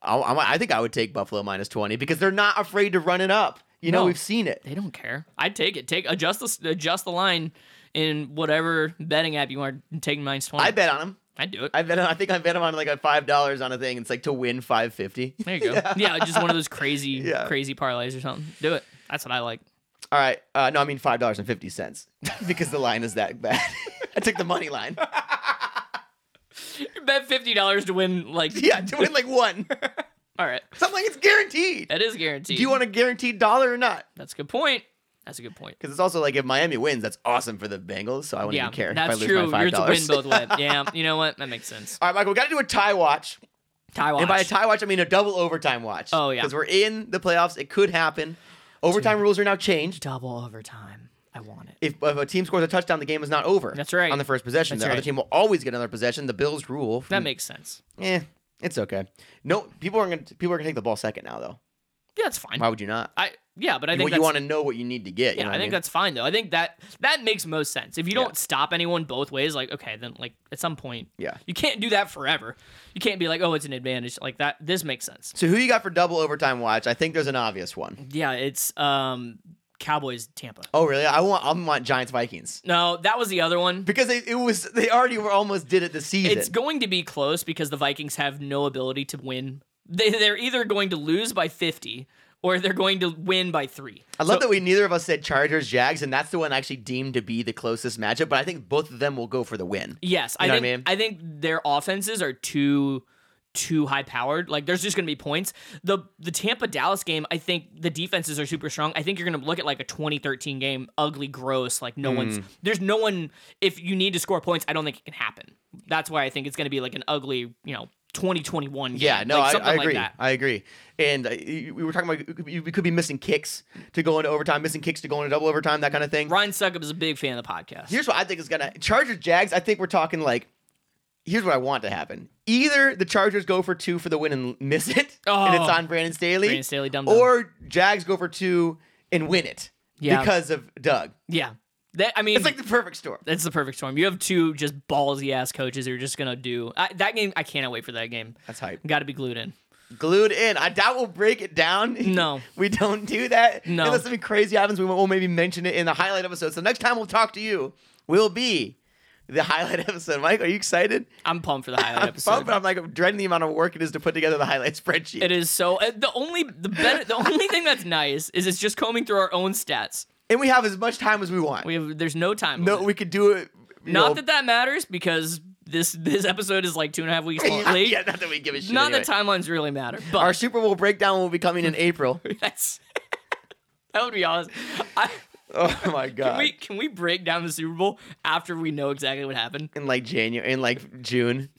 Speaker 1: I, I I think I would take Buffalo minus 20 because they're not afraid to run it up. You know,
Speaker 2: No.
Speaker 1: we've seen it.
Speaker 2: They don't care. I'd take it. Take adjust the s- adjust the line in whatever betting app you want. Take minus twenty.
Speaker 1: I bet on him.
Speaker 2: I'd do it.
Speaker 1: I bet. On, I think I bet him on like a five dollars on a thing. It's like to win five fifty.
Speaker 2: there you go. Yeah. just one of those crazy
Speaker 1: Yeah.
Speaker 2: crazy parlays or something. Do it. That's what I like.
Speaker 1: All right. Uh, no, I mean five dollars and fifty cents because the line is that bad. I took the money line.
Speaker 2: Bet fifty dollars to win. Like
Speaker 1: Yeah, to win like one.
Speaker 2: All right.
Speaker 1: So I'm like, it's guaranteed.
Speaker 2: That is guaranteed.
Speaker 1: Do you want a guaranteed dollar or not?
Speaker 2: That's a good point. That's a good point.
Speaker 1: Because it's also like if Miami wins, that's awesome for the Bengals. So I wouldn't
Speaker 2: Yeah,
Speaker 1: even care
Speaker 2: that's
Speaker 1: if I lose
Speaker 2: true.
Speaker 1: my five
Speaker 2: You're to
Speaker 1: dollars.
Speaker 2: win both ways. Yeah, you know what? That makes sense.
Speaker 1: All right, Michael, we got to do a tie watch.
Speaker 2: Tie watch.
Speaker 1: And by a tie watch, I mean a double overtime watch.
Speaker 2: Oh, yeah.
Speaker 1: Because we're in the playoffs. It could happen. Overtime rules are now changed.
Speaker 2: double overtime. I want it.
Speaker 1: If, if a team scores a touchdown, the game is not over.
Speaker 2: That's right.
Speaker 1: On the first possession,
Speaker 2: That's
Speaker 1: the other
Speaker 2: right.
Speaker 1: team will always get another possession. The Bills rule. from-
Speaker 2: That makes sense.
Speaker 1: eh, it's okay. No, people are gonna people are gonna take the ball second now though.
Speaker 2: Yeah, that's fine.
Speaker 1: Why would you not?
Speaker 2: I yeah, but I think
Speaker 1: Well,
Speaker 2: that's,
Speaker 1: you want to know what you need to get.
Speaker 2: yeah,
Speaker 1: you know
Speaker 2: I
Speaker 1: what
Speaker 2: think
Speaker 1: mean?
Speaker 2: that's fine though. I think that that makes most sense. If you
Speaker 1: Yeah.
Speaker 2: don't stop anyone both ways, like okay, then like at some point,
Speaker 1: Yeah.
Speaker 2: you can't do that forever. You can't be like, oh, it's an advantage like that. This makes sense.
Speaker 1: So who you got for double overtime watch? I think there's an obvious one.
Speaker 2: Yeah, it's um Cowboys Tampa.
Speaker 1: Oh really? I want I want Giants Vikings
Speaker 2: No, that was the other one.
Speaker 1: because they, it was they already were almost did it this season.
Speaker 2: It's going to be close because the Vikings have no ability to win. They, they're either going to lose by 50 or they're going to win by three.
Speaker 1: I love
Speaker 2: So-
Speaker 1: that we neither of us said Chargers Jags, and that's the one I actually deemed to be the closest matchup. But I think both of them will go for the win.
Speaker 2: Yes,
Speaker 1: You
Speaker 2: I
Speaker 1: know what I
Speaker 2: think
Speaker 1: mean?
Speaker 2: I think their offenses are too too high powered. Like there's just going to be points. The the Tampa Dallas game, I think the defenses are super strong. I think you're going to look at like a 2013 game, ugly, gross, like no one's
Speaker 1: Hmm.
Speaker 2: there's no one if you need to score points, I don't think it can happen. That's why I think it's going to be like an ugly, you know, 2021 game.
Speaker 1: Yeah, no,
Speaker 2: like,
Speaker 1: I,
Speaker 2: something
Speaker 1: I
Speaker 2: like
Speaker 1: agree.
Speaker 2: that.
Speaker 1: I agree. And uh, y- we were talking about we could- we could be missing kicks to go into overtime, missing kicks to go into double overtime, that kind of thing.
Speaker 2: Ryan Suckup is a big fan of the podcast.
Speaker 1: Here's what I think is gonna Chargers Jags. I think we're talking like. Here's what I want to happen. Either the Chargers go for two for the win and miss it, and it's
Speaker 2: Oh.
Speaker 1: on Brandon Staley.
Speaker 2: Brandon Staley, dumb dumb.
Speaker 1: or Jags go for two and win it
Speaker 2: Yeah.
Speaker 1: because of Doug.
Speaker 2: yeah. That, I mean,
Speaker 1: It's like the perfect storm.
Speaker 2: That's the perfect storm. You have two just ballsy ass coaches who are just gonna do I, that game. I cannot wait for that game.
Speaker 1: That's hype.
Speaker 2: Got to be glued in.
Speaker 1: Glued in. I doubt we'll break it down.
Speaker 2: No.
Speaker 1: we don't do that.
Speaker 2: No.
Speaker 1: Unless something crazy happens, we will maybe mention it in the highlight episode. So next time we'll talk to you will be the highlight episode. Mike, are you excited?
Speaker 2: I'm pumped for the highlight
Speaker 1: I'm
Speaker 2: episode.
Speaker 1: pumped, but I'm like dreading the amount of work it is to put together the highlight spreadsheet.
Speaker 2: It is so uh, the only the better, the only thing that's nice is it's just combing through our own stats.
Speaker 1: and we have as much time as we want.
Speaker 2: We have there's no time.
Speaker 1: no,
Speaker 2: limit.
Speaker 1: we could do it. you
Speaker 2: not
Speaker 1: know-
Speaker 2: that that matters because this this episode is like two and a half weeks long.
Speaker 1: yeah,
Speaker 2: Like,
Speaker 1: yeah, not that we give a shit.
Speaker 2: Not
Speaker 1: anyway.
Speaker 2: that timelines really matter, but
Speaker 1: Our Super Bowl breakdown will be coming in April.
Speaker 2: that's that would be awesome. I,
Speaker 1: Oh my god!
Speaker 2: can we can we break down the Super Bowl after we know exactly what happened?
Speaker 1: in like January, in like June.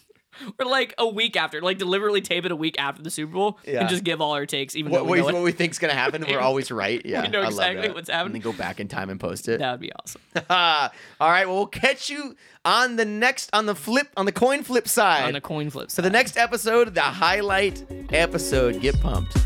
Speaker 2: or like a week after, like deliberately tape it a week after the Super Bowl
Speaker 1: Yeah.
Speaker 2: and just give all our takes, even
Speaker 1: What,
Speaker 2: though
Speaker 1: what,
Speaker 2: we know
Speaker 1: what
Speaker 2: it-
Speaker 1: we think's gonna happen, we're always right. Yeah,
Speaker 2: know
Speaker 1: I love
Speaker 2: exactly
Speaker 1: that.
Speaker 2: what's happening.
Speaker 1: And then go back in time and post it.
Speaker 2: that would be awesome.
Speaker 1: All right, well, we'll catch you on the next on the flip on the coin flip side.
Speaker 2: On the coin flip.
Speaker 1: so the next episode, the highlight episode. Get pumped.